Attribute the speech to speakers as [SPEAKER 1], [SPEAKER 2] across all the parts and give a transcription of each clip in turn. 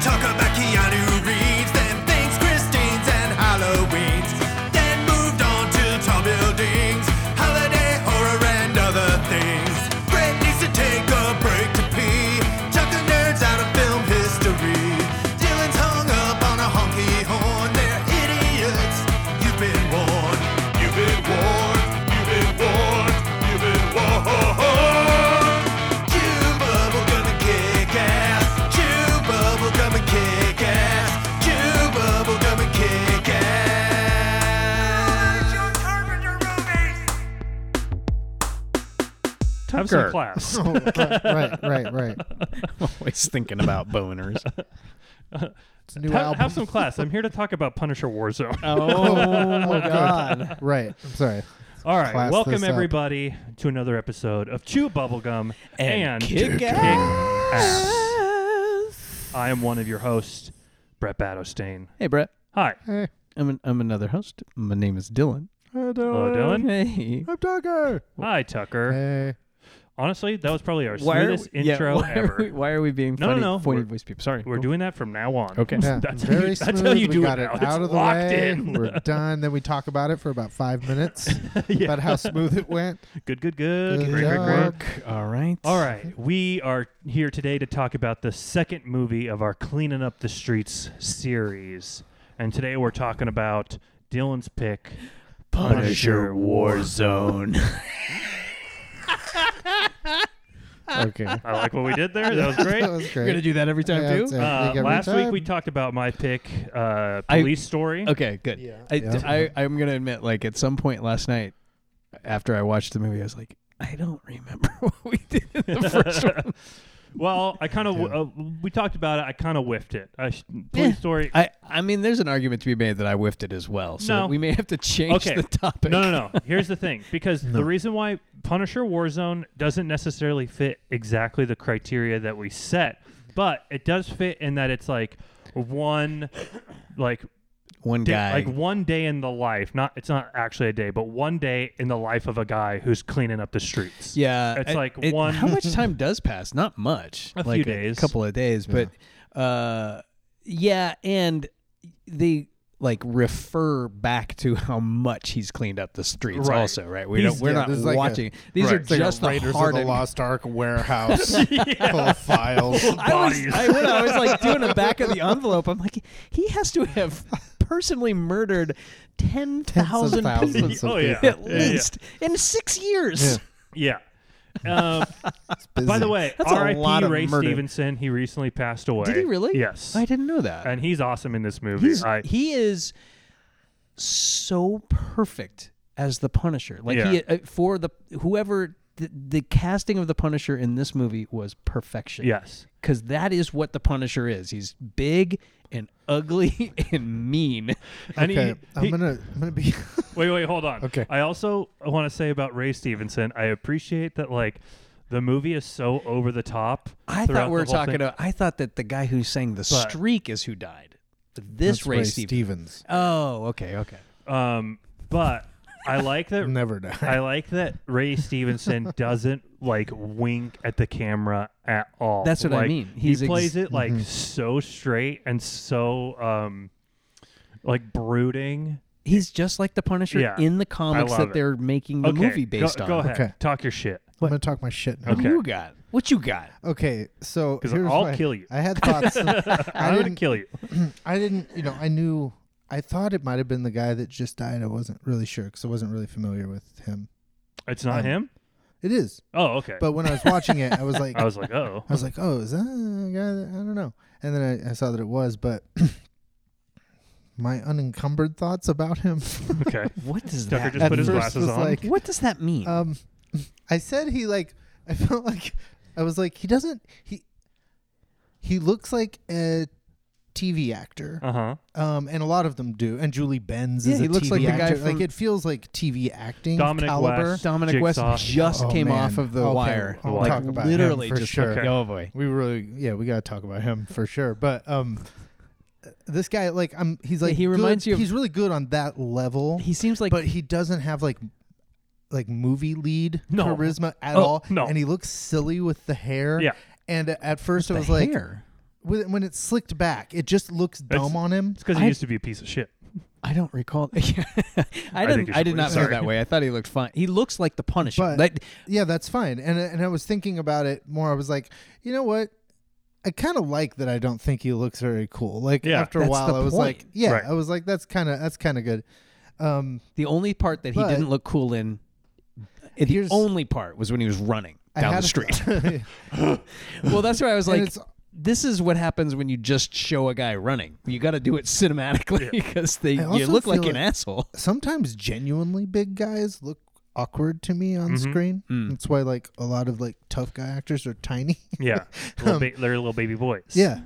[SPEAKER 1] talk about Keanu Reeves, then things Christine's and Halloween's, then moved on to tall buildings, holiday horror and other things. Brett needs to take a break to pee, chuck the nerds out of film history. Dylan's hung up on a honky horn, they're idiots. You've been warned, you've been warned, you've been warned, you've been warned. Chew bubblegum and kick ass. Chew bubblegum and kick ass. Chew bubblegum and kick ass.
[SPEAKER 2] Have some
[SPEAKER 3] Tucker.
[SPEAKER 2] class.
[SPEAKER 4] Oh, right, right, right, right.
[SPEAKER 3] Always thinking about boners.
[SPEAKER 4] It's a new
[SPEAKER 2] have,
[SPEAKER 4] album.
[SPEAKER 2] have some class. I'm here to talk about Punisher Warzone.
[SPEAKER 4] oh my god. Right. I'm sorry.
[SPEAKER 2] All right,
[SPEAKER 4] class this
[SPEAKER 2] welcome
[SPEAKER 4] up.
[SPEAKER 2] everybody to another episode of Chew Bubblegum and,
[SPEAKER 3] Kick
[SPEAKER 2] Ass. I am one of your hosts, Brett Battostain.
[SPEAKER 3] Hey, Brett.
[SPEAKER 2] Hi,
[SPEAKER 4] Hey.
[SPEAKER 3] I'm, an, I'm another host. My name is Dylan.
[SPEAKER 2] hello, Dylan.
[SPEAKER 3] Hey.
[SPEAKER 4] I'm Tucker.
[SPEAKER 2] Hi, Tucker.
[SPEAKER 4] Hey.
[SPEAKER 2] Honestly, that was probably our smoothest
[SPEAKER 3] yeah,
[SPEAKER 2] intro
[SPEAKER 3] why
[SPEAKER 2] ever.
[SPEAKER 3] Are we, why are we being
[SPEAKER 2] No, no,
[SPEAKER 3] funny,
[SPEAKER 2] no,
[SPEAKER 3] pointed
[SPEAKER 2] we're-
[SPEAKER 3] voice people? Sorry.
[SPEAKER 2] We're doing that from now on.
[SPEAKER 3] Okay.
[SPEAKER 4] Yeah,
[SPEAKER 2] that's how
[SPEAKER 4] very
[SPEAKER 2] you,
[SPEAKER 4] smooth.
[SPEAKER 2] that's how you
[SPEAKER 4] we
[SPEAKER 2] do
[SPEAKER 4] got
[SPEAKER 2] it
[SPEAKER 4] it
[SPEAKER 2] now.
[SPEAKER 4] out
[SPEAKER 2] it's
[SPEAKER 4] of the
[SPEAKER 2] locked
[SPEAKER 4] way.
[SPEAKER 2] in.
[SPEAKER 4] We're done. Then we talk about it for about five minutes about how smooth it went.
[SPEAKER 2] good, good, good.
[SPEAKER 4] Good
[SPEAKER 2] Great, great,
[SPEAKER 4] job.
[SPEAKER 2] great.
[SPEAKER 3] All right.
[SPEAKER 2] All right, we are here today to talk about the second movie of our Cleaning Up the Streets series. And today we're talking about Dylan's pick. Punisher
[SPEAKER 3] Warzone.
[SPEAKER 4] Okay.
[SPEAKER 2] I like what we did there. That was
[SPEAKER 4] that
[SPEAKER 2] great.
[SPEAKER 4] was
[SPEAKER 3] You're going to
[SPEAKER 4] great.
[SPEAKER 3] do that every time,
[SPEAKER 4] Yeah,
[SPEAKER 3] too?
[SPEAKER 4] that's it.
[SPEAKER 2] Uh,
[SPEAKER 4] Like every
[SPEAKER 2] last week
[SPEAKER 4] time.
[SPEAKER 2] we talked about my pick, uh,
[SPEAKER 3] I-
[SPEAKER 2] Police Story.
[SPEAKER 3] Okay, good.
[SPEAKER 4] Yeah.
[SPEAKER 3] I,
[SPEAKER 4] Yeah.
[SPEAKER 3] I, I'm going to admit, like, at some point last night, after I watched the movie, I was like, I don't remember what we did in the first one.
[SPEAKER 2] Well, I kind of uh, we talked about it. I kind of whiffed it. I sh- Police Story.
[SPEAKER 3] I, I mean, there's an argument to be made that I whiffed it as well. So
[SPEAKER 2] No.
[SPEAKER 3] we may have to change
[SPEAKER 2] Okay.
[SPEAKER 3] the topic.
[SPEAKER 2] No, no, no. Here's the thing because the reason why Punisher Warzone doesn't necessarily fit exactly the criteria that we set, but it does fit in that it's like one like
[SPEAKER 3] One
[SPEAKER 2] di-
[SPEAKER 3] guy.
[SPEAKER 2] like one day in the life, not it's not actually a day, but one day in the life of a guy who's cleaning up the streets.
[SPEAKER 3] yeah.
[SPEAKER 2] It's
[SPEAKER 3] I-
[SPEAKER 2] like
[SPEAKER 3] it-
[SPEAKER 2] one-
[SPEAKER 3] How much time does pass? Not much.
[SPEAKER 2] A few
[SPEAKER 3] like
[SPEAKER 2] days.
[SPEAKER 3] A couple of days. But uh, yeah. And they like refer back to how much he's cleaned up the streets
[SPEAKER 2] Right.
[SPEAKER 3] also, right? We
[SPEAKER 4] He's-
[SPEAKER 3] don't, we're
[SPEAKER 4] yeah,
[SPEAKER 3] not
[SPEAKER 4] this is like a-
[SPEAKER 3] watching. These
[SPEAKER 2] Right.
[SPEAKER 3] are
[SPEAKER 2] It's
[SPEAKER 4] It's like a
[SPEAKER 3] just
[SPEAKER 4] Raiders
[SPEAKER 3] the
[SPEAKER 4] of
[SPEAKER 3] hard
[SPEAKER 4] the
[SPEAKER 3] and
[SPEAKER 4] Lost Ark warehouse full of files.
[SPEAKER 3] I was,
[SPEAKER 2] bodies.
[SPEAKER 3] I, went, I was like doing a back of the envelope. I'm like, he has to have personally murdered
[SPEAKER 4] Tens of
[SPEAKER 3] 10,000 people
[SPEAKER 4] thousands of
[SPEAKER 2] Oh, yeah.
[SPEAKER 4] people.
[SPEAKER 3] at
[SPEAKER 2] Yeah, yeah.
[SPEAKER 3] least in six years.
[SPEAKER 2] Yeah. Um,
[SPEAKER 4] Busy.
[SPEAKER 2] by the way,
[SPEAKER 3] That's a lot
[SPEAKER 2] R.I.P.
[SPEAKER 3] of
[SPEAKER 2] Ray
[SPEAKER 3] murder.
[SPEAKER 2] Stevenson. He recently passed away.
[SPEAKER 3] Did he really?
[SPEAKER 2] Yes.
[SPEAKER 3] I didn't know that.
[SPEAKER 2] and he's awesome in this movie.
[SPEAKER 3] He's,
[SPEAKER 2] I,
[SPEAKER 3] he is so perfect as the Punisher. Like
[SPEAKER 2] Yeah.
[SPEAKER 3] he uh, for the whoever the, the casting of the Punisher in this movie was perfection.
[SPEAKER 2] yes.
[SPEAKER 3] because that is what the Punisher is. He's big and ugly and mean.
[SPEAKER 2] And he-
[SPEAKER 4] okay,
[SPEAKER 2] he,
[SPEAKER 4] I'm gonna I'm gonna be
[SPEAKER 2] Wait, wait, hold on.
[SPEAKER 4] Okay.
[SPEAKER 2] I also want to say about Ray Stevenson. I appreciate that, like, the movie is so over the top.
[SPEAKER 3] I
[SPEAKER 2] throughout
[SPEAKER 3] thought we
[SPEAKER 2] the
[SPEAKER 3] were
[SPEAKER 2] whole
[SPEAKER 3] talking.
[SPEAKER 2] thing.
[SPEAKER 3] About, I thought that the guy who sang the
[SPEAKER 2] But-
[SPEAKER 3] streak is who died. This
[SPEAKER 4] That's
[SPEAKER 3] Ray,
[SPEAKER 4] Ray
[SPEAKER 3] Stevens.
[SPEAKER 4] Stevens.
[SPEAKER 3] Oh, okay, okay.
[SPEAKER 2] Um, but I like that.
[SPEAKER 4] Never die.
[SPEAKER 2] I like that Ray Stevenson doesn't like wink at the camera at all.
[SPEAKER 3] That's what I
[SPEAKER 2] Like,
[SPEAKER 3] mean.
[SPEAKER 2] He
[SPEAKER 3] He's ex-
[SPEAKER 2] plays it
[SPEAKER 4] Mm-hmm.
[SPEAKER 2] like so straight and so um, like brooding.
[SPEAKER 3] He's just like the Punisher
[SPEAKER 2] Yeah.
[SPEAKER 3] in the comics
[SPEAKER 2] love
[SPEAKER 3] that
[SPEAKER 2] it.
[SPEAKER 3] they're making the
[SPEAKER 2] okay,
[SPEAKER 3] movie
[SPEAKER 2] go-
[SPEAKER 3] based
[SPEAKER 2] go,
[SPEAKER 3] on.
[SPEAKER 2] ahead.
[SPEAKER 4] Okay.
[SPEAKER 2] Talk your shit.
[SPEAKER 4] I'm gonna talk my shit now.
[SPEAKER 3] What
[SPEAKER 2] Okay.
[SPEAKER 3] you got? What you got?
[SPEAKER 4] Okay, so
[SPEAKER 2] 'Cause
[SPEAKER 4] here's
[SPEAKER 2] I'll
[SPEAKER 4] why.
[SPEAKER 2] kill you.
[SPEAKER 4] I had thoughts. I
[SPEAKER 2] I'm gonna
[SPEAKER 4] didn't.
[SPEAKER 2] kill you.
[SPEAKER 4] I didn't. You know, I knew. I thought it might have been the guy that just died. I wasn't really sure because I wasn't really familiar with him.
[SPEAKER 2] It's not
[SPEAKER 4] Um,
[SPEAKER 2] him.
[SPEAKER 4] It is,
[SPEAKER 2] Oh, okay.
[SPEAKER 4] but when I was watching it, I was like,
[SPEAKER 2] I was like, oh,
[SPEAKER 4] I was like, oh, is that a guy? That, I don't know. And then I, I saw that it was, but my unencumbered thoughts about him
[SPEAKER 2] okay.
[SPEAKER 3] What does
[SPEAKER 2] Tucker
[SPEAKER 3] that?
[SPEAKER 2] just
[SPEAKER 4] At
[SPEAKER 2] put his
[SPEAKER 4] first
[SPEAKER 2] glasses
[SPEAKER 4] was
[SPEAKER 2] on.
[SPEAKER 4] like-
[SPEAKER 3] what does that mean?
[SPEAKER 4] Um, I said he like. I felt like I was like he doesn't he. He looks like a TV actor,
[SPEAKER 2] uh huh.
[SPEAKER 4] um, and a lot of them do. And Julie Benz
[SPEAKER 3] Yeah,
[SPEAKER 4] is
[SPEAKER 3] he
[SPEAKER 4] a
[SPEAKER 3] looks
[SPEAKER 4] TV
[SPEAKER 3] like the guy
[SPEAKER 4] actor.
[SPEAKER 3] from-
[SPEAKER 4] like it feels like TV acting
[SPEAKER 2] Dominic
[SPEAKER 4] caliber.
[SPEAKER 2] West.
[SPEAKER 3] Dominic
[SPEAKER 2] Jigsaw.
[SPEAKER 3] West just
[SPEAKER 4] Oh,
[SPEAKER 3] came
[SPEAKER 4] man.
[SPEAKER 3] off of the
[SPEAKER 4] Okay,
[SPEAKER 3] wire.
[SPEAKER 4] I'll
[SPEAKER 3] like
[SPEAKER 4] talk about him
[SPEAKER 3] literally
[SPEAKER 4] for
[SPEAKER 3] just
[SPEAKER 4] sure.
[SPEAKER 3] like, oh boy.
[SPEAKER 4] We really, yeah, we got to talk about him for sure. But um, this guy, like, I'm, he's
[SPEAKER 3] Yeah,
[SPEAKER 4] like,
[SPEAKER 3] he
[SPEAKER 4] good-
[SPEAKER 3] reminds you of-
[SPEAKER 4] he's really good on that level.
[SPEAKER 3] He seems like
[SPEAKER 4] but he doesn't have like, like movie lead
[SPEAKER 2] No.
[SPEAKER 4] charisma at
[SPEAKER 2] Oh,
[SPEAKER 4] all.
[SPEAKER 2] no.
[SPEAKER 4] and he looks silly with the hair.
[SPEAKER 2] Yeah.
[SPEAKER 4] And at first, I
[SPEAKER 3] the
[SPEAKER 4] was like,
[SPEAKER 3] hair.
[SPEAKER 4] when when it's slicked back, it just looks dumb on him.
[SPEAKER 2] It's because he
[SPEAKER 3] I-
[SPEAKER 2] used to be a piece of shit.
[SPEAKER 3] I don't recall. I
[SPEAKER 2] think you
[SPEAKER 3] didn't. I
[SPEAKER 2] should
[SPEAKER 3] did
[SPEAKER 2] leave.
[SPEAKER 3] not feel
[SPEAKER 2] Sorry.
[SPEAKER 3] that way. I thought he looked fine. He looks like the Punisher.
[SPEAKER 4] But-
[SPEAKER 3] Like-
[SPEAKER 4] Yeah, that's fine. And uh, and I was thinking about it more. I was like, you know what? I kind of like that. I don't think he looks very cool. Like
[SPEAKER 2] Yeah.
[SPEAKER 4] after a
[SPEAKER 3] That's
[SPEAKER 4] while,
[SPEAKER 3] the
[SPEAKER 4] I was
[SPEAKER 3] point.
[SPEAKER 4] like, yeah,
[SPEAKER 2] Right.
[SPEAKER 4] I was like, that's kind of that's kind of good. Um,
[SPEAKER 3] the only part that he
[SPEAKER 4] But-
[SPEAKER 3] didn't look cool in, the
[SPEAKER 4] Here's-
[SPEAKER 3] only part was when he was running
[SPEAKER 4] I
[SPEAKER 3] down
[SPEAKER 4] had
[SPEAKER 3] the
[SPEAKER 4] a-
[SPEAKER 3] street. well, that's where I was
[SPEAKER 4] And
[SPEAKER 3] like,
[SPEAKER 4] it's-
[SPEAKER 3] this is what happens when you just show a guy running. You got to do it cinematically because they
[SPEAKER 4] I
[SPEAKER 3] you
[SPEAKER 4] also
[SPEAKER 3] look like,
[SPEAKER 4] feel
[SPEAKER 3] an
[SPEAKER 4] like-
[SPEAKER 3] asshole.
[SPEAKER 4] sometimes genuinely big guys look awkward to me on
[SPEAKER 3] Mm-hmm.
[SPEAKER 4] screen.
[SPEAKER 3] Mm.
[SPEAKER 4] That's why like a lot of like tough guy actors are tiny.
[SPEAKER 2] Yeah, little ba- they're little baby boys.
[SPEAKER 4] yeah.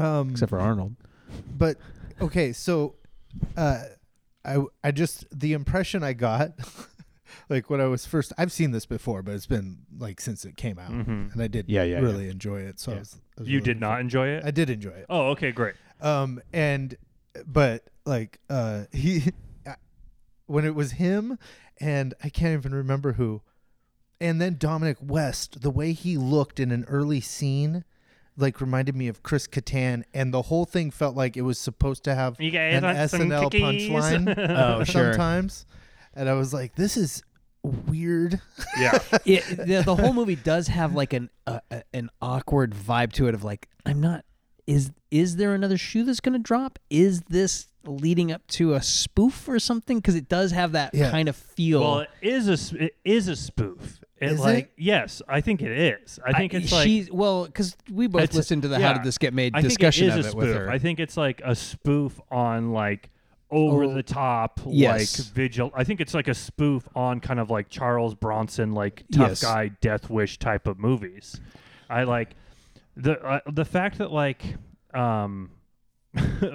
[SPEAKER 4] Um,
[SPEAKER 3] for Arnold.
[SPEAKER 4] but okay, so uh, I I just the impression I got, like when I was first, I've seen this before, but it's been like since it came out, and I did
[SPEAKER 3] Mm-hmm. Yeah, yeah,
[SPEAKER 4] really enjoy it. So I was, I was
[SPEAKER 2] you
[SPEAKER 4] really-
[SPEAKER 2] did not enjoy it.
[SPEAKER 4] I did enjoy it.
[SPEAKER 2] oh, okay, great.
[SPEAKER 4] Um, and but like uh, he I- when it was him, and I can't even remember who, and then Dominic West, the way he looked in an early scene. Like reminded me of Chris Kattan, and the whole thing felt like it was supposed to have
[SPEAKER 2] You guys
[SPEAKER 4] an
[SPEAKER 2] want some
[SPEAKER 4] SNL
[SPEAKER 2] cookies?
[SPEAKER 4] punchline
[SPEAKER 3] Oh, sure.
[SPEAKER 4] sometimes, and I was like, "This is weird."
[SPEAKER 2] Yeah,
[SPEAKER 3] it, the, the whole movie does have like an uh, an awkward vibe to it of like I'm not is is there another shoe that's going to drop? Is this leading up to a spoof or something? Because it does have that
[SPEAKER 4] Yeah.
[SPEAKER 3] kind of feel.
[SPEAKER 2] Well, it is a s- it is a spoof. It
[SPEAKER 4] Is
[SPEAKER 2] like
[SPEAKER 4] it?
[SPEAKER 2] yes, I think it is. I think it's like
[SPEAKER 3] she's well because we both
[SPEAKER 2] it's-
[SPEAKER 3] listened to the
[SPEAKER 2] yeah.
[SPEAKER 3] how did this get made
[SPEAKER 2] I
[SPEAKER 3] discussion
[SPEAKER 2] think it
[SPEAKER 3] of
[SPEAKER 2] is
[SPEAKER 3] it
[SPEAKER 2] a spoof.
[SPEAKER 3] with her.
[SPEAKER 2] I think it's like a spoof on like over
[SPEAKER 4] Oh,
[SPEAKER 2] the top
[SPEAKER 3] yes.
[SPEAKER 2] like vigil. I think it's like a spoof on kind of like Charles Bronson like tough
[SPEAKER 3] Yes.
[SPEAKER 2] guy death wish type of movies. I like the uh, the fact that like um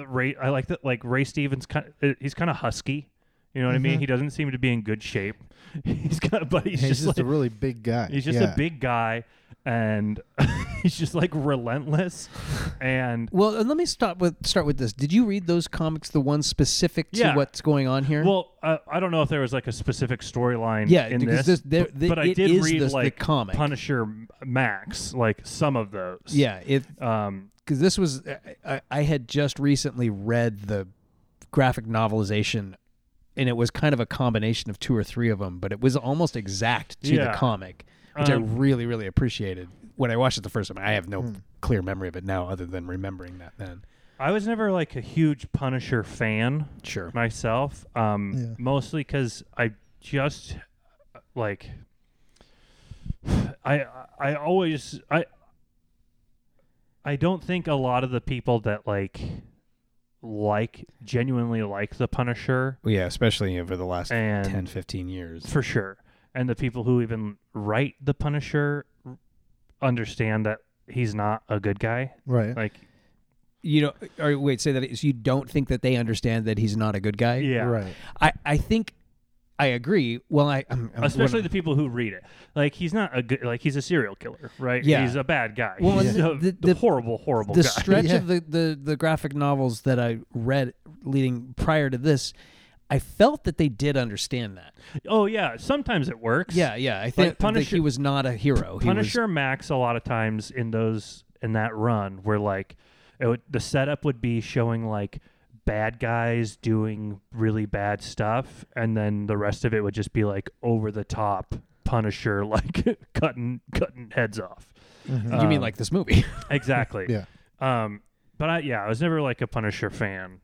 [SPEAKER 2] Ray I like that like Ray Stevens kind he's kind of husky. You know what I mean? He doesn't seem to be in good shape. He's got, but he's,
[SPEAKER 4] Mm-hmm. He's just,
[SPEAKER 2] like,
[SPEAKER 4] a really big guy.
[SPEAKER 2] He's just
[SPEAKER 4] Yeah.
[SPEAKER 2] a big guy, and he's just like relentless. And
[SPEAKER 3] well, uh, let me stop with start with this. Did you read those comics, the ones specific to
[SPEAKER 2] Yeah.
[SPEAKER 3] what's going on here?
[SPEAKER 2] well, uh, I don't know if there was like a specific storyline.
[SPEAKER 3] Yeah,
[SPEAKER 2] in
[SPEAKER 3] because
[SPEAKER 2] this,
[SPEAKER 3] this- there-
[SPEAKER 2] but,
[SPEAKER 3] the-
[SPEAKER 2] but I
[SPEAKER 3] it
[SPEAKER 2] did
[SPEAKER 3] is
[SPEAKER 2] read
[SPEAKER 3] the- the
[SPEAKER 2] like
[SPEAKER 3] comic.
[SPEAKER 2] Punisher M- Max, like some of those.
[SPEAKER 3] yeah, it
[SPEAKER 2] Um.
[SPEAKER 3] because this was I, I, I had just recently read the graphic novelization and it was kind of a combination of two or three of them but it was almost exact to
[SPEAKER 2] Yeah.
[SPEAKER 3] the comic which
[SPEAKER 2] Um, Hmm.
[SPEAKER 3] i really really appreciated when i watched it the first time i have no clear memory of it now other than remembering that then
[SPEAKER 2] I was never like a huge Punisher fan
[SPEAKER 3] sure
[SPEAKER 2] myself, um,
[SPEAKER 4] Yeah.
[SPEAKER 2] mostly because I just like I I always I I don't think a lot of the people that like like genuinely like the Punisher
[SPEAKER 3] yeah especially over the last
[SPEAKER 2] And-
[SPEAKER 3] 10 15 years
[SPEAKER 2] for sure, and the people who even write the Punisher r- understand that he's not a good guy.
[SPEAKER 4] right.
[SPEAKER 2] Like
[SPEAKER 3] you know or wait say that so you don't think that they understand that he's not a good guy
[SPEAKER 2] yeah,
[SPEAKER 4] Right.
[SPEAKER 3] i i think i agree well i I'm, I'm-
[SPEAKER 2] Especially
[SPEAKER 3] when-
[SPEAKER 2] the people who read it, like he's not a good, like he's a serial killer, right?
[SPEAKER 3] Yeah.
[SPEAKER 2] he's a bad guy.
[SPEAKER 3] Well,
[SPEAKER 2] he's
[SPEAKER 3] the-
[SPEAKER 2] a
[SPEAKER 3] the- the-
[SPEAKER 2] horrible, horrible
[SPEAKER 3] the
[SPEAKER 2] guy.
[SPEAKER 3] stretch
[SPEAKER 4] Yeah.
[SPEAKER 3] of the, the the graphic novels that I read leading prior to this, I felt that they did understand that.
[SPEAKER 2] Oh yeah, sometimes it works.
[SPEAKER 3] Yeah, yeah. I think that
[SPEAKER 2] Punisher-
[SPEAKER 3] he was not a hero. He
[SPEAKER 2] Punisher Max a lot of times in those in that run where like it would, the setup would be showing like bad guys doing really bad stuff, and then the rest of it would just be like over the top Punisher like cutting cutting heads off.
[SPEAKER 3] was, you
[SPEAKER 2] um,
[SPEAKER 3] mean like this movie?
[SPEAKER 2] Exactly.
[SPEAKER 4] Yeah.
[SPEAKER 2] Um, but I yeah, I was never like a Punisher fan,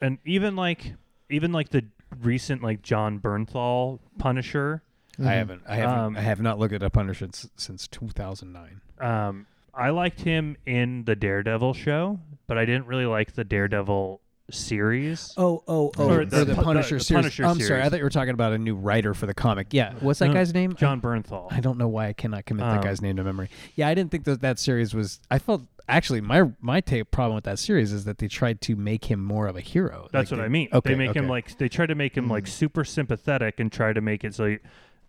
[SPEAKER 2] and even like even like the recent like John Bernthal Punisher,
[SPEAKER 3] I haven't. I haven't.
[SPEAKER 2] Um,
[SPEAKER 3] I have not looked at a Punisher s- since 2009.
[SPEAKER 2] um, I liked him in the Daredevil show, but I didn't really like the Daredevil series.
[SPEAKER 3] Oh, oh, oh!
[SPEAKER 2] Or
[SPEAKER 3] Or
[SPEAKER 2] the
[SPEAKER 3] the,
[SPEAKER 2] Pu-
[SPEAKER 3] Punisher
[SPEAKER 2] the- the
[SPEAKER 3] series.
[SPEAKER 2] Punisher
[SPEAKER 3] I'm sorry. I
[SPEAKER 2] series.
[SPEAKER 3] thought you were talking about a new writer for the comic. Yeah. What's that
[SPEAKER 2] No,
[SPEAKER 3] guy's name?
[SPEAKER 2] John Bernthal.
[SPEAKER 3] I don't know why I cannot commit
[SPEAKER 2] Um,
[SPEAKER 3] that guy's name to memory. Yeah, I didn't think that that series was. I felt actually my my tape problem with that series is that they tried to make him more of a hero.
[SPEAKER 2] That's
[SPEAKER 3] Like,
[SPEAKER 2] what
[SPEAKER 3] they-
[SPEAKER 2] I mean.
[SPEAKER 3] Okay,
[SPEAKER 2] they make him
[SPEAKER 3] okay. Hmm.
[SPEAKER 2] like they try to make him like super sympathetic and try to make it so, he,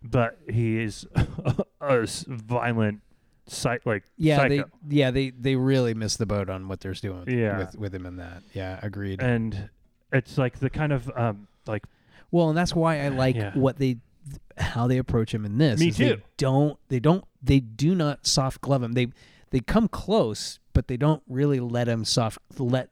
[SPEAKER 2] but he is a s- violent, psych like
[SPEAKER 3] yeah,
[SPEAKER 2] psycho.
[SPEAKER 3] they yeah they they really missed the boat on what they're doing with,
[SPEAKER 2] Yeah.
[SPEAKER 3] with with him in that. Yeah, agreed.
[SPEAKER 2] and it's like the kind of um like
[SPEAKER 3] well, and that's why I like
[SPEAKER 2] Yeah.
[SPEAKER 3] what they how they approach him in this.
[SPEAKER 2] Me
[SPEAKER 3] is they
[SPEAKER 2] too.
[SPEAKER 3] don't they don't they do not soft glove him. They they come close, but they don't really let him soft let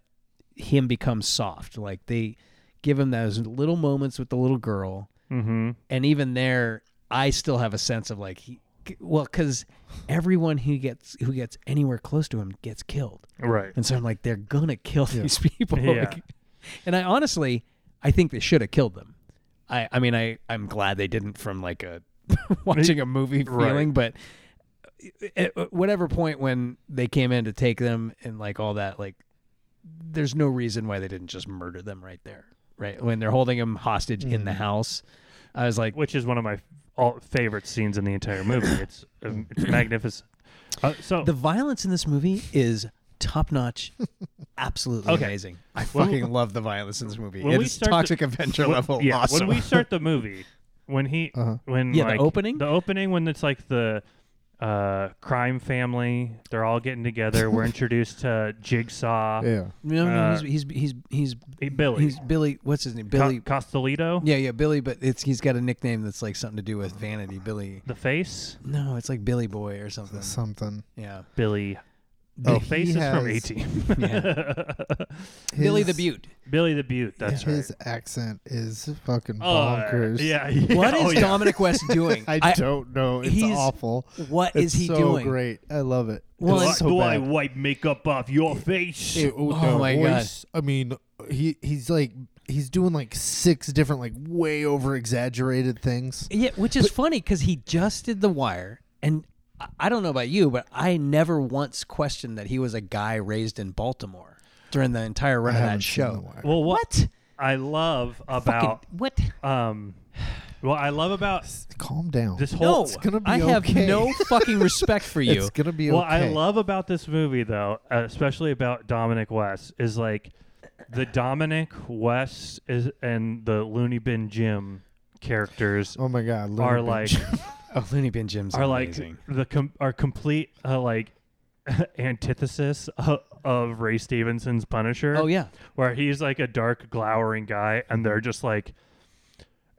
[SPEAKER 3] him become soft. Like they give him those little moments with the little girl,
[SPEAKER 2] Mm-hmm.
[SPEAKER 3] and even there, I still have a sense of like he. Well, because everyone who gets who gets anywhere close to him gets killed.
[SPEAKER 2] Right.
[SPEAKER 3] And so I'm like, they're gonna kill these people.
[SPEAKER 2] Yeah.
[SPEAKER 3] Like- and I honestly, I think they should have killed them. I, I mean, I, I'm glad they didn't from like a watching a movie
[SPEAKER 2] Right.
[SPEAKER 3] feeling, but at at whatever point when they came in to take them and like all that, like there's no reason why they didn't just murder them right there, right? When they're holding him hostage in
[SPEAKER 2] Mm.
[SPEAKER 3] the house, I was like,
[SPEAKER 2] Which is one of my all favorite scenes in the entire movie. It's um, it's magnificent. Uh, so
[SPEAKER 3] the violence in this movie is top notch, absolutely
[SPEAKER 2] Okay.
[SPEAKER 3] amazing. I
[SPEAKER 2] When-
[SPEAKER 3] fucking love the violence in this movie.
[SPEAKER 2] when we
[SPEAKER 3] It's
[SPEAKER 2] start
[SPEAKER 3] toxic
[SPEAKER 2] the-
[SPEAKER 3] Avenger
[SPEAKER 2] when-
[SPEAKER 3] level
[SPEAKER 2] yeah,
[SPEAKER 3] awesome.
[SPEAKER 2] when we start the movie, when he
[SPEAKER 4] Uh-huh.
[SPEAKER 2] when
[SPEAKER 3] Yeah, the
[SPEAKER 2] like,
[SPEAKER 3] opening?
[SPEAKER 2] the opening when it's like the uh, crime family, they're all getting together. We're introduced to Jigsaw,
[SPEAKER 4] Yeah.
[SPEAKER 3] No, no,
[SPEAKER 2] Uh,
[SPEAKER 3] he's, he's he's
[SPEAKER 2] eh,
[SPEAKER 3] he's
[SPEAKER 2] Billy.
[SPEAKER 3] He's Billy. What's his name?
[SPEAKER 2] Co-
[SPEAKER 3] Billy.
[SPEAKER 2] Costolito,
[SPEAKER 3] yeah, yeah, Billy. But it's he's got a nickname that's like something to do with vanity. Billy.
[SPEAKER 2] the face,
[SPEAKER 3] No, it's like Billy Boy or something.
[SPEAKER 4] Something.
[SPEAKER 3] Yeah,
[SPEAKER 2] Billy.
[SPEAKER 4] Oh,
[SPEAKER 2] the face is
[SPEAKER 4] he
[SPEAKER 2] from E.
[SPEAKER 4] has-
[SPEAKER 2] eighteen.
[SPEAKER 3] yeah. Billy the Butte.
[SPEAKER 2] Billy the Butte. That's right.
[SPEAKER 4] His accent is fucking
[SPEAKER 2] Uh,
[SPEAKER 4] bonkers.
[SPEAKER 2] yeah, yeah.
[SPEAKER 3] What is
[SPEAKER 2] oh, yeah.
[SPEAKER 3] Dominic West doing?
[SPEAKER 4] I, don't know. It's
[SPEAKER 3] he's-
[SPEAKER 4] awful.
[SPEAKER 3] What is
[SPEAKER 4] It's
[SPEAKER 3] he
[SPEAKER 4] so
[SPEAKER 3] doing?
[SPEAKER 4] great. I love it.
[SPEAKER 3] Well, it's-
[SPEAKER 4] it's
[SPEAKER 2] Do
[SPEAKER 4] so
[SPEAKER 2] I
[SPEAKER 4] bad.
[SPEAKER 2] wipe makeup off your face?
[SPEAKER 4] It- oh,
[SPEAKER 3] Oh
[SPEAKER 4] the
[SPEAKER 3] my
[SPEAKER 4] voice, I mean, he he's like he's doing like six different like way over exaggerated things.
[SPEAKER 3] Yeah, which is funny 'cause funny because he just did The Wire, and I- I don't know about you, but I never once questioned that he was a guy raised in Baltimore during the entire run
[SPEAKER 4] I
[SPEAKER 3] of
[SPEAKER 4] haven't
[SPEAKER 3] that
[SPEAKER 4] seen
[SPEAKER 3] show.
[SPEAKER 4] The Wire.
[SPEAKER 2] well, what,
[SPEAKER 3] What?
[SPEAKER 2] I love
[SPEAKER 3] Fucking,
[SPEAKER 2] about
[SPEAKER 3] what?
[SPEAKER 2] um, well, I love about
[SPEAKER 4] Calm down.
[SPEAKER 2] this whole.
[SPEAKER 3] No,
[SPEAKER 4] it's gonna be
[SPEAKER 3] I have
[SPEAKER 4] okay.
[SPEAKER 3] no fucking respect for you.
[SPEAKER 4] It's gonna be
[SPEAKER 2] What
[SPEAKER 4] okay.
[SPEAKER 2] I love about this movie, though, uh, especially about Dominic West, is like the Dominic West is and the Looney Bin Jim characters
[SPEAKER 4] Oh my god, Looney
[SPEAKER 2] are
[SPEAKER 4] Bin-
[SPEAKER 2] like
[SPEAKER 3] Oh, Looney Bin Jim's
[SPEAKER 2] are
[SPEAKER 3] amazing.
[SPEAKER 2] like the com- are complete uh, like antithesis of, of Ray Stevenson's Punisher.
[SPEAKER 3] oh yeah,
[SPEAKER 2] where he's like a dark, glowering guy, and they're just like,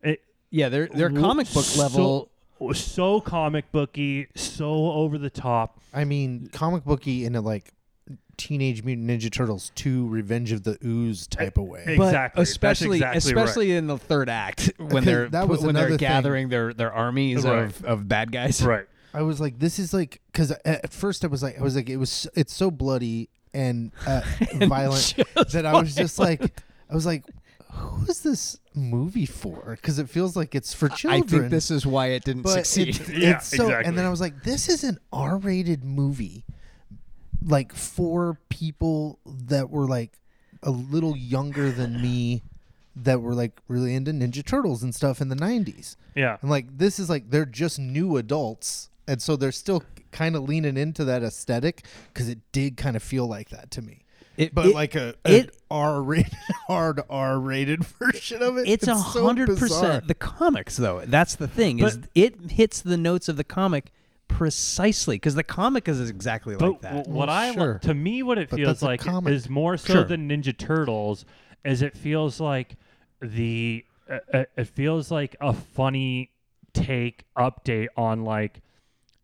[SPEAKER 2] it,
[SPEAKER 3] yeah. They're they're
[SPEAKER 2] w-
[SPEAKER 3] comic book
[SPEAKER 2] so-
[SPEAKER 3] level.
[SPEAKER 2] so comic booky, so over the top.
[SPEAKER 4] I mean, comic booky in a like Teenage Mutant Ninja Turtles 2 Revenge of the Ooze type of way.
[SPEAKER 2] But- exactly. That's
[SPEAKER 3] especially
[SPEAKER 2] exactly right.
[SPEAKER 3] especially in the third act when
[SPEAKER 4] Because
[SPEAKER 3] they're
[SPEAKER 4] that was
[SPEAKER 3] when
[SPEAKER 4] another
[SPEAKER 3] they're
[SPEAKER 4] thing.
[SPEAKER 3] gathering their their armies of,
[SPEAKER 2] Right.
[SPEAKER 3] of bad guys.
[SPEAKER 2] Right.
[SPEAKER 4] I was like, this is like, because at first I was like, I was like, it was, it's so bloody and, uh, violent that I was just like, I was like, who is this movie for? Because it feels like it's for
[SPEAKER 3] I
[SPEAKER 4] children.
[SPEAKER 3] think this is why it didn't
[SPEAKER 4] but
[SPEAKER 3] succeed.
[SPEAKER 4] It's,
[SPEAKER 2] Yeah,
[SPEAKER 4] it's so, and
[SPEAKER 2] exactly.
[SPEAKER 4] then I was like, this is an R-rated movie, like for people that were like a little younger than me, that were like really into Ninja Turtles and stuff in the '90s.
[SPEAKER 2] Yeah.
[SPEAKER 4] And like this is like they're just new adults, and so they're still kind of leaning into that aesthetic because it did kind of feel like that to me.
[SPEAKER 3] It-
[SPEAKER 4] but
[SPEAKER 3] it-
[SPEAKER 4] like a
[SPEAKER 3] it-
[SPEAKER 4] R rated, hard R rated version of it.
[SPEAKER 3] it's a
[SPEAKER 4] so
[SPEAKER 3] hundred
[SPEAKER 4] bizarre.
[SPEAKER 3] percent the comics though. That's the thing is
[SPEAKER 2] But-
[SPEAKER 3] it hits the notes of the comic precisely because the comic is exactly
[SPEAKER 2] But
[SPEAKER 3] like that.
[SPEAKER 2] wh- what
[SPEAKER 4] Well,
[SPEAKER 2] I lo-
[SPEAKER 4] sure.
[SPEAKER 2] to me, what it
[SPEAKER 4] But
[SPEAKER 2] feels
[SPEAKER 4] that's a
[SPEAKER 2] like
[SPEAKER 4] comic.
[SPEAKER 2] is more so
[SPEAKER 3] Sure.
[SPEAKER 2] than Ninja Turtles, is it feels like the uh, uh, it feels like a funny take update on like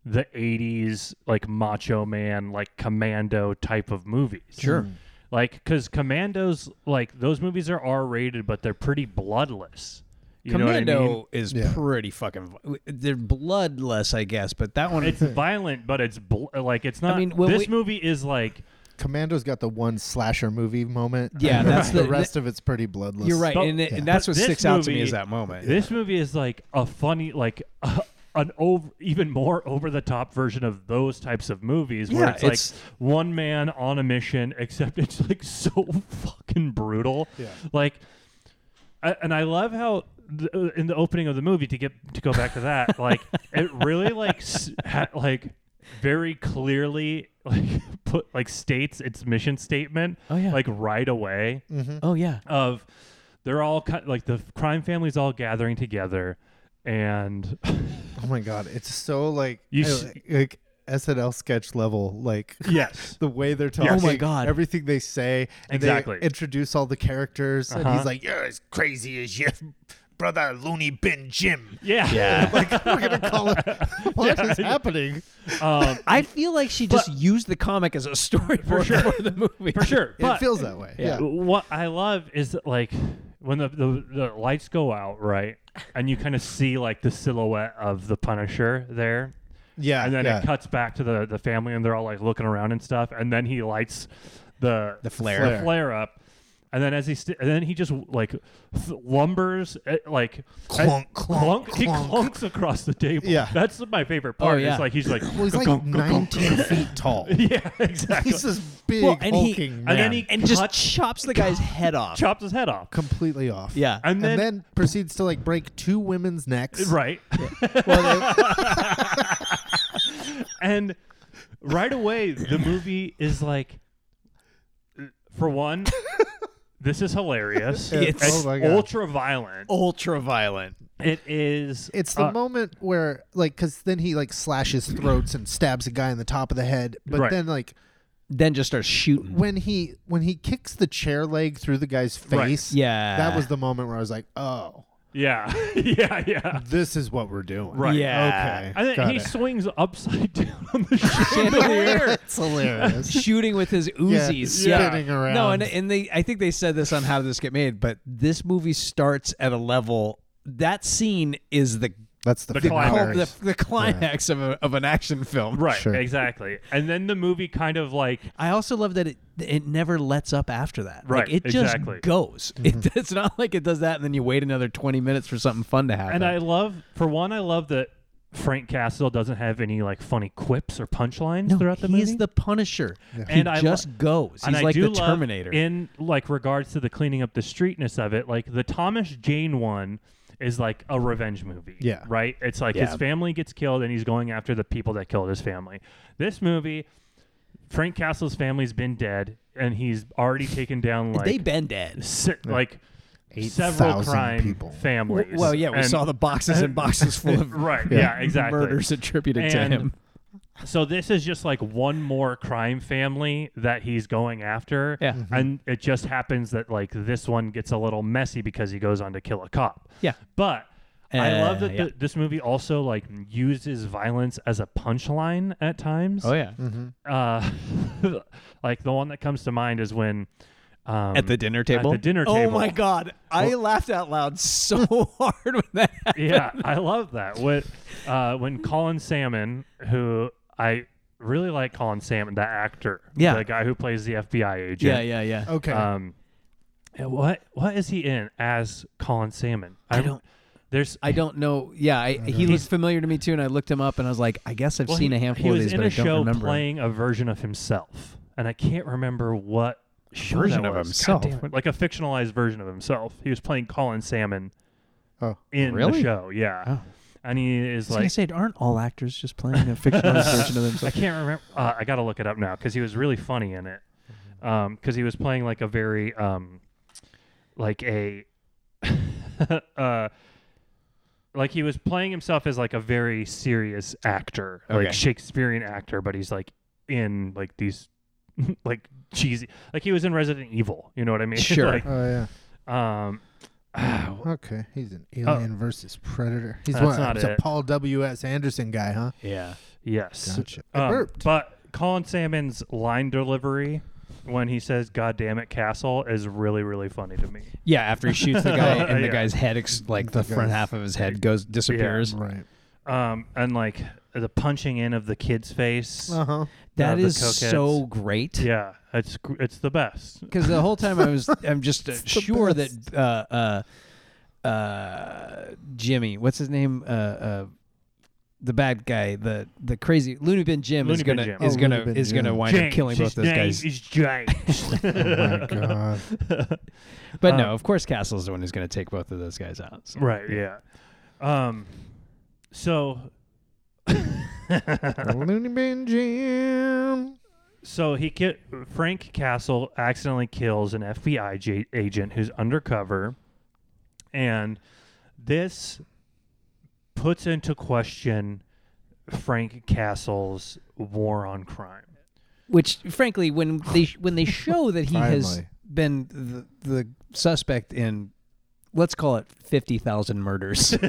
[SPEAKER 2] the 80s like macho man like commando type of movies
[SPEAKER 3] Sure. Mm.
[SPEAKER 2] like because commandos like those movies are r-rated but they're pretty bloodless you know
[SPEAKER 3] Commando
[SPEAKER 2] what i mean
[SPEAKER 3] is
[SPEAKER 4] Yeah.
[SPEAKER 3] pretty fucking. vi- They're bloodless, I guess, but that one
[SPEAKER 2] it's violent but it's bl- like it's not
[SPEAKER 3] mean, when
[SPEAKER 2] this
[SPEAKER 3] we-
[SPEAKER 2] movie is like
[SPEAKER 4] Commando's got the one slasher movie moment.
[SPEAKER 3] Yeah,
[SPEAKER 4] and
[SPEAKER 3] that's
[SPEAKER 4] the,
[SPEAKER 3] the-
[SPEAKER 4] rest of it's pretty bloodless.
[SPEAKER 3] You're right,
[SPEAKER 2] But-
[SPEAKER 3] and, it- and
[SPEAKER 4] Yeah.
[SPEAKER 3] that's
[SPEAKER 2] But
[SPEAKER 3] what
[SPEAKER 2] this
[SPEAKER 3] sticks out to me
[SPEAKER 2] movie-
[SPEAKER 3] is that moment.
[SPEAKER 2] This movie is like a funny, like an over, even more over the top version of those types of movies where
[SPEAKER 3] Yeah,
[SPEAKER 2] it's,
[SPEAKER 3] it's-
[SPEAKER 2] like one man on a mission, except it's like so fucking brutal.
[SPEAKER 4] Yeah.
[SPEAKER 2] Like, I, and I love how the, uh, in the opening of the movie to get to go back to that, like it really like s- ha, like very clearly like put like states its mission statement
[SPEAKER 3] Oh, yeah.
[SPEAKER 2] like right away
[SPEAKER 3] oh yeah,
[SPEAKER 2] of they're all ki- like the crime family's all gathering together and
[SPEAKER 4] Oh my god, it's so like
[SPEAKER 2] You
[SPEAKER 4] I-
[SPEAKER 2] s-
[SPEAKER 4] like SNL sketch level, like
[SPEAKER 2] yes
[SPEAKER 4] the way they're talking.
[SPEAKER 2] Yes.
[SPEAKER 3] Oh my God.
[SPEAKER 4] everything they say. and they
[SPEAKER 2] Exactly.
[SPEAKER 4] introduce all the characters, and
[SPEAKER 2] Uh-huh.
[SPEAKER 4] he's like, "You're as crazy as your brother Looney Bin Jim.
[SPEAKER 2] Yeah.
[SPEAKER 5] Yeah.
[SPEAKER 4] Like we're gonna call it. What is happening?
[SPEAKER 2] Um,
[SPEAKER 3] I feel like she just used the comic as a story for,
[SPEAKER 2] sure.
[SPEAKER 3] the movie.
[SPEAKER 2] for sure.
[SPEAKER 4] it
[SPEAKER 2] But
[SPEAKER 4] feels that way.
[SPEAKER 3] Yeah.
[SPEAKER 4] Yeah.
[SPEAKER 2] what I love is that, like when the, the the lights go out, right, and you kind of see like the silhouette of the Punisher there,
[SPEAKER 4] Yeah.
[SPEAKER 2] and then
[SPEAKER 4] yeah.
[SPEAKER 2] it cuts back to the the family, and they're all like looking around and stuff, and then he lights the
[SPEAKER 3] The flare.
[SPEAKER 2] the flare up. And then as he st- and then he just like th- lumbers eh, like
[SPEAKER 4] Clunk, clunk,
[SPEAKER 2] he
[SPEAKER 4] clunk.
[SPEAKER 2] clunks across the table.
[SPEAKER 4] Yeah.
[SPEAKER 2] that's my favorite part.
[SPEAKER 3] Oh, yeah.
[SPEAKER 2] It's like he's like
[SPEAKER 4] Well, he's like 19 feet tall.
[SPEAKER 2] yeah, exactly.
[SPEAKER 4] He's this big
[SPEAKER 3] Well, and he-
[SPEAKER 4] hulking man.
[SPEAKER 2] and then he
[SPEAKER 3] And just
[SPEAKER 2] cut-
[SPEAKER 3] chops the guy's head off.
[SPEAKER 2] chops his head off.
[SPEAKER 4] completely off.
[SPEAKER 3] Yeah.
[SPEAKER 2] And
[SPEAKER 4] And
[SPEAKER 2] then-
[SPEAKER 4] then, proceeds to like break two women's necks.
[SPEAKER 2] Right.
[SPEAKER 4] Well, they-
[SPEAKER 2] and right away the movie is like for one this is hilarious
[SPEAKER 4] Yeah.
[SPEAKER 2] it's
[SPEAKER 4] Oh my God. Oh.
[SPEAKER 2] ultra violent
[SPEAKER 3] Ultra violent.
[SPEAKER 2] it is
[SPEAKER 4] it's the
[SPEAKER 2] uh,
[SPEAKER 4] moment where like cuz then he like slashes throats and stabs a guy in the top of the head, but
[SPEAKER 2] Right.
[SPEAKER 4] then like
[SPEAKER 3] Then just starts shooting.
[SPEAKER 4] when he when he kicks the chair leg through the guy's
[SPEAKER 2] Right.
[SPEAKER 4] face,
[SPEAKER 3] Yeah.
[SPEAKER 4] that was the moment where I was like, "Oh,
[SPEAKER 2] yeah yeah yeah
[SPEAKER 4] this is what we're doing."
[SPEAKER 2] right
[SPEAKER 3] Yeah.
[SPEAKER 2] and then
[SPEAKER 4] got
[SPEAKER 2] he
[SPEAKER 4] it.
[SPEAKER 2] swings upside down on the chandelier
[SPEAKER 3] Chandelier.
[SPEAKER 4] It's hilarious.
[SPEAKER 3] shooting with his Uzis.
[SPEAKER 4] Yeah,
[SPEAKER 3] Yeah.
[SPEAKER 4] spinning around.
[SPEAKER 3] No, and and they I think they said this on how did this get made, but this movie starts at a level that scene is the
[SPEAKER 4] That's the,
[SPEAKER 2] The
[SPEAKER 4] finale.
[SPEAKER 2] climax.
[SPEAKER 3] the, the climax of, a, of an action film.
[SPEAKER 2] right
[SPEAKER 4] Sure.
[SPEAKER 2] exactly and then the movie kind of like
[SPEAKER 3] I also love that it it never lets up after that.
[SPEAKER 2] Right,
[SPEAKER 3] Like it
[SPEAKER 2] exactly. Mm-hmm.
[SPEAKER 3] just goes. It, it's not like it does that and then you wait another 20 minutes for something fun to happen.
[SPEAKER 2] and i love for one i love that frank castle doesn't have any like funny quips or punchlines
[SPEAKER 3] no,
[SPEAKER 2] throughout the
[SPEAKER 3] he's
[SPEAKER 2] movie
[SPEAKER 3] the Punisher.
[SPEAKER 2] And
[SPEAKER 3] he
[SPEAKER 2] I lo-
[SPEAKER 3] just goes. He's
[SPEAKER 2] and I
[SPEAKER 3] like
[SPEAKER 2] do
[SPEAKER 3] the
[SPEAKER 2] love
[SPEAKER 3] Terminator.
[SPEAKER 2] in like regards to the cleaning up the streetness of it. Like the Thomas Jane one is like a revenge movie.
[SPEAKER 4] Yeah.
[SPEAKER 2] right. It's like his
[SPEAKER 3] Yeah.
[SPEAKER 2] family gets killed and he's going after the people that killed his family. This movie, Frank Castle's family's been dead and he's already taken down like
[SPEAKER 3] they been dead.
[SPEAKER 2] si- like several
[SPEAKER 4] 8,000
[SPEAKER 2] crime
[SPEAKER 4] people.
[SPEAKER 2] families.
[SPEAKER 3] Well, yeah, we
[SPEAKER 2] And-
[SPEAKER 3] saw the boxes and boxes full of
[SPEAKER 2] right. Yeah, exactly.
[SPEAKER 3] murders attributed to
[SPEAKER 2] And
[SPEAKER 3] him.
[SPEAKER 2] So this is just like one more crime family that he's going after.
[SPEAKER 3] Yeah. Mhm.
[SPEAKER 2] And it just happens that like this one gets a little messy because he goes on to kill a cop.
[SPEAKER 3] Yeah.
[SPEAKER 2] But I love
[SPEAKER 3] Uh,
[SPEAKER 2] that
[SPEAKER 3] yeah.
[SPEAKER 2] th- this movie also like uses violence as a punchline at times.
[SPEAKER 3] Oh yeah.
[SPEAKER 2] Uh, like the one that comes to mind is when um,
[SPEAKER 3] At the dinner table.
[SPEAKER 2] At the dinner
[SPEAKER 3] Oh
[SPEAKER 2] table. Oh.
[SPEAKER 3] my god, I laughed out loud so hard when that. happened.
[SPEAKER 2] yeah, I love that. When uh, when Colin Salmon, who I really like, Colin Salmon, the actor,
[SPEAKER 3] Yeah.
[SPEAKER 2] the guy who plays the FBI
[SPEAKER 3] Yeah,
[SPEAKER 2] agent.
[SPEAKER 3] yeah, yeah.
[SPEAKER 4] Okay.
[SPEAKER 2] Um, yeah, what what is he in as Colin Salmon?
[SPEAKER 3] I don't-
[SPEAKER 2] There's
[SPEAKER 3] I don't know. Yeah, I, he looked familiar to me too, and I looked him up, and I was like, I guess I've
[SPEAKER 2] well,
[SPEAKER 3] seen
[SPEAKER 2] he,
[SPEAKER 3] a handful
[SPEAKER 2] He
[SPEAKER 3] of
[SPEAKER 2] was
[SPEAKER 3] these,
[SPEAKER 2] in
[SPEAKER 3] but
[SPEAKER 2] a
[SPEAKER 3] I don't
[SPEAKER 2] show
[SPEAKER 3] remember.
[SPEAKER 2] playing a version of himself, and I can't remember what show
[SPEAKER 5] Version
[SPEAKER 2] that
[SPEAKER 5] of
[SPEAKER 2] was.
[SPEAKER 5] himself?
[SPEAKER 2] God damn it. like a fictionalized version of himself. He was playing Colin Salmon
[SPEAKER 4] oh.
[SPEAKER 2] in the
[SPEAKER 3] Really?
[SPEAKER 2] show. Yeah.
[SPEAKER 3] Oh.
[SPEAKER 2] And he is
[SPEAKER 3] I was
[SPEAKER 2] like
[SPEAKER 3] gonna say, aren't all actors just playing a fictional version of
[SPEAKER 2] I
[SPEAKER 3] themselves?
[SPEAKER 2] can't remember. Uh, I gotta look it up now because he was really funny in it. Because he was playing like a very, um, like a, uh, like he was playing himself as like a very serious actor,
[SPEAKER 3] Okay.
[SPEAKER 2] like Shakespearean actor, but he's like in like these, like cheesy. Like he was in Resident Evil. You know what I mean?
[SPEAKER 3] Sure.
[SPEAKER 2] like,
[SPEAKER 4] Oh yeah.
[SPEAKER 2] um,
[SPEAKER 3] Oh.
[SPEAKER 2] ah,
[SPEAKER 4] Okay, he's an alien versus predator. He's
[SPEAKER 2] That's
[SPEAKER 4] one.
[SPEAKER 2] not
[SPEAKER 4] It's a
[SPEAKER 2] it.
[SPEAKER 4] Paul W. S. Anderson guy, huh?
[SPEAKER 3] Yeah.
[SPEAKER 2] yes.
[SPEAKER 4] Gotcha. I
[SPEAKER 2] Um,
[SPEAKER 4] burped.
[SPEAKER 2] but Colin Salmon's line delivery when he says "God damn it, Castle" is really, really funny to me.
[SPEAKER 3] Yeah. After he shoots the guy, and the
[SPEAKER 2] Yeah.
[SPEAKER 3] guy's head, ex- like the
[SPEAKER 4] The
[SPEAKER 3] front
[SPEAKER 4] guy's-
[SPEAKER 3] half of his head, goes disappears.
[SPEAKER 4] Right.
[SPEAKER 2] Um, and like the punching in of the kid's face.
[SPEAKER 4] Uh huh.
[SPEAKER 3] That
[SPEAKER 2] of the
[SPEAKER 3] is
[SPEAKER 2] cokeheads.
[SPEAKER 3] so great.
[SPEAKER 2] Yeah, it's gr- it's the best.
[SPEAKER 3] because the whole time I was, I'm just uh,
[SPEAKER 4] the
[SPEAKER 3] sure
[SPEAKER 4] best.
[SPEAKER 3] that uh, uh, uh, Jimmy, what's his name, uh, uh, the bad guy, the the crazy Looney Bin Jim
[SPEAKER 2] Looney
[SPEAKER 3] is
[SPEAKER 2] Bin
[SPEAKER 3] gonna
[SPEAKER 2] Jim.
[SPEAKER 3] is
[SPEAKER 4] Oh,
[SPEAKER 3] gonna
[SPEAKER 4] Looney Bin
[SPEAKER 3] is gonna
[SPEAKER 4] Jim.
[SPEAKER 3] wind up killing both
[SPEAKER 2] his
[SPEAKER 3] those
[SPEAKER 2] name
[SPEAKER 3] guys.
[SPEAKER 2] is James.
[SPEAKER 4] Oh my god.
[SPEAKER 3] But
[SPEAKER 4] Uh,
[SPEAKER 3] no, of course, Castle's the one who's gonna take both of those guys out. so.
[SPEAKER 2] right. Yeah. Um. So.
[SPEAKER 4] Looney Bin Jim.
[SPEAKER 2] So he ki- Frank Castle accidentally kills an FBI j- agent who's undercover, and this puts into question Frank Castle's war on crime.
[SPEAKER 3] Which, frankly, when they when they show that he has
[SPEAKER 4] Finally.
[SPEAKER 3] been the, the suspect in let's call it 50,000 murders.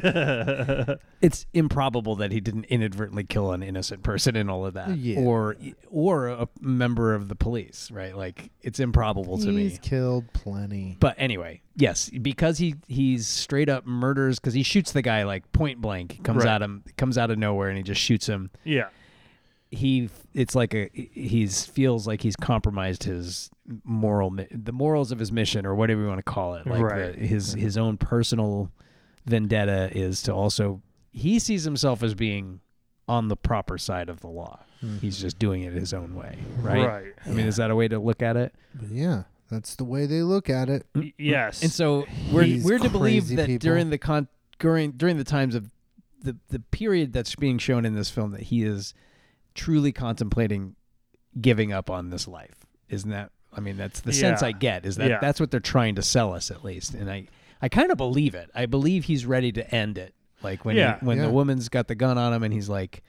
[SPEAKER 3] it's improbable that he didn't inadvertently kill an innocent person in all of that
[SPEAKER 4] Yeah.
[SPEAKER 3] or or a member of the police, right? Like it's improbable to me.
[SPEAKER 4] He's killed plenty.
[SPEAKER 3] But anyway, yes, because he he's straight up murders cuz he shoots the guy like point blank, comes
[SPEAKER 2] Right.
[SPEAKER 3] at him, comes out of nowhere and he just shoots him.
[SPEAKER 2] yeah.
[SPEAKER 3] He it's like a he's feels like he's compromised his moral mi- the morals of his mission or whatever you want to call it. Like
[SPEAKER 2] Right.
[SPEAKER 3] the, his his own personal vendetta is to also he sees himself as being on the proper side of the law.
[SPEAKER 4] Hmm.
[SPEAKER 3] He's just doing it his own way, right?
[SPEAKER 2] Right.
[SPEAKER 3] I mean, is that a way to look at it?
[SPEAKER 4] But yeah, that's the way they look at it.
[SPEAKER 2] Y- Yes.
[SPEAKER 3] Mm-hmm. And so we're
[SPEAKER 4] These
[SPEAKER 3] we're to believe
[SPEAKER 4] crazy
[SPEAKER 3] that
[SPEAKER 4] people.
[SPEAKER 3] during the con during during the times of the the period that's being shown in this film that he is truly contemplating giving up on this life. Isn't that I mean that's the sense
[SPEAKER 2] Yeah.
[SPEAKER 3] I get is that
[SPEAKER 2] Yeah.
[SPEAKER 3] that's what they're trying to sell us at least and I I kind of believe it. I believe he's ready to end it. Like when he-
[SPEAKER 2] Yeah.
[SPEAKER 3] when
[SPEAKER 4] Yeah.
[SPEAKER 3] the woman's got the gun on him and he's like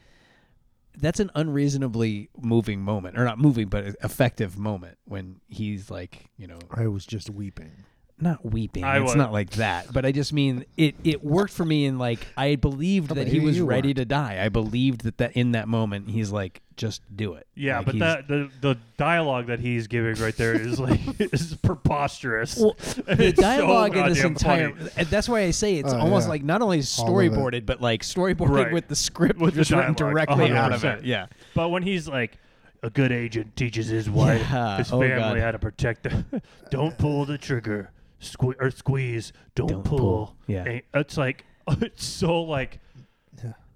[SPEAKER 3] that's an unreasonably moving moment or not moving but effective moment when he's like, you know,
[SPEAKER 4] I was just weeping.
[SPEAKER 3] not weeping.
[SPEAKER 2] I
[SPEAKER 3] it's
[SPEAKER 2] was-
[SPEAKER 3] not like that, but I just mean it. It worked for me, and like I believed that he
[SPEAKER 4] you-
[SPEAKER 3] was
[SPEAKER 4] you
[SPEAKER 3] ready
[SPEAKER 4] weren't.
[SPEAKER 3] to die. I believed that that in that moment, he's like, just do it.
[SPEAKER 2] yeah,
[SPEAKER 3] Like,
[SPEAKER 2] but
[SPEAKER 3] he's-
[SPEAKER 2] that the the dialogue that he's giving right there is like is preposterous.
[SPEAKER 3] Well,
[SPEAKER 2] And
[SPEAKER 3] the
[SPEAKER 2] it's so
[SPEAKER 3] dialogue in this
[SPEAKER 2] goddamn
[SPEAKER 3] entire
[SPEAKER 2] funny.
[SPEAKER 3] and that's why I say it's
[SPEAKER 4] Oh,
[SPEAKER 3] almost
[SPEAKER 4] yeah.
[SPEAKER 3] like not only
[SPEAKER 4] All of it.
[SPEAKER 3] storyboarded, but like storyboarded
[SPEAKER 2] Right.
[SPEAKER 3] with the script
[SPEAKER 2] With the
[SPEAKER 3] just written
[SPEAKER 2] dialogue,
[SPEAKER 3] directly out of
[SPEAKER 2] 100%.
[SPEAKER 3] it. Yeah,
[SPEAKER 2] But when he's like, a good agent teaches his wife,
[SPEAKER 3] Yeah,
[SPEAKER 2] his
[SPEAKER 3] oh,
[SPEAKER 2] family
[SPEAKER 3] God.
[SPEAKER 2] how to protect them. don't pull the trigger, sque- or squeeze. Don't,
[SPEAKER 3] Don't
[SPEAKER 2] pull.
[SPEAKER 3] pull. Yeah.
[SPEAKER 2] And it's like it's so like.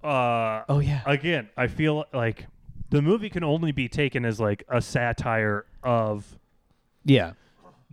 [SPEAKER 2] Uh,
[SPEAKER 3] Oh, yeah.
[SPEAKER 2] Again, I feel like the movie can only be taken as like a satire of
[SPEAKER 3] yeah.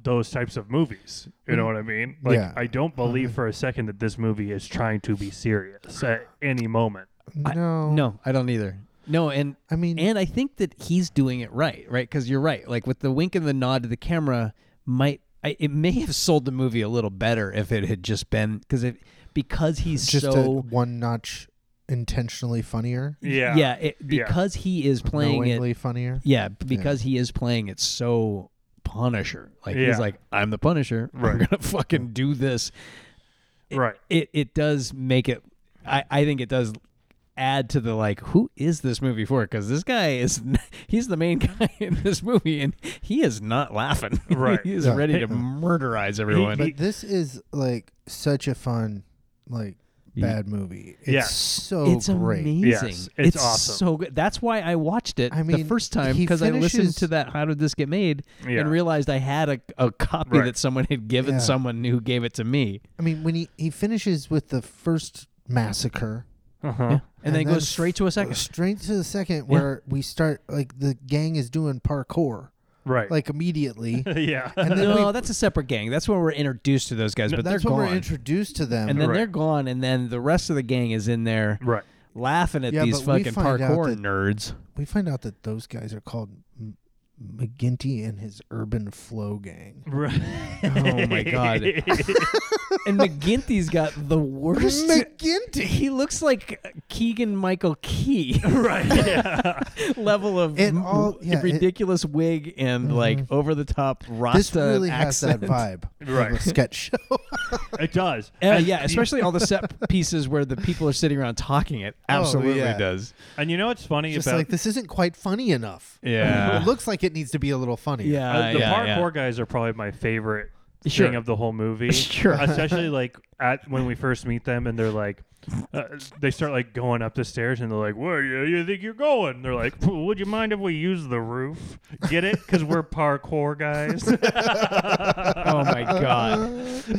[SPEAKER 2] those types of movies. You know what I mean? Like
[SPEAKER 4] Mm. Yeah.
[SPEAKER 2] I don't
[SPEAKER 3] Uh-huh.
[SPEAKER 2] believe for a second that this movie is trying to be serious at any moment.
[SPEAKER 3] I-
[SPEAKER 4] no,
[SPEAKER 3] no, I don't either. No, and
[SPEAKER 4] I mean,
[SPEAKER 3] and I think that he's doing it right, right? Because you're right. Like with the wink and the nod to the camera, might I, it may have sold the movie a little better if it had just been because it because he's
[SPEAKER 4] just a
[SPEAKER 3] so
[SPEAKER 4] one notch intentionally funnier,
[SPEAKER 2] Yeah.
[SPEAKER 3] yeah it,
[SPEAKER 2] Yeah.
[SPEAKER 3] because he is playing it
[SPEAKER 4] knowingly funnier.
[SPEAKER 3] yeah b- because he is playing it so Punisher like
[SPEAKER 2] Yeah.
[SPEAKER 3] he's like I'm the Punisher I'm
[SPEAKER 2] Right.
[SPEAKER 3] gonna fucking do this It-
[SPEAKER 2] Right.
[SPEAKER 3] it it does make it I I think it does add to the like who is this movie for because this guy is he's the main guy in this movie and he is not laughing
[SPEAKER 2] Right.
[SPEAKER 3] he is
[SPEAKER 4] Yeah.
[SPEAKER 3] ready to murderize everyone
[SPEAKER 4] But this is like such a fun, like
[SPEAKER 3] Ye-
[SPEAKER 4] bad movie. It's
[SPEAKER 2] Yeah.
[SPEAKER 4] so
[SPEAKER 3] it's
[SPEAKER 4] great.
[SPEAKER 3] amazing
[SPEAKER 2] Yes, it's awesome.
[SPEAKER 3] so good that's why I watched it
[SPEAKER 4] I
[SPEAKER 3] the
[SPEAKER 4] mean,
[SPEAKER 3] first time
[SPEAKER 4] he
[SPEAKER 3] because I listened
[SPEAKER 4] finishes-
[SPEAKER 3] to that how did this get made
[SPEAKER 2] Yeah.
[SPEAKER 3] and realized I had a, a copy
[SPEAKER 2] Right.
[SPEAKER 3] that someone had given
[SPEAKER 4] Yeah.
[SPEAKER 3] someone who gave it to me
[SPEAKER 4] I mean, when he he finishes with the first massacre,
[SPEAKER 2] Uh-huh.
[SPEAKER 3] and, then it goes
[SPEAKER 4] f-
[SPEAKER 3] straight to a second
[SPEAKER 4] straight to the second where we start like the gang is doing parkour
[SPEAKER 2] Right.
[SPEAKER 4] like immediately.
[SPEAKER 2] yeah.
[SPEAKER 4] And then
[SPEAKER 3] no
[SPEAKER 4] we-
[SPEAKER 3] that's a separate gang that's when we're introduced to those guys but
[SPEAKER 4] that's
[SPEAKER 3] they're
[SPEAKER 4] when
[SPEAKER 3] gone
[SPEAKER 4] we're introduced to them.
[SPEAKER 3] and then
[SPEAKER 2] Right.
[SPEAKER 3] they're gone, and then the rest of the gang is in there
[SPEAKER 2] right.
[SPEAKER 3] laughing at
[SPEAKER 4] Yeah,
[SPEAKER 3] these
[SPEAKER 4] but we
[SPEAKER 3] fucking
[SPEAKER 4] find out
[SPEAKER 3] parkour
[SPEAKER 4] that-
[SPEAKER 3] nerds.
[SPEAKER 4] we find out that those guys are called M- McGinty and his Urban Flow Gang.
[SPEAKER 2] Right.
[SPEAKER 3] Oh my god! and McGinty's got the worst.
[SPEAKER 4] McGinty.
[SPEAKER 3] he looks like Keegan Michael Key
[SPEAKER 2] right. Yeah.
[SPEAKER 3] level of
[SPEAKER 4] It
[SPEAKER 3] m-
[SPEAKER 4] all- yeah, it- Mm-hmm.
[SPEAKER 3] ridiculous wig and like over the top Rasta
[SPEAKER 4] This really has
[SPEAKER 3] accent.
[SPEAKER 4] that vibe of a
[SPEAKER 2] Right.
[SPEAKER 4] sketch show.
[SPEAKER 2] It does.
[SPEAKER 3] Uh,
[SPEAKER 2] And
[SPEAKER 3] yeah,
[SPEAKER 2] you-
[SPEAKER 3] especially all the set pieces where the people are sitting around talking. It absolutely
[SPEAKER 4] Oh, yeah.
[SPEAKER 3] does.
[SPEAKER 2] and you know what's funny
[SPEAKER 4] Just
[SPEAKER 2] about
[SPEAKER 4] like this isn't quite funny enough.
[SPEAKER 3] Yeah.
[SPEAKER 4] it looks like it needs to be a little funny.
[SPEAKER 3] Yeah,
[SPEAKER 2] Uh, the
[SPEAKER 3] yeah,
[SPEAKER 2] parkour
[SPEAKER 3] yeah.
[SPEAKER 2] guys are probably my favorite
[SPEAKER 3] Sure.
[SPEAKER 2] thing of the whole movie.
[SPEAKER 3] Sure.
[SPEAKER 2] Especially like at when we first meet them and they're like, uh, they start like going up the stairs and they're like, "Where you, you think you're going?" And they're like, "Pff, "Would you mind if we use the roof? Get it? Because we're parkour guys."
[SPEAKER 3] Oh my god!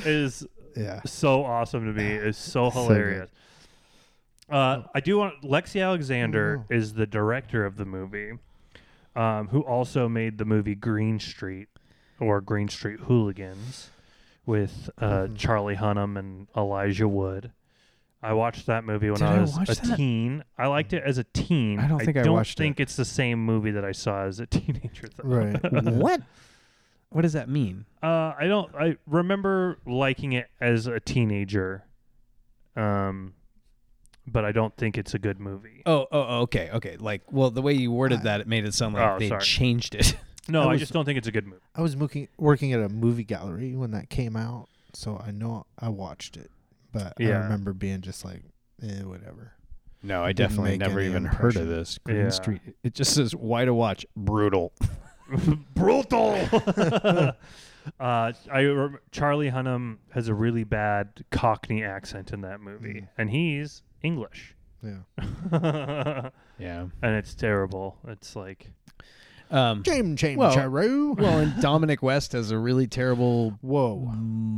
[SPEAKER 2] is
[SPEAKER 4] Yeah.
[SPEAKER 2] so awesome to me. It's so
[SPEAKER 4] So good.
[SPEAKER 2] hilarious.
[SPEAKER 3] Oh.
[SPEAKER 2] uh, I do want Lexi Alexander
[SPEAKER 4] Oh,
[SPEAKER 2] is the director of the movie, um, who also made the movie Green Street or Green Street Hooligans with uh,
[SPEAKER 3] Mm-hmm.
[SPEAKER 2] Charlie Hunnam and Elijah Wood. I watched that movie when
[SPEAKER 3] Did
[SPEAKER 2] I
[SPEAKER 3] I
[SPEAKER 2] was
[SPEAKER 3] watch
[SPEAKER 2] a
[SPEAKER 3] that?
[SPEAKER 2] teen. I liked it as a teen.
[SPEAKER 3] I don't think I
[SPEAKER 2] don't
[SPEAKER 3] watched it.
[SPEAKER 2] think it's the same movie that I saw as a teenager. Though.
[SPEAKER 4] Right.
[SPEAKER 3] what? What does that mean?
[SPEAKER 2] Uh, I don't. I remember liking it as a teenager, um, but I don't think it's a good movie.
[SPEAKER 3] Oh, oh, oh, okay, okay. Like, well, the way you worded that, it made it sound like
[SPEAKER 2] Oh,
[SPEAKER 3] they
[SPEAKER 2] sorry.
[SPEAKER 3] changed it.
[SPEAKER 2] no,
[SPEAKER 4] that
[SPEAKER 2] I
[SPEAKER 4] was-
[SPEAKER 2] just don't think it's a good movie.
[SPEAKER 4] I was mooking- working at a movie gallery when that came out, so I know I watched it, but I
[SPEAKER 2] Yeah.
[SPEAKER 4] remember being just like, eh, whatever.
[SPEAKER 5] No, I
[SPEAKER 4] Didn't
[SPEAKER 5] definitely
[SPEAKER 4] make
[SPEAKER 5] never
[SPEAKER 4] any
[SPEAKER 5] even heard
[SPEAKER 4] impression.
[SPEAKER 5] of this. Green
[SPEAKER 2] Yeah.
[SPEAKER 5] Street. It just says why to watch. Brutal.
[SPEAKER 2] brutal. uh, I rem- Charlie Hunnam has a really bad Cockney accent in that movie, and he's English,
[SPEAKER 4] Yeah.
[SPEAKER 2] and
[SPEAKER 5] Yeah.
[SPEAKER 2] it's terrible. It's like
[SPEAKER 3] Um,
[SPEAKER 4] James James
[SPEAKER 3] Well-
[SPEAKER 4] Charu.
[SPEAKER 3] well, and Dominic West has a really terrible
[SPEAKER 4] Whoa.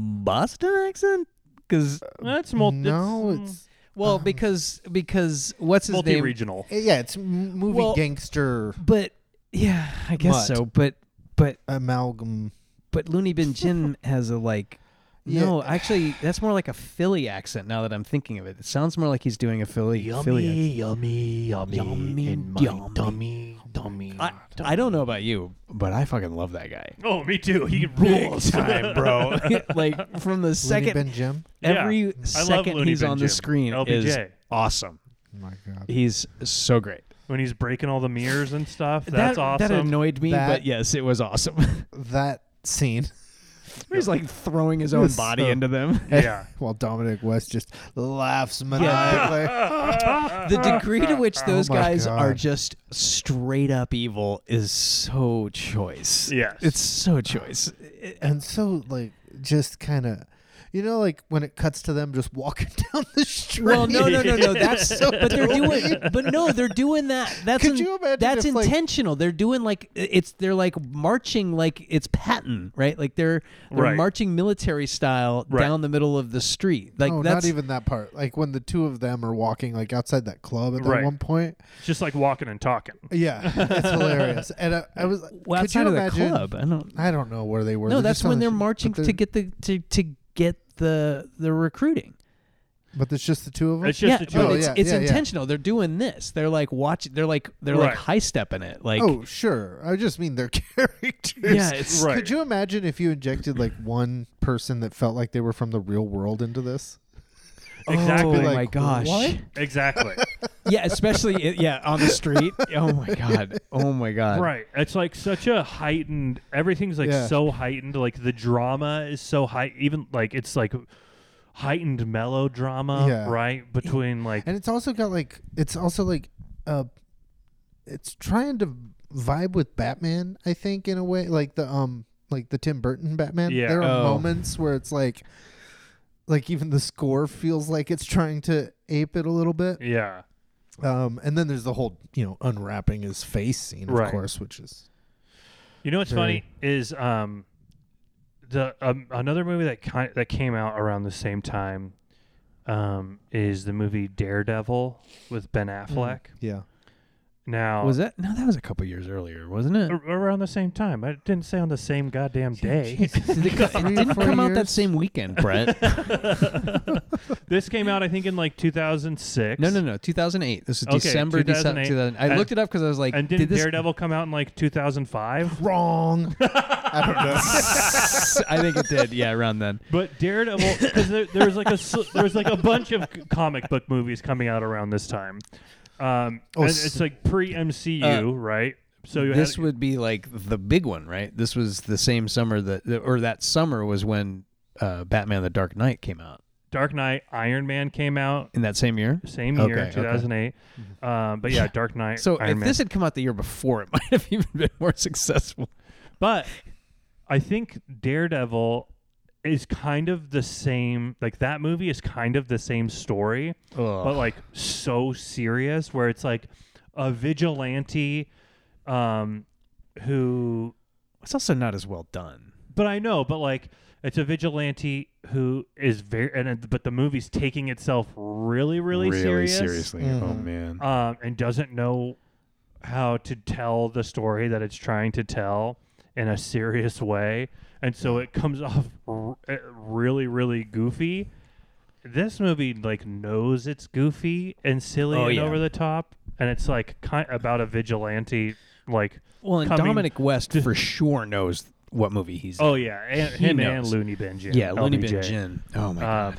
[SPEAKER 3] Boston accent because
[SPEAKER 2] that's multi.
[SPEAKER 4] no,
[SPEAKER 2] mm,
[SPEAKER 4] it's
[SPEAKER 3] well because because what's his name?
[SPEAKER 2] multi-regional.
[SPEAKER 4] eh, yeah, it's m- movie
[SPEAKER 3] Well-
[SPEAKER 4] gangster
[SPEAKER 3] But yeah, I guess
[SPEAKER 4] Mutt.
[SPEAKER 3] so. But but
[SPEAKER 4] amalgam.
[SPEAKER 3] but Looney Bin Jin has a like. No, actually, that's more like a Philly accent. Now that I'm thinking of it, it sounds more like he's doing a Philly Philly accent.
[SPEAKER 5] yummy, yummy,
[SPEAKER 3] Yummy, in my yummy.
[SPEAKER 5] dummy, dummy.
[SPEAKER 3] I, I don't know about you, but I fucking love that guy.
[SPEAKER 2] Oh, me too. He rules.
[SPEAKER 5] time, bro.
[SPEAKER 3] like from the
[SPEAKER 4] Second
[SPEAKER 3] second
[SPEAKER 4] Ben Jim.
[SPEAKER 3] every
[SPEAKER 2] Yeah. I love
[SPEAKER 3] second
[SPEAKER 2] Looney
[SPEAKER 3] he's
[SPEAKER 2] Bin
[SPEAKER 3] on
[SPEAKER 2] Jim.
[SPEAKER 3] the screen is
[SPEAKER 2] LBJ.
[SPEAKER 5] awesome.
[SPEAKER 4] Oh my God.
[SPEAKER 3] he's so great.
[SPEAKER 2] when he's breaking all the mirrors and stuff.
[SPEAKER 3] That-
[SPEAKER 2] That's awesome.
[SPEAKER 3] That annoyed me,
[SPEAKER 4] That-
[SPEAKER 3] but yes, it was awesome.
[SPEAKER 4] That scene.
[SPEAKER 3] he's like throwing his own
[SPEAKER 4] was
[SPEAKER 3] body
[SPEAKER 4] so-
[SPEAKER 3] into them.
[SPEAKER 2] yeah.
[SPEAKER 4] While Dominic West just laughs maniacally.
[SPEAKER 3] the degree to which those
[SPEAKER 4] Oh my
[SPEAKER 3] guys
[SPEAKER 4] God.
[SPEAKER 3] are just straight up evil is so choice.
[SPEAKER 2] Yes.
[SPEAKER 3] It's so choice. It-
[SPEAKER 4] and so like just kind of you know like when it cuts to them just walking down the street
[SPEAKER 3] well, no, no, no, no. That's
[SPEAKER 4] So
[SPEAKER 3] but they're doing, but no, they're doing that. That's
[SPEAKER 4] Could
[SPEAKER 3] in-
[SPEAKER 4] you imagine
[SPEAKER 3] That's
[SPEAKER 4] if, like-
[SPEAKER 3] intentional. they're doing like it's they're like marching like it's Patton, right? Like they're they're
[SPEAKER 2] Right.
[SPEAKER 3] marching military style
[SPEAKER 2] Right.
[SPEAKER 3] down the middle of the street. Like
[SPEAKER 4] no,
[SPEAKER 3] that's
[SPEAKER 4] Oh, not even that part like when the two of them are walking like outside that club at that
[SPEAKER 2] Right.
[SPEAKER 4] one point
[SPEAKER 2] just like walking and talking.
[SPEAKER 4] yeah it's hilarious and I, I was like
[SPEAKER 3] well,
[SPEAKER 4] could you
[SPEAKER 3] outside of the
[SPEAKER 4] imagine
[SPEAKER 3] club. I don't.
[SPEAKER 4] i don't know where they were
[SPEAKER 3] No, that's
[SPEAKER 4] just on
[SPEAKER 3] when
[SPEAKER 4] the
[SPEAKER 3] they're
[SPEAKER 4] sh- but
[SPEAKER 3] marching
[SPEAKER 4] they're-
[SPEAKER 3] to get the to to get the the recruiting.
[SPEAKER 4] but there's just the two of them
[SPEAKER 2] It's just
[SPEAKER 3] yeah,
[SPEAKER 2] a
[SPEAKER 3] but
[SPEAKER 2] joke.
[SPEAKER 4] Oh,
[SPEAKER 3] it's,
[SPEAKER 4] yeah,
[SPEAKER 3] it's
[SPEAKER 4] yeah, yeah.
[SPEAKER 3] intentional. They're doing this. They're like watching. They're like they're like
[SPEAKER 2] Right.
[SPEAKER 3] high stepping it. Like
[SPEAKER 4] oh sure i just mean their characters
[SPEAKER 3] yeah, it's
[SPEAKER 2] Right.
[SPEAKER 4] could you imagine if you injected like one person that felt like they were from the real world into this
[SPEAKER 2] Exactly.
[SPEAKER 3] Oh
[SPEAKER 4] Like,
[SPEAKER 3] my gosh.
[SPEAKER 4] what?
[SPEAKER 2] Exactly.
[SPEAKER 3] Yeah, especially it, yeah on the street. Oh my god. Oh my god.
[SPEAKER 2] right. It's like such a heightened. Everything's like
[SPEAKER 4] Yeah.
[SPEAKER 2] so heightened. Like the drama is so high. Even like it's like heightened melodrama,
[SPEAKER 4] Yeah.
[SPEAKER 2] right? Between like
[SPEAKER 4] and it's also got like it's also like uh it's trying to vibe with batman i think in a way like the um like the tim burton batman
[SPEAKER 2] Yeah.
[SPEAKER 4] there are
[SPEAKER 3] Oh.
[SPEAKER 4] moments where it's like like even the score feels like it's trying to ape it a little bit
[SPEAKER 2] yeah,
[SPEAKER 4] um and then there's the whole you know unwrapping his face scene of
[SPEAKER 2] Right.
[SPEAKER 4] course which is
[SPEAKER 2] You know what's funny is um, the um, another movie that ki- that came out around the same time um, is the movie Daredevil with Ben Affleck.
[SPEAKER 4] yeah
[SPEAKER 2] Now
[SPEAKER 3] Was that no? That was a couple years earlier, wasn't it?
[SPEAKER 2] a- around the same time? I didn't say on the same goddamn day.
[SPEAKER 4] Three or
[SPEAKER 3] it didn't
[SPEAKER 4] four
[SPEAKER 3] come out that
[SPEAKER 4] years?
[SPEAKER 3] same weekend, Brett.
[SPEAKER 2] this came out I think in like 2006.
[SPEAKER 3] no, no, no. 2008. This is
[SPEAKER 2] Okay,
[SPEAKER 3] December
[SPEAKER 2] 2008.
[SPEAKER 3] 2008. I
[SPEAKER 2] And-
[SPEAKER 3] looked it up because I was like,
[SPEAKER 2] And
[SPEAKER 3] did
[SPEAKER 2] didn't
[SPEAKER 3] this?
[SPEAKER 2] Daredevil come out in like 2005?
[SPEAKER 4] wrong i don't know
[SPEAKER 3] I think it did. Yeah, around then.
[SPEAKER 2] But Daredevil, because there, there was like a s- there was like a bunch of c- comic book movies coming out around this time. Um,
[SPEAKER 4] Oh,
[SPEAKER 2] and
[SPEAKER 4] s- Uh,
[SPEAKER 2] it's like pre MCU, right? So you
[SPEAKER 3] this
[SPEAKER 2] had,
[SPEAKER 3] would be like the big one, right? This was the same summer that, or that summer was when uh, Batman: The Dark Knight came out
[SPEAKER 2] Dark Knight, Iron Man came out
[SPEAKER 3] in that same year.
[SPEAKER 2] same
[SPEAKER 3] Okay,
[SPEAKER 2] year,
[SPEAKER 3] okay.
[SPEAKER 2] two thousand eight. Um, but yeah, Dark Knight.
[SPEAKER 3] So
[SPEAKER 2] Iron
[SPEAKER 3] if
[SPEAKER 2] Man.
[SPEAKER 3] this had come out the year before, it might have even been more successful.
[SPEAKER 2] But I think Daredevil is kind of the same. Like that movie is kind of the same story, but like so serious, where it's like a vigilante um, who.
[SPEAKER 3] It's also not as well done.
[SPEAKER 2] But I know, but like it's a vigilante who is very, and it- but the movie's taking itself really, really, serious,
[SPEAKER 5] seriously. Oh
[SPEAKER 3] Mm-hmm.
[SPEAKER 5] man.
[SPEAKER 2] um, and doesn't know how to tell the story that it's trying to tell in a serious way, and so it comes off r- uh, really, really goofy. This movie like knows it's goofy and silly
[SPEAKER 3] Oh,
[SPEAKER 2] and
[SPEAKER 3] yeah.
[SPEAKER 2] over the top, and it's like kind about a vigilante like.
[SPEAKER 3] Well, and
[SPEAKER 2] coming-
[SPEAKER 3] Dominic West for sure knows what movie he's.
[SPEAKER 2] Oh yeah, and,
[SPEAKER 3] He
[SPEAKER 2] him and
[SPEAKER 3] knows.
[SPEAKER 2] Looney Bin Jim.
[SPEAKER 3] yeah, Looney
[SPEAKER 2] LBJ.
[SPEAKER 3] Bin Jin. Oh my
[SPEAKER 2] Um,
[SPEAKER 3] god.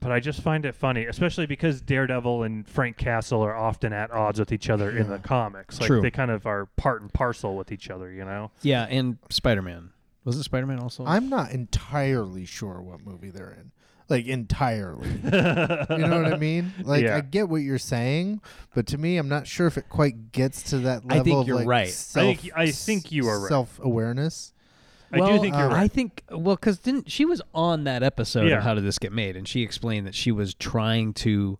[SPEAKER 2] but I just find it funny, especially because Daredevil and Frank Castle are often at odds with each other in the comics. Like
[SPEAKER 3] True.
[SPEAKER 2] they kind of are part and parcel with each other, you know?
[SPEAKER 3] Yeah, and Spider Man. Was it Spider Man also?
[SPEAKER 4] I'm not entirely sure what movie they're in. Like entirely. you know what I mean? Like
[SPEAKER 2] Yeah.
[SPEAKER 4] I get what you're saying, but to me I'm not sure if it quite gets to that
[SPEAKER 6] I
[SPEAKER 4] level
[SPEAKER 6] think
[SPEAKER 4] of
[SPEAKER 6] you're
[SPEAKER 4] like
[SPEAKER 6] right. I
[SPEAKER 4] self,
[SPEAKER 2] think- I think you are right.
[SPEAKER 4] self-awareness.
[SPEAKER 2] I do think you're
[SPEAKER 4] uh,
[SPEAKER 2] right.
[SPEAKER 3] I think well, because didn't she was on that episode
[SPEAKER 2] Yeah.
[SPEAKER 3] of How Did This Get Made, and she explained that she was trying to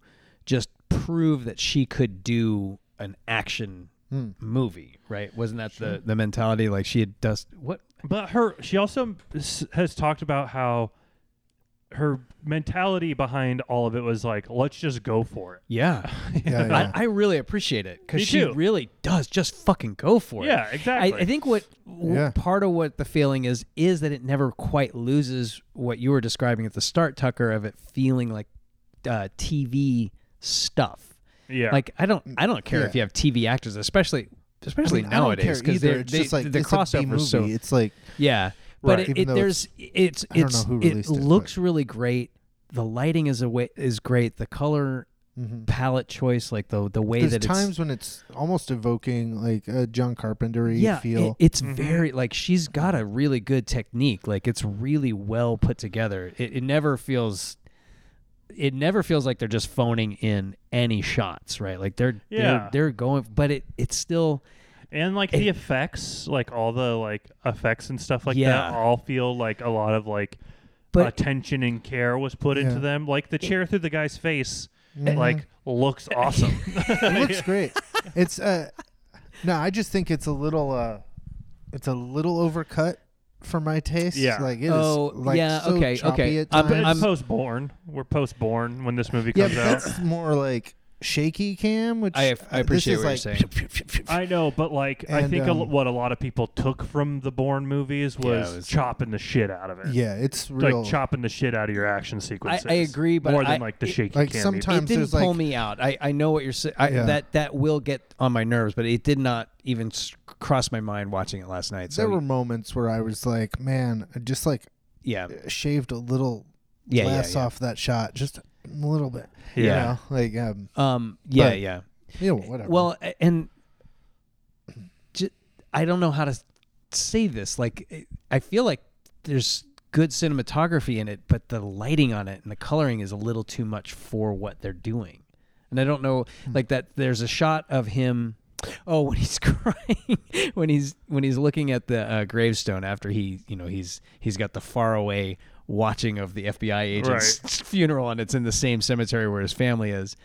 [SPEAKER 3] just prove that she could do an action
[SPEAKER 4] Hmm.
[SPEAKER 3] movie, right? Wasn't that the the mentality? Like she had dust what?
[SPEAKER 2] But her, she also s- has talked about how her mentality behind all of it was like, let's just go for it.
[SPEAKER 3] Yeah,
[SPEAKER 4] Yeah, yeah.
[SPEAKER 3] I, I really appreciate it
[SPEAKER 2] Me
[SPEAKER 3] because she
[SPEAKER 2] too.
[SPEAKER 3] really does just fucking go for it.
[SPEAKER 2] Yeah,
[SPEAKER 3] I,
[SPEAKER 2] exactly.
[SPEAKER 3] I think what w-
[SPEAKER 4] Yeah.
[SPEAKER 3] part of what the feeling is is that it never quite loses what you were describing at the start, Tucker, of it feeling like uh, TV stuff.
[SPEAKER 2] yeah,
[SPEAKER 3] Like I don't, I don't care if you
[SPEAKER 4] Yeah.
[SPEAKER 3] have TV actors, especially especially
[SPEAKER 4] I mean, I don't
[SPEAKER 3] nowadays,
[SPEAKER 4] care
[SPEAKER 3] because
[SPEAKER 4] either.
[SPEAKER 3] they're
[SPEAKER 4] It's
[SPEAKER 3] they,
[SPEAKER 4] just like
[SPEAKER 3] the
[SPEAKER 4] it's a
[SPEAKER 3] crossover
[SPEAKER 4] B-movie.
[SPEAKER 3] is so
[SPEAKER 4] it's like
[SPEAKER 3] yeah, but
[SPEAKER 4] Right.
[SPEAKER 3] it,
[SPEAKER 4] Even
[SPEAKER 3] it-
[SPEAKER 4] though
[SPEAKER 3] there's it's
[SPEAKER 4] I don't
[SPEAKER 3] it's
[SPEAKER 4] know who
[SPEAKER 3] it
[SPEAKER 4] released it, but-
[SPEAKER 3] looks really great. The lighting is a way, is great. The color
[SPEAKER 4] mhm.
[SPEAKER 3] palette choice, like the the way
[SPEAKER 4] there's
[SPEAKER 3] that it's
[SPEAKER 4] times when it's almost evoking like a John Carpenter
[SPEAKER 3] yeah, it-
[SPEAKER 4] feel.
[SPEAKER 3] it's very like she's got a really good technique. Like it's really well put together. It, it never feels, it never feels like they're just phoning in any shots, right? Like they're
[SPEAKER 2] Yeah.
[SPEAKER 3] they're, they're going, but it it's still
[SPEAKER 2] and like the effects, like all the like effects and stuff like
[SPEAKER 3] Yeah.
[SPEAKER 2] that, all feel like a lot of like
[SPEAKER 3] But-
[SPEAKER 2] attention and care was put into
[SPEAKER 4] Yeah. Mm-hmm.
[SPEAKER 2] them. Like the chair through the guy's face, like looks awesome.
[SPEAKER 4] it looks great. It's uh no, I just think it's a little uh it's a little overcut for my taste.
[SPEAKER 2] Yeah.
[SPEAKER 4] Like it is
[SPEAKER 3] Oh,
[SPEAKER 4] like
[SPEAKER 3] yeah,
[SPEAKER 4] so
[SPEAKER 3] okay,
[SPEAKER 4] choppy
[SPEAKER 3] okay.
[SPEAKER 4] at
[SPEAKER 3] Uh, but
[SPEAKER 4] times.
[SPEAKER 3] I'm-
[SPEAKER 2] it's post born. We're post born when this movie
[SPEAKER 4] yeah,
[SPEAKER 2] comes
[SPEAKER 4] but
[SPEAKER 2] out.
[SPEAKER 4] that's more like shaky cam, which
[SPEAKER 3] I I
[SPEAKER 4] uh, this
[SPEAKER 3] appreciate
[SPEAKER 4] is
[SPEAKER 3] what
[SPEAKER 4] like,
[SPEAKER 3] you're saying.
[SPEAKER 2] I know, but like I
[SPEAKER 4] And,
[SPEAKER 2] think a, lo-
[SPEAKER 4] um,
[SPEAKER 2] what a lot of people took from the Bourne movies was,
[SPEAKER 6] it was-
[SPEAKER 2] chopping the shit out of it.
[SPEAKER 4] Yeah, it's
[SPEAKER 2] like
[SPEAKER 4] real.
[SPEAKER 2] chopping the shit out of your action sequences.
[SPEAKER 3] agree, but
[SPEAKER 2] more
[SPEAKER 3] I-
[SPEAKER 2] than like the
[SPEAKER 3] it-
[SPEAKER 2] shaky
[SPEAKER 4] like,
[SPEAKER 2] cam.
[SPEAKER 4] sometimes-
[SPEAKER 3] it didn't
[SPEAKER 4] there's,
[SPEAKER 3] pull
[SPEAKER 4] like-
[SPEAKER 3] me out. I, I know what you're saying. I
[SPEAKER 4] Yeah.
[SPEAKER 3] That that will get on my nerves, but it did not even s- cross my mind watching it last night. So
[SPEAKER 4] there were moments where I was like, man, I just like
[SPEAKER 3] yeah,
[SPEAKER 4] shaved a little
[SPEAKER 3] Yeah, yeah,
[SPEAKER 4] less
[SPEAKER 3] yeah.
[SPEAKER 4] off that shot, just a little bit. You
[SPEAKER 2] Yeah.
[SPEAKER 4] know, like um,
[SPEAKER 3] um, yeah,
[SPEAKER 4] But-
[SPEAKER 3] yeah.
[SPEAKER 4] you know, whatever.
[SPEAKER 3] Well, a- and ju- I don't know how to s- say this. Like, it- I feel like there's good cinematography in it, but the lighting on it and the coloring is a little too much for what they're doing. And I don't know, like that. There's a shot of him. Oh, when he's crying, when he's when he's looking at the uh, gravestone after he, you know, he's he's got the faraway watching of the FBI agent's funeral, and it's in the same cemetery where his family is,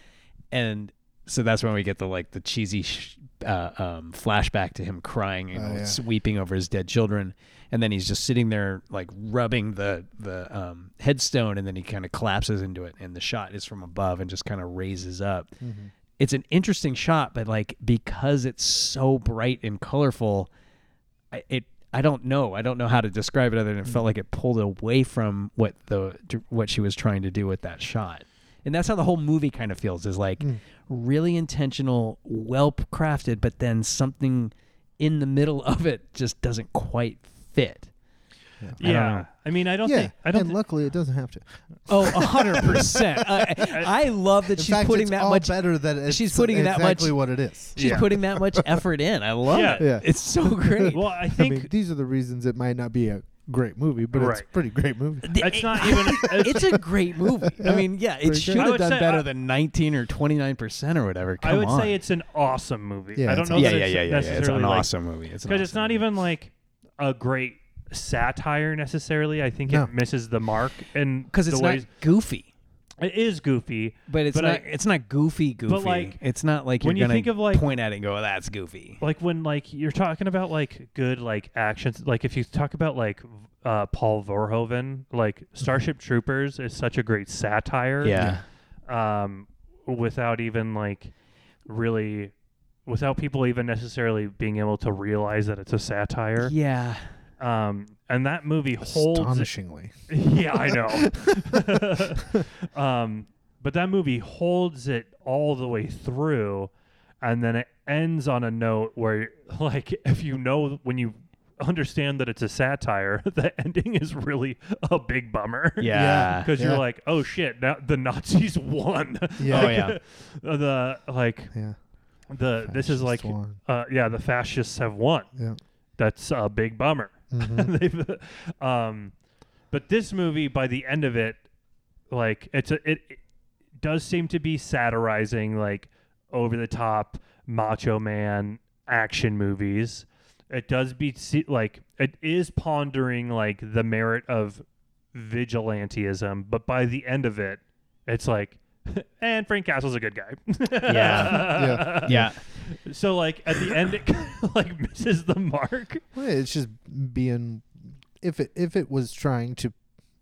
[SPEAKER 3] and so that's when we get the like the cheesy sh- uh, um, flashback to him crying you know,
[SPEAKER 4] Oh, yeah.
[SPEAKER 3] s- weeping over his dead children and then he's just sitting there like rubbing the the um, headstone and then he kind of collapses into it and the shot is from above and just kind of raises up
[SPEAKER 4] Mm-hmm.
[SPEAKER 3] it's an interesting shot but like because it's so bright and colorful I, it I don't know I don't know how to describe it other than it
[SPEAKER 4] Mm.
[SPEAKER 3] felt like it pulled away from what the what she was trying to do with that shot and that's how the whole movie kind of feels is like
[SPEAKER 4] Mm.
[SPEAKER 3] really intentional well crafted but then something in the middle of it just doesn't quite fit I
[SPEAKER 2] yeah,
[SPEAKER 3] don't know.
[SPEAKER 2] I mean, I don't
[SPEAKER 4] yeah,
[SPEAKER 2] think I don't.
[SPEAKER 4] and
[SPEAKER 2] thi-
[SPEAKER 4] luckily it doesn't have to.
[SPEAKER 3] oh 100% I, I love that
[SPEAKER 4] In
[SPEAKER 3] she's
[SPEAKER 4] fact,
[SPEAKER 3] putting
[SPEAKER 4] it's
[SPEAKER 3] that
[SPEAKER 4] all
[SPEAKER 3] much
[SPEAKER 4] better that it's
[SPEAKER 3] she's putting that
[SPEAKER 4] exactly
[SPEAKER 3] much-
[SPEAKER 4] what it is.
[SPEAKER 3] she's
[SPEAKER 2] Yeah.
[SPEAKER 3] putting that much effort in I love
[SPEAKER 2] Yeah.
[SPEAKER 3] it
[SPEAKER 4] Yeah.
[SPEAKER 3] it's so great
[SPEAKER 2] well, I
[SPEAKER 4] I
[SPEAKER 2] think
[SPEAKER 4] mean, these are the reasons it might not be a great movie, but it's a
[SPEAKER 2] Right.
[SPEAKER 4] pretty great movie.
[SPEAKER 2] it's not even. It's,
[SPEAKER 3] it's a great movie. I mean, yeah, it
[SPEAKER 4] Pretty
[SPEAKER 3] should
[SPEAKER 4] good.
[SPEAKER 2] I
[SPEAKER 3] have
[SPEAKER 2] would
[SPEAKER 3] done
[SPEAKER 2] say-
[SPEAKER 3] better
[SPEAKER 2] I-
[SPEAKER 3] than 19 or 29 percent or whatever. Come
[SPEAKER 2] I would
[SPEAKER 3] on.
[SPEAKER 2] say it's an awesome movie.
[SPEAKER 4] Yeah,
[SPEAKER 2] I don't
[SPEAKER 4] it's
[SPEAKER 2] know
[SPEAKER 4] awesome.
[SPEAKER 2] that it's necessarily like,
[SPEAKER 6] movie. It's
[SPEAKER 2] because it's not even like a great satire necessarily. I think
[SPEAKER 4] No.
[SPEAKER 2] it misses the mark, and
[SPEAKER 3] because it's
[SPEAKER 2] the
[SPEAKER 3] not
[SPEAKER 2] ways-
[SPEAKER 3] goofy,
[SPEAKER 2] it is goofy,
[SPEAKER 3] but it's
[SPEAKER 2] But I-
[SPEAKER 3] not. it's not goofy. Goofy.
[SPEAKER 2] like,
[SPEAKER 3] it's not like
[SPEAKER 2] when
[SPEAKER 3] you're
[SPEAKER 2] you
[SPEAKER 3] gonna
[SPEAKER 2] think of, like-
[SPEAKER 3] point at it and go, "That's goofy."
[SPEAKER 2] like when like you're talking about like good like actions like if you talk about like uh paul verhoeven like
[SPEAKER 3] Mm-hmm.
[SPEAKER 2] starship troopers is such a great satire
[SPEAKER 6] Yeah.
[SPEAKER 2] um without even like really without people even necessarily being able to realize that it's a satire
[SPEAKER 3] Yeah.
[SPEAKER 2] um and that movie holds
[SPEAKER 4] Astonishingly,
[SPEAKER 2] yeah, I know. um, but that movie holds it all the way through, and then it ends on a note where, like, if you know when you understand that it's a satire, the ending is really a big bummer.
[SPEAKER 6] Yeah.
[SPEAKER 2] because
[SPEAKER 4] Yeah.
[SPEAKER 2] you're like, oh shit, now the Nazis won.
[SPEAKER 4] Yeah.
[SPEAKER 6] Oh, yeah.
[SPEAKER 2] the like
[SPEAKER 4] yeah,
[SPEAKER 2] the this is
[SPEAKER 4] Fascists
[SPEAKER 2] like
[SPEAKER 4] won.
[SPEAKER 2] uh, yeah, the fascists have won.
[SPEAKER 4] yeah.
[SPEAKER 2] That's a big bummer. They've, um, but this movie, by the end of it, like it's a, it, it does seem to be satirizing like over the top macho man action movies. It does be se- like it is pondering like the merit of vigilantism, but by the end of it, it's like, and Frank Castle's a good guy.
[SPEAKER 4] Yeah.
[SPEAKER 3] Yeah.
[SPEAKER 2] So like at the end, it kinda, like misses the mark.
[SPEAKER 4] Well, it's just being if it if it was trying to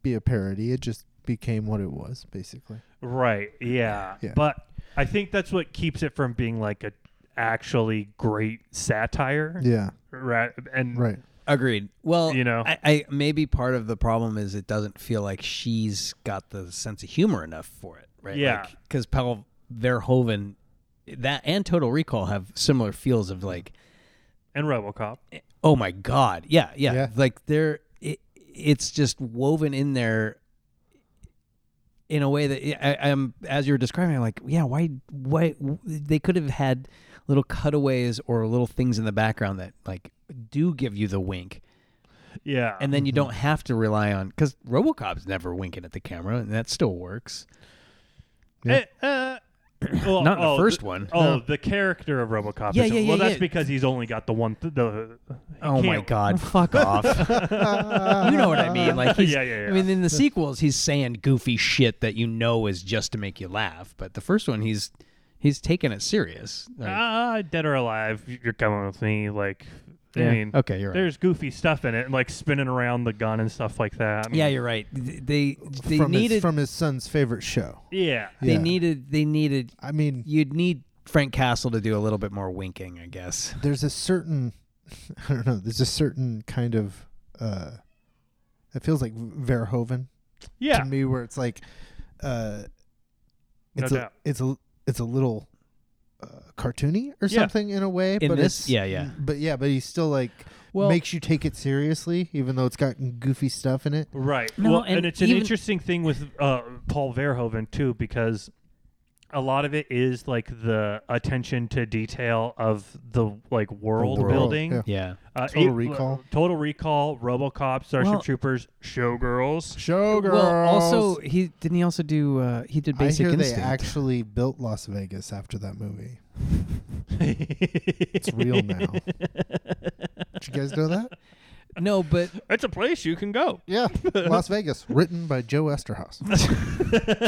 [SPEAKER 4] be a parody, it just became what it was basically.
[SPEAKER 2] Right. Yeah.
[SPEAKER 4] Yeah.
[SPEAKER 2] But I think that's what keeps it from being like a actually great satire.
[SPEAKER 4] Yeah,
[SPEAKER 2] Right. And
[SPEAKER 4] right.
[SPEAKER 3] Agreed. Well,
[SPEAKER 2] You know.
[SPEAKER 3] I, I maybe part of the problem is it doesn't feel like she's got the sense of humor enough for it, right?
[SPEAKER 2] Yeah.
[SPEAKER 3] because Paul Verhoeven, that and Total Recall have similar feels of like,
[SPEAKER 2] and RoboCop.
[SPEAKER 3] oh my god, yeah, yeah,
[SPEAKER 4] Yeah.
[SPEAKER 3] like they're it, it's just woven in there in a way that I, I'm as you were describing, I'm like, yeah, why, why they could have had little cutaways or little things in the background that like do give you the wink
[SPEAKER 2] Yeah.
[SPEAKER 3] and then you don't have to rely on because RoboCop's never winking at the camera, and that still works.
[SPEAKER 2] Eh, uh, well,
[SPEAKER 3] Not in the
[SPEAKER 2] oh,
[SPEAKER 3] first
[SPEAKER 2] th-
[SPEAKER 3] one.
[SPEAKER 2] Oh, the character of RoboCop.
[SPEAKER 3] Yeah,
[SPEAKER 2] is-
[SPEAKER 3] yeah, yeah,
[SPEAKER 2] Well, that's
[SPEAKER 3] yeah.
[SPEAKER 2] because he's only got the one. Th- the he
[SPEAKER 3] Oh my
[SPEAKER 2] can't-
[SPEAKER 3] God, fuck off! you know what I mean? Like, he's,
[SPEAKER 2] Yeah, yeah, yeah.
[SPEAKER 3] I mean, in the sequels, he's saying goofy shit that you know is just to make you laugh, but the first one, he's he's taking it serious. Like,
[SPEAKER 2] Ah, dead or alive, you're coming with me. Like,
[SPEAKER 3] Yeah.
[SPEAKER 2] I mean,
[SPEAKER 3] Okay, you're right.
[SPEAKER 2] There's goofy stuff in it, and like spinning around the gun and stuff like that. I mean,
[SPEAKER 3] yeah, you're right. They they
[SPEAKER 4] from
[SPEAKER 3] needed
[SPEAKER 4] his, from his son's favorite show.
[SPEAKER 2] yeah.
[SPEAKER 3] they
[SPEAKER 4] Yeah.
[SPEAKER 3] needed they needed
[SPEAKER 4] I mean,
[SPEAKER 3] you'd need Frank Castle to do a little bit more winking, I guess.
[SPEAKER 4] there's a certain I don't know. There's a certain kind of uh, it feels like Verhoeven
[SPEAKER 2] Yeah.
[SPEAKER 4] to me, where it's like uh,
[SPEAKER 2] No
[SPEAKER 4] it's a,
[SPEAKER 2] doubt.
[SPEAKER 4] it's a it's a little uh, cartoony or
[SPEAKER 2] Yeah.
[SPEAKER 4] something in a way.
[SPEAKER 3] In
[SPEAKER 4] but
[SPEAKER 3] this,
[SPEAKER 4] it's,
[SPEAKER 3] yeah, yeah.
[SPEAKER 4] But yeah, but he still like
[SPEAKER 3] Well-
[SPEAKER 4] makes you take it seriously, even though it's got goofy stuff in it.
[SPEAKER 2] Right.
[SPEAKER 3] No,
[SPEAKER 2] well,
[SPEAKER 3] and
[SPEAKER 2] and, it's an
[SPEAKER 3] even-
[SPEAKER 2] interesting thing with uh, Paul Verhoeven too, because a lot of it is like the attention to detail of the like world,
[SPEAKER 4] world,
[SPEAKER 2] building.
[SPEAKER 4] yeah.
[SPEAKER 3] Yeah.
[SPEAKER 2] Uh,
[SPEAKER 4] Total
[SPEAKER 2] it-
[SPEAKER 4] Recall.
[SPEAKER 2] Total Recall, RoboCop, Starship
[SPEAKER 3] Well-
[SPEAKER 2] Troopers, Showgirls.
[SPEAKER 4] Showgirls.
[SPEAKER 3] Well, also he didn't he also do uh, he did Basic
[SPEAKER 4] I hear
[SPEAKER 3] Instinct.
[SPEAKER 4] they actually built Las Vegas after that movie. It's real now. Did you guys know that?
[SPEAKER 3] no, but
[SPEAKER 2] It's a place you can go.
[SPEAKER 4] Yeah, Las Vegas, written by Joe Esterhaus.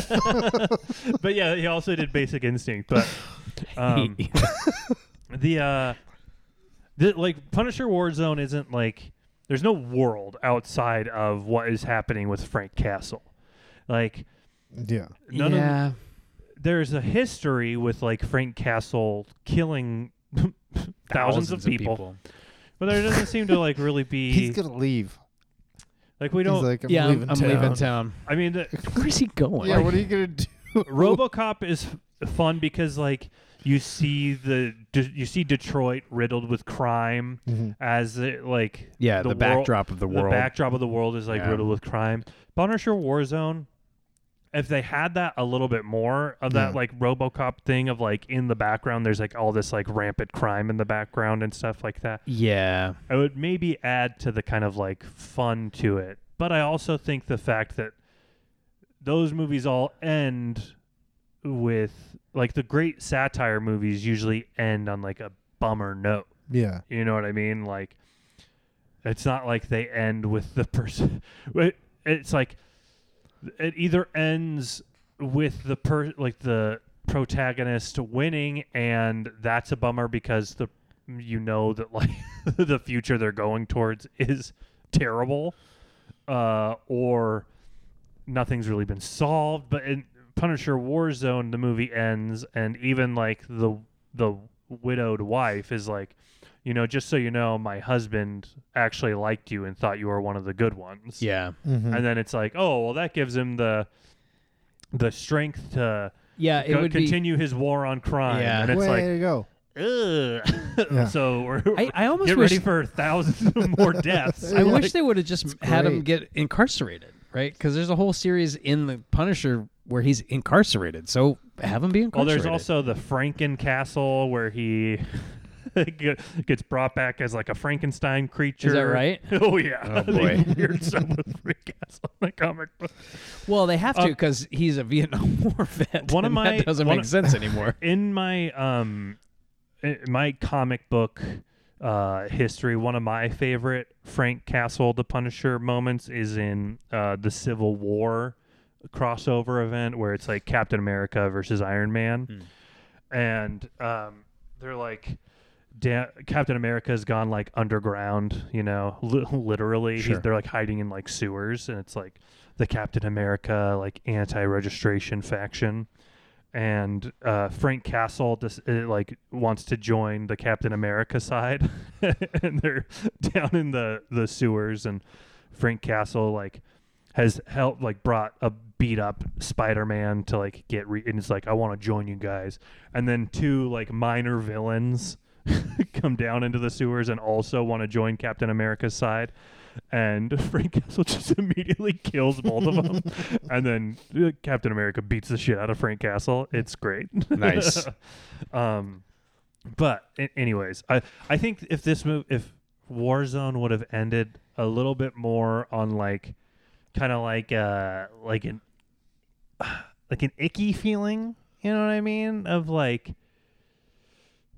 [SPEAKER 2] But yeah, he also did Basic Instinct. But um, the uh the like Punisher Warzone isn't like there's no world outside of what is happening with Frank Castle. Like
[SPEAKER 4] Yeah,
[SPEAKER 2] none of
[SPEAKER 3] yeah,
[SPEAKER 2] there's a history with like Frank Castle killing thousands, of, people, but there doesn't seem to like really be
[SPEAKER 4] he's gonna leave.
[SPEAKER 2] like we
[SPEAKER 4] He's
[SPEAKER 2] don't.
[SPEAKER 4] like, I'm
[SPEAKER 3] yeah,
[SPEAKER 4] leaving.
[SPEAKER 3] I'm, I'm
[SPEAKER 4] town.
[SPEAKER 3] leaving town.
[SPEAKER 2] I mean, the,
[SPEAKER 3] Where's he going?
[SPEAKER 4] Yeah, what are you gonna do?
[SPEAKER 2] RoboCop is f- fun because like you see the de- you see Detroit riddled with crime
[SPEAKER 3] Mm-hmm.
[SPEAKER 2] as it, like
[SPEAKER 3] Yeah, the
[SPEAKER 2] world-
[SPEAKER 3] backdrop of the world.
[SPEAKER 2] The backdrop of the world is like
[SPEAKER 3] Yeah.
[SPEAKER 2] riddled with crime. Punisher Warzone. If they had that a little bit more of that
[SPEAKER 4] Yeah.
[SPEAKER 2] like RoboCop thing of like in the background, there's like all this like rampant crime in the background and stuff like that.
[SPEAKER 3] yeah,
[SPEAKER 2] I would maybe add to the kind of like fun to it. But I also think the fact that those movies all end with like the great satire movies usually end on like a bummer note.
[SPEAKER 4] yeah,
[SPEAKER 2] You know what I mean? Like it's not like they end with the person it, it's like it either ends with the per like the protagonist winning and that's a bummer because the you know that like the future they're going towards is terrible uh or nothing's really been solved but in Punisher Warzone the movie ends and even like the the widowed wife is like you know just so you know my husband actually liked you and thought you were one of the good ones
[SPEAKER 3] yeah,
[SPEAKER 4] Mm-hmm.
[SPEAKER 2] and then it's like, oh, well, that gives him the the strength to
[SPEAKER 3] yeah. It
[SPEAKER 2] go-
[SPEAKER 3] would
[SPEAKER 2] continue his war on crime.
[SPEAKER 3] Yeah.
[SPEAKER 2] And it's
[SPEAKER 4] way
[SPEAKER 2] like,
[SPEAKER 4] to go.
[SPEAKER 2] ugh.
[SPEAKER 4] Yeah.
[SPEAKER 2] so we're,
[SPEAKER 3] be. I, I almost
[SPEAKER 2] get
[SPEAKER 3] wish
[SPEAKER 2] ready for thousands more deaths.
[SPEAKER 3] I wish they would have just had him
[SPEAKER 4] great.
[SPEAKER 3] get incarcerated, right? Because there's a whole series in the Punisher where he's incarcerated. So have him be
[SPEAKER 2] Well,
[SPEAKER 3] incarcerated.
[SPEAKER 2] there's also the Franken Castle where he Get- gets brought back as like a Frankenstein creature.
[SPEAKER 3] right?
[SPEAKER 2] Oh yeah.
[SPEAKER 5] Oh,
[SPEAKER 2] They
[SPEAKER 5] boy.
[SPEAKER 2] weird stuff with freak ass on the comic book.
[SPEAKER 3] Well, they have to
[SPEAKER 2] Uh,
[SPEAKER 3] because he's a Vietnam War vet.
[SPEAKER 2] one of
[SPEAKER 3] and
[SPEAKER 2] my-
[SPEAKER 3] that doesn't
[SPEAKER 2] one
[SPEAKER 3] make
[SPEAKER 2] of-
[SPEAKER 3] sense anymore.
[SPEAKER 2] in my um in my comic book uh history one of my favorite frank castle the punisher moments is in uh the civil war crossover event where it's like captain america versus iron man and um they're like da- captain america's gone like underground you know li- literally He's, they're like hiding in like sewers and it's like the captain america like anti-registration faction and uh, Frank Castle just uh, like wants to join the Captain America side, and they're down in the the sewers, and Frank Castle like has helped like brought a beat up Spider Man to like get re- and it's like I want to join you guys, and then two like minor villains come down into the sewers and also want to join Captain America's side. And Frank Castle just immediately kills both of them, and then uh, Captain America beats the shit out of Frank Castle. It's great.
[SPEAKER 5] Nice.
[SPEAKER 2] um, but a- anyways, I I think if this move if Warzone would have ended a little bit more on like kind of like uh like an like an icky feeling, you know what I mean? Of like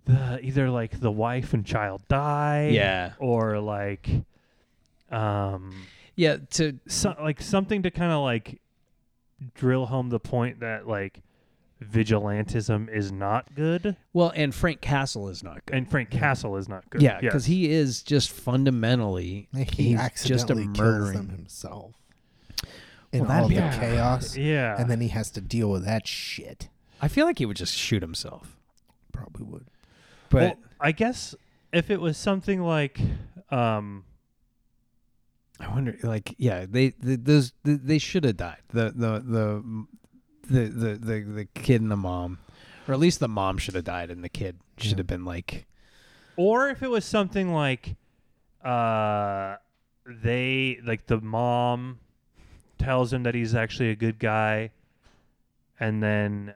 [SPEAKER 2] the either like the wife and child die
[SPEAKER 3] Yeah.
[SPEAKER 2] or like um
[SPEAKER 3] Yeah, to
[SPEAKER 2] so, like something to kind of like drill home the point that like vigilantism is not good
[SPEAKER 3] well, and Frank Castle is not good.
[SPEAKER 2] and Frank Castle is not good.
[SPEAKER 3] yeah, because he is just fundamentally
[SPEAKER 4] He
[SPEAKER 3] he's just a
[SPEAKER 4] accidentally kills them
[SPEAKER 3] murdering.
[SPEAKER 4] himself. In
[SPEAKER 3] Well,
[SPEAKER 4] all
[SPEAKER 3] yeah.
[SPEAKER 4] the chaos.
[SPEAKER 2] yeah,
[SPEAKER 4] And then he has to deal with that shit.
[SPEAKER 3] I feel like he would just shoot himself.
[SPEAKER 4] Probably would.
[SPEAKER 3] But
[SPEAKER 2] well, I guess if it was something like um
[SPEAKER 3] I wonder, like, yeah, they, they those they, they should have died. The the the the the the the kid and the mom, or at least the mom should have died, and the kid should have been like,
[SPEAKER 2] or if it was something like uh they like the mom tells him that he's actually a good guy and then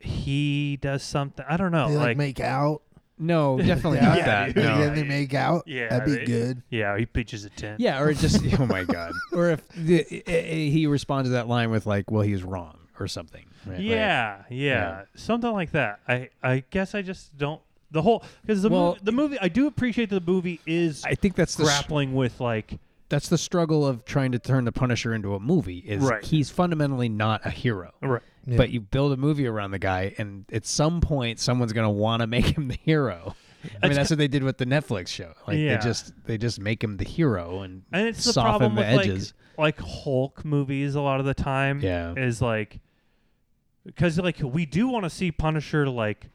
[SPEAKER 2] he does something I don't know
[SPEAKER 4] They like,
[SPEAKER 2] like,
[SPEAKER 4] make out.
[SPEAKER 3] no, definitely
[SPEAKER 4] Yeah,
[SPEAKER 3] not that.
[SPEAKER 4] dude.
[SPEAKER 3] no.
[SPEAKER 4] Then they make out.
[SPEAKER 2] yeah
[SPEAKER 4] That'd be
[SPEAKER 2] they-
[SPEAKER 4] good.
[SPEAKER 2] yeah he pitches a tent
[SPEAKER 3] Yeah, or just oh my god, or if the, eh, eh, he responds to that line with like, "Well, he's wrong" or something. Right? Like,
[SPEAKER 2] yeah, yeah, something like that. I I guess I just don't the whole because the
[SPEAKER 3] Well-
[SPEAKER 2] movie, the movie I do appreciate that the movie is
[SPEAKER 3] I think that's the s-
[SPEAKER 2] grappling with like
[SPEAKER 3] that's the struggle of trying to turn the Punisher into a movie. Is
[SPEAKER 2] Right.
[SPEAKER 3] he's fundamentally not a hero,
[SPEAKER 2] right.
[SPEAKER 3] but you build a movie around the guy, and at some point, someone's gonna want to make him the hero. I mean, that's what they did with the Netflix show. Like
[SPEAKER 2] Yeah.
[SPEAKER 3] they just they just make him the hero and,
[SPEAKER 2] and it's the
[SPEAKER 3] soften
[SPEAKER 2] problem
[SPEAKER 3] the
[SPEAKER 2] with
[SPEAKER 3] edges.
[SPEAKER 2] like like Hulk movies a lot of the time.
[SPEAKER 3] Yeah.
[SPEAKER 2] is like because like we do want to see Punisher like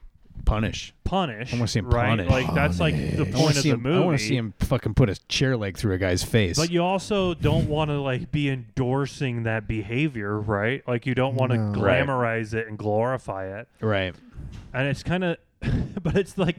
[SPEAKER 3] Punish.
[SPEAKER 2] punish.
[SPEAKER 3] I wanna see him
[SPEAKER 2] right?
[SPEAKER 3] punish.
[SPEAKER 2] Like that's like the
[SPEAKER 3] I
[SPEAKER 2] point
[SPEAKER 3] want to
[SPEAKER 2] of
[SPEAKER 3] see
[SPEAKER 2] the
[SPEAKER 3] him.
[SPEAKER 2] movie.
[SPEAKER 3] I want to see him fucking put a chair leg through a guy's face.
[SPEAKER 2] But you also don't want to like be endorsing that behavior, right? Like you don't want to
[SPEAKER 4] No.
[SPEAKER 3] Right.
[SPEAKER 2] glamorize it and glorify it.
[SPEAKER 3] right.
[SPEAKER 2] and it's kind of, but it's like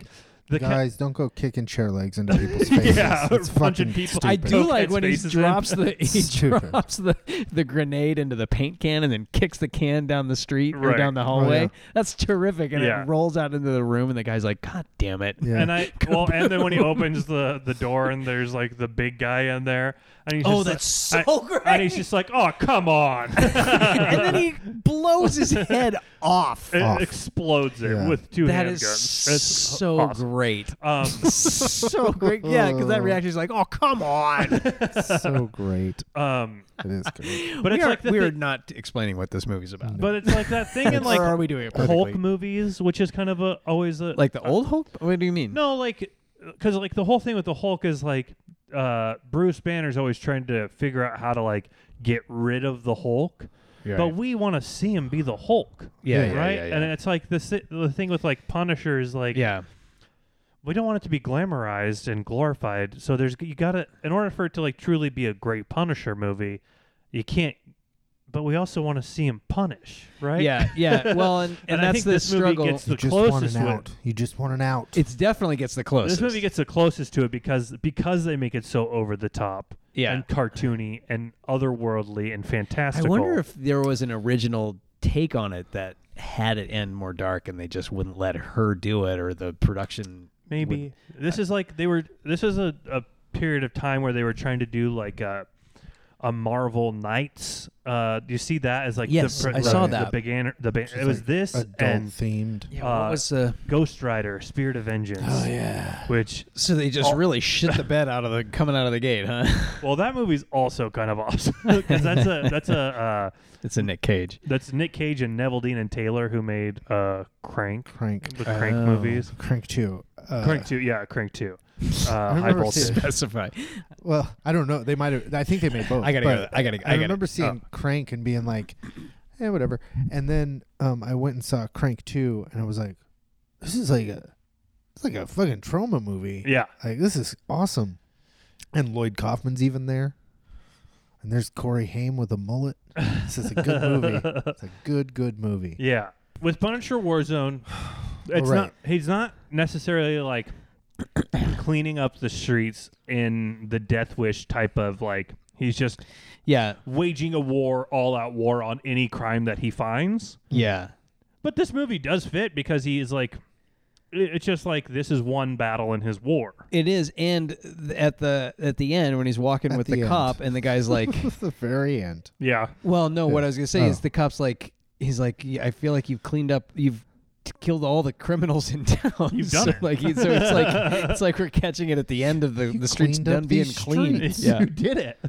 [SPEAKER 2] the ki-
[SPEAKER 4] Guys, don't go kicking chair legs into people's faces.
[SPEAKER 2] Yeah,
[SPEAKER 4] it's
[SPEAKER 2] a bunch of
[SPEAKER 4] fucking
[SPEAKER 2] people-
[SPEAKER 4] Stupid.
[SPEAKER 2] I
[SPEAKER 3] I do
[SPEAKER 2] Poke
[SPEAKER 3] like
[SPEAKER 2] its
[SPEAKER 3] when he
[SPEAKER 2] faces in.
[SPEAKER 3] drops the he
[SPEAKER 4] Stupid.
[SPEAKER 3] drops the, the grenade into the paint can and then kicks the can down the street or
[SPEAKER 2] Right.
[SPEAKER 3] down the hallway.
[SPEAKER 4] yeah.
[SPEAKER 3] That's terrific, and
[SPEAKER 2] Yeah.
[SPEAKER 3] it rolls out into the room, and the guy's like, "God damn it!"
[SPEAKER 4] Yeah.
[SPEAKER 2] and I well, and then when he opens the the door and there's like the big guy in there, and he's just
[SPEAKER 3] Oh, that's
[SPEAKER 2] like-
[SPEAKER 3] so
[SPEAKER 2] I- and he's
[SPEAKER 3] great.
[SPEAKER 2] just like, oh come on,
[SPEAKER 3] and then he blows his head off.
[SPEAKER 2] it
[SPEAKER 4] Off.
[SPEAKER 2] explodes it
[SPEAKER 4] Yeah.
[SPEAKER 2] with two
[SPEAKER 3] That
[SPEAKER 2] handguns.
[SPEAKER 3] is
[SPEAKER 2] It's
[SPEAKER 3] so
[SPEAKER 2] awesome.
[SPEAKER 3] great.
[SPEAKER 2] Um,
[SPEAKER 3] so great, yeah. Because that reaction is like, "Oh, come on!"
[SPEAKER 4] so great.
[SPEAKER 2] um,
[SPEAKER 4] It is great.
[SPEAKER 2] but
[SPEAKER 3] we
[SPEAKER 2] it's
[SPEAKER 3] are,
[SPEAKER 2] like the
[SPEAKER 3] we are
[SPEAKER 2] thi-
[SPEAKER 3] not explaining what this movie's about.
[SPEAKER 2] but it's like that thing in
[SPEAKER 3] or are
[SPEAKER 2] like
[SPEAKER 3] we doing it
[SPEAKER 2] Hulk
[SPEAKER 3] perfectly?
[SPEAKER 2] movies, which is kind of a always a
[SPEAKER 3] like the old Hulk? What do you mean?
[SPEAKER 2] No, like, because like the whole thing with the Hulk is like, uh, Bruce Banner's always trying to figure out how to like get rid of the Hulk,
[SPEAKER 5] Yeah.
[SPEAKER 2] but we want to see him be the Hulk.
[SPEAKER 3] Yeah, yeah,
[SPEAKER 2] right.
[SPEAKER 5] yeah, yeah.
[SPEAKER 2] And it's like the si- the thing with like Punisher is like,
[SPEAKER 3] Yeah.
[SPEAKER 2] we don't want it to be glamorized and glorified. So there's you gotta in order for it to like truly be a great Punisher movie, you can't. But we also want to see him punish, right?
[SPEAKER 3] Yeah, yeah. Well, and,
[SPEAKER 2] And
[SPEAKER 3] and,
[SPEAKER 2] I
[SPEAKER 3] that's
[SPEAKER 2] think
[SPEAKER 3] the
[SPEAKER 2] this movie
[SPEAKER 3] struggle.
[SPEAKER 2] gets
[SPEAKER 4] You
[SPEAKER 2] The
[SPEAKER 4] just want
[SPEAKER 2] closest
[SPEAKER 4] an
[SPEAKER 2] one.
[SPEAKER 4] out. You just want an out.
[SPEAKER 3] It definitely gets the
[SPEAKER 2] This
[SPEAKER 3] closest.
[SPEAKER 2] movie gets the closest to it because because they make it so over the top
[SPEAKER 3] Yeah.
[SPEAKER 2] and cartoony and otherworldly and
[SPEAKER 3] I
[SPEAKER 2] fantastical.
[SPEAKER 3] wonder if there was an original take on it that had it end more dark, and they just wouldn't let her do it, or the production
[SPEAKER 2] maybe this is like they were this is a, a period of time where they were trying to do like a a Marvel Knights. Uh, do you see that as like
[SPEAKER 3] Yes,
[SPEAKER 2] the, pre-
[SPEAKER 3] I
[SPEAKER 2] the-
[SPEAKER 3] saw
[SPEAKER 2] the
[SPEAKER 3] that.
[SPEAKER 2] began the ba- it
[SPEAKER 4] It's
[SPEAKER 2] was
[SPEAKER 4] like
[SPEAKER 2] this
[SPEAKER 4] adult
[SPEAKER 2] and
[SPEAKER 4] themed.
[SPEAKER 3] Yeah,
[SPEAKER 2] what Uh,
[SPEAKER 3] was
[SPEAKER 2] was
[SPEAKER 3] the? oh,
[SPEAKER 2] Ghost Rider Spirit of Vengeance.
[SPEAKER 4] Oh,
[SPEAKER 3] yeah.
[SPEAKER 2] Which
[SPEAKER 3] So they just really shit the bed out of the coming out of the gate, huh?
[SPEAKER 2] well, that movie's also kind of awesome because that's a that's a uh,
[SPEAKER 3] it's a Nick Cage.
[SPEAKER 2] that's Nick Cage and Neville Dean and Taylor who made uh, Crank,
[SPEAKER 4] Crank.
[SPEAKER 2] the Crank movies,
[SPEAKER 4] Crank two. Oh. Uh,
[SPEAKER 2] Crank Two, yeah, Crank Two, uh,
[SPEAKER 4] remember
[SPEAKER 2] High Voltage.
[SPEAKER 4] seeing-
[SPEAKER 3] Specify.
[SPEAKER 4] Well, I don't know. They might have. I think they made both.
[SPEAKER 3] I gotta
[SPEAKER 4] but
[SPEAKER 3] go. I gotta. I,
[SPEAKER 4] I,
[SPEAKER 3] gotta-
[SPEAKER 4] remember
[SPEAKER 3] oh.
[SPEAKER 4] seeing Crank and being like, eh, whatever. And then um, I went and saw Crank two, and I was like, this is like a, it's like a fucking trauma movie.
[SPEAKER 2] Yeah,
[SPEAKER 4] Like this is awesome. And Lloyd Kaufman's even there. And there's Corey Haim with a mullet. This is a good movie. It's a good, good movie.
[SPEAKER 2] Yeah. With Punisher Warzone, it's
[SPEAKER 4] Right.
[SPEAKER 2] not he's not necessarily like cleaning up the streets in the Death Wish type of like he's just
[SPEAKER 3] Yeah.
[SPEAKER 2] waging a war, all out war on any crime that he finds.
[SPEAKER 3] Yeah.
[SPEAKER 2] But this movie does fit because he is like it- it's just like this is one battle in his war.
[SPEAKER 3] It is, and th- at the at the end when he's walking
[SPEAKER 4] At
[SPEAKER 3] with the,
[SPEAKER 4] the end.
[SPEAKER 3] cop, and the guy's like,
[SPEAKER 4] the very end.
[SPEAKER 2] Yeah.
[SPEAKER 3] "Well, no, what I was gonna say is
[SPEAKER 4] Oh.
[SPEAKER 3] the cop's like, he's like, "Yeah, I feel like you've cleaned up, you've t- killed all the criminals in town.
[SPEAKER 2] You've done
[SPEAKER 3] so,
[SPEAKER 2] it.
[SPEAKER 3] Like, he- so it's like it's like we're catching it at the end of the
[SPEAKER 4] You
[SPEAKER 3] the streets
[SPEAKER 4] cleaned up
[SPEAKER 3] done being
[SPEAKER 4] these
[SPEAKER 3] clean.
[SPEAKER 4] streets.
[SPEAKER 3] Yeah,
[SPEAKER 2] You did it.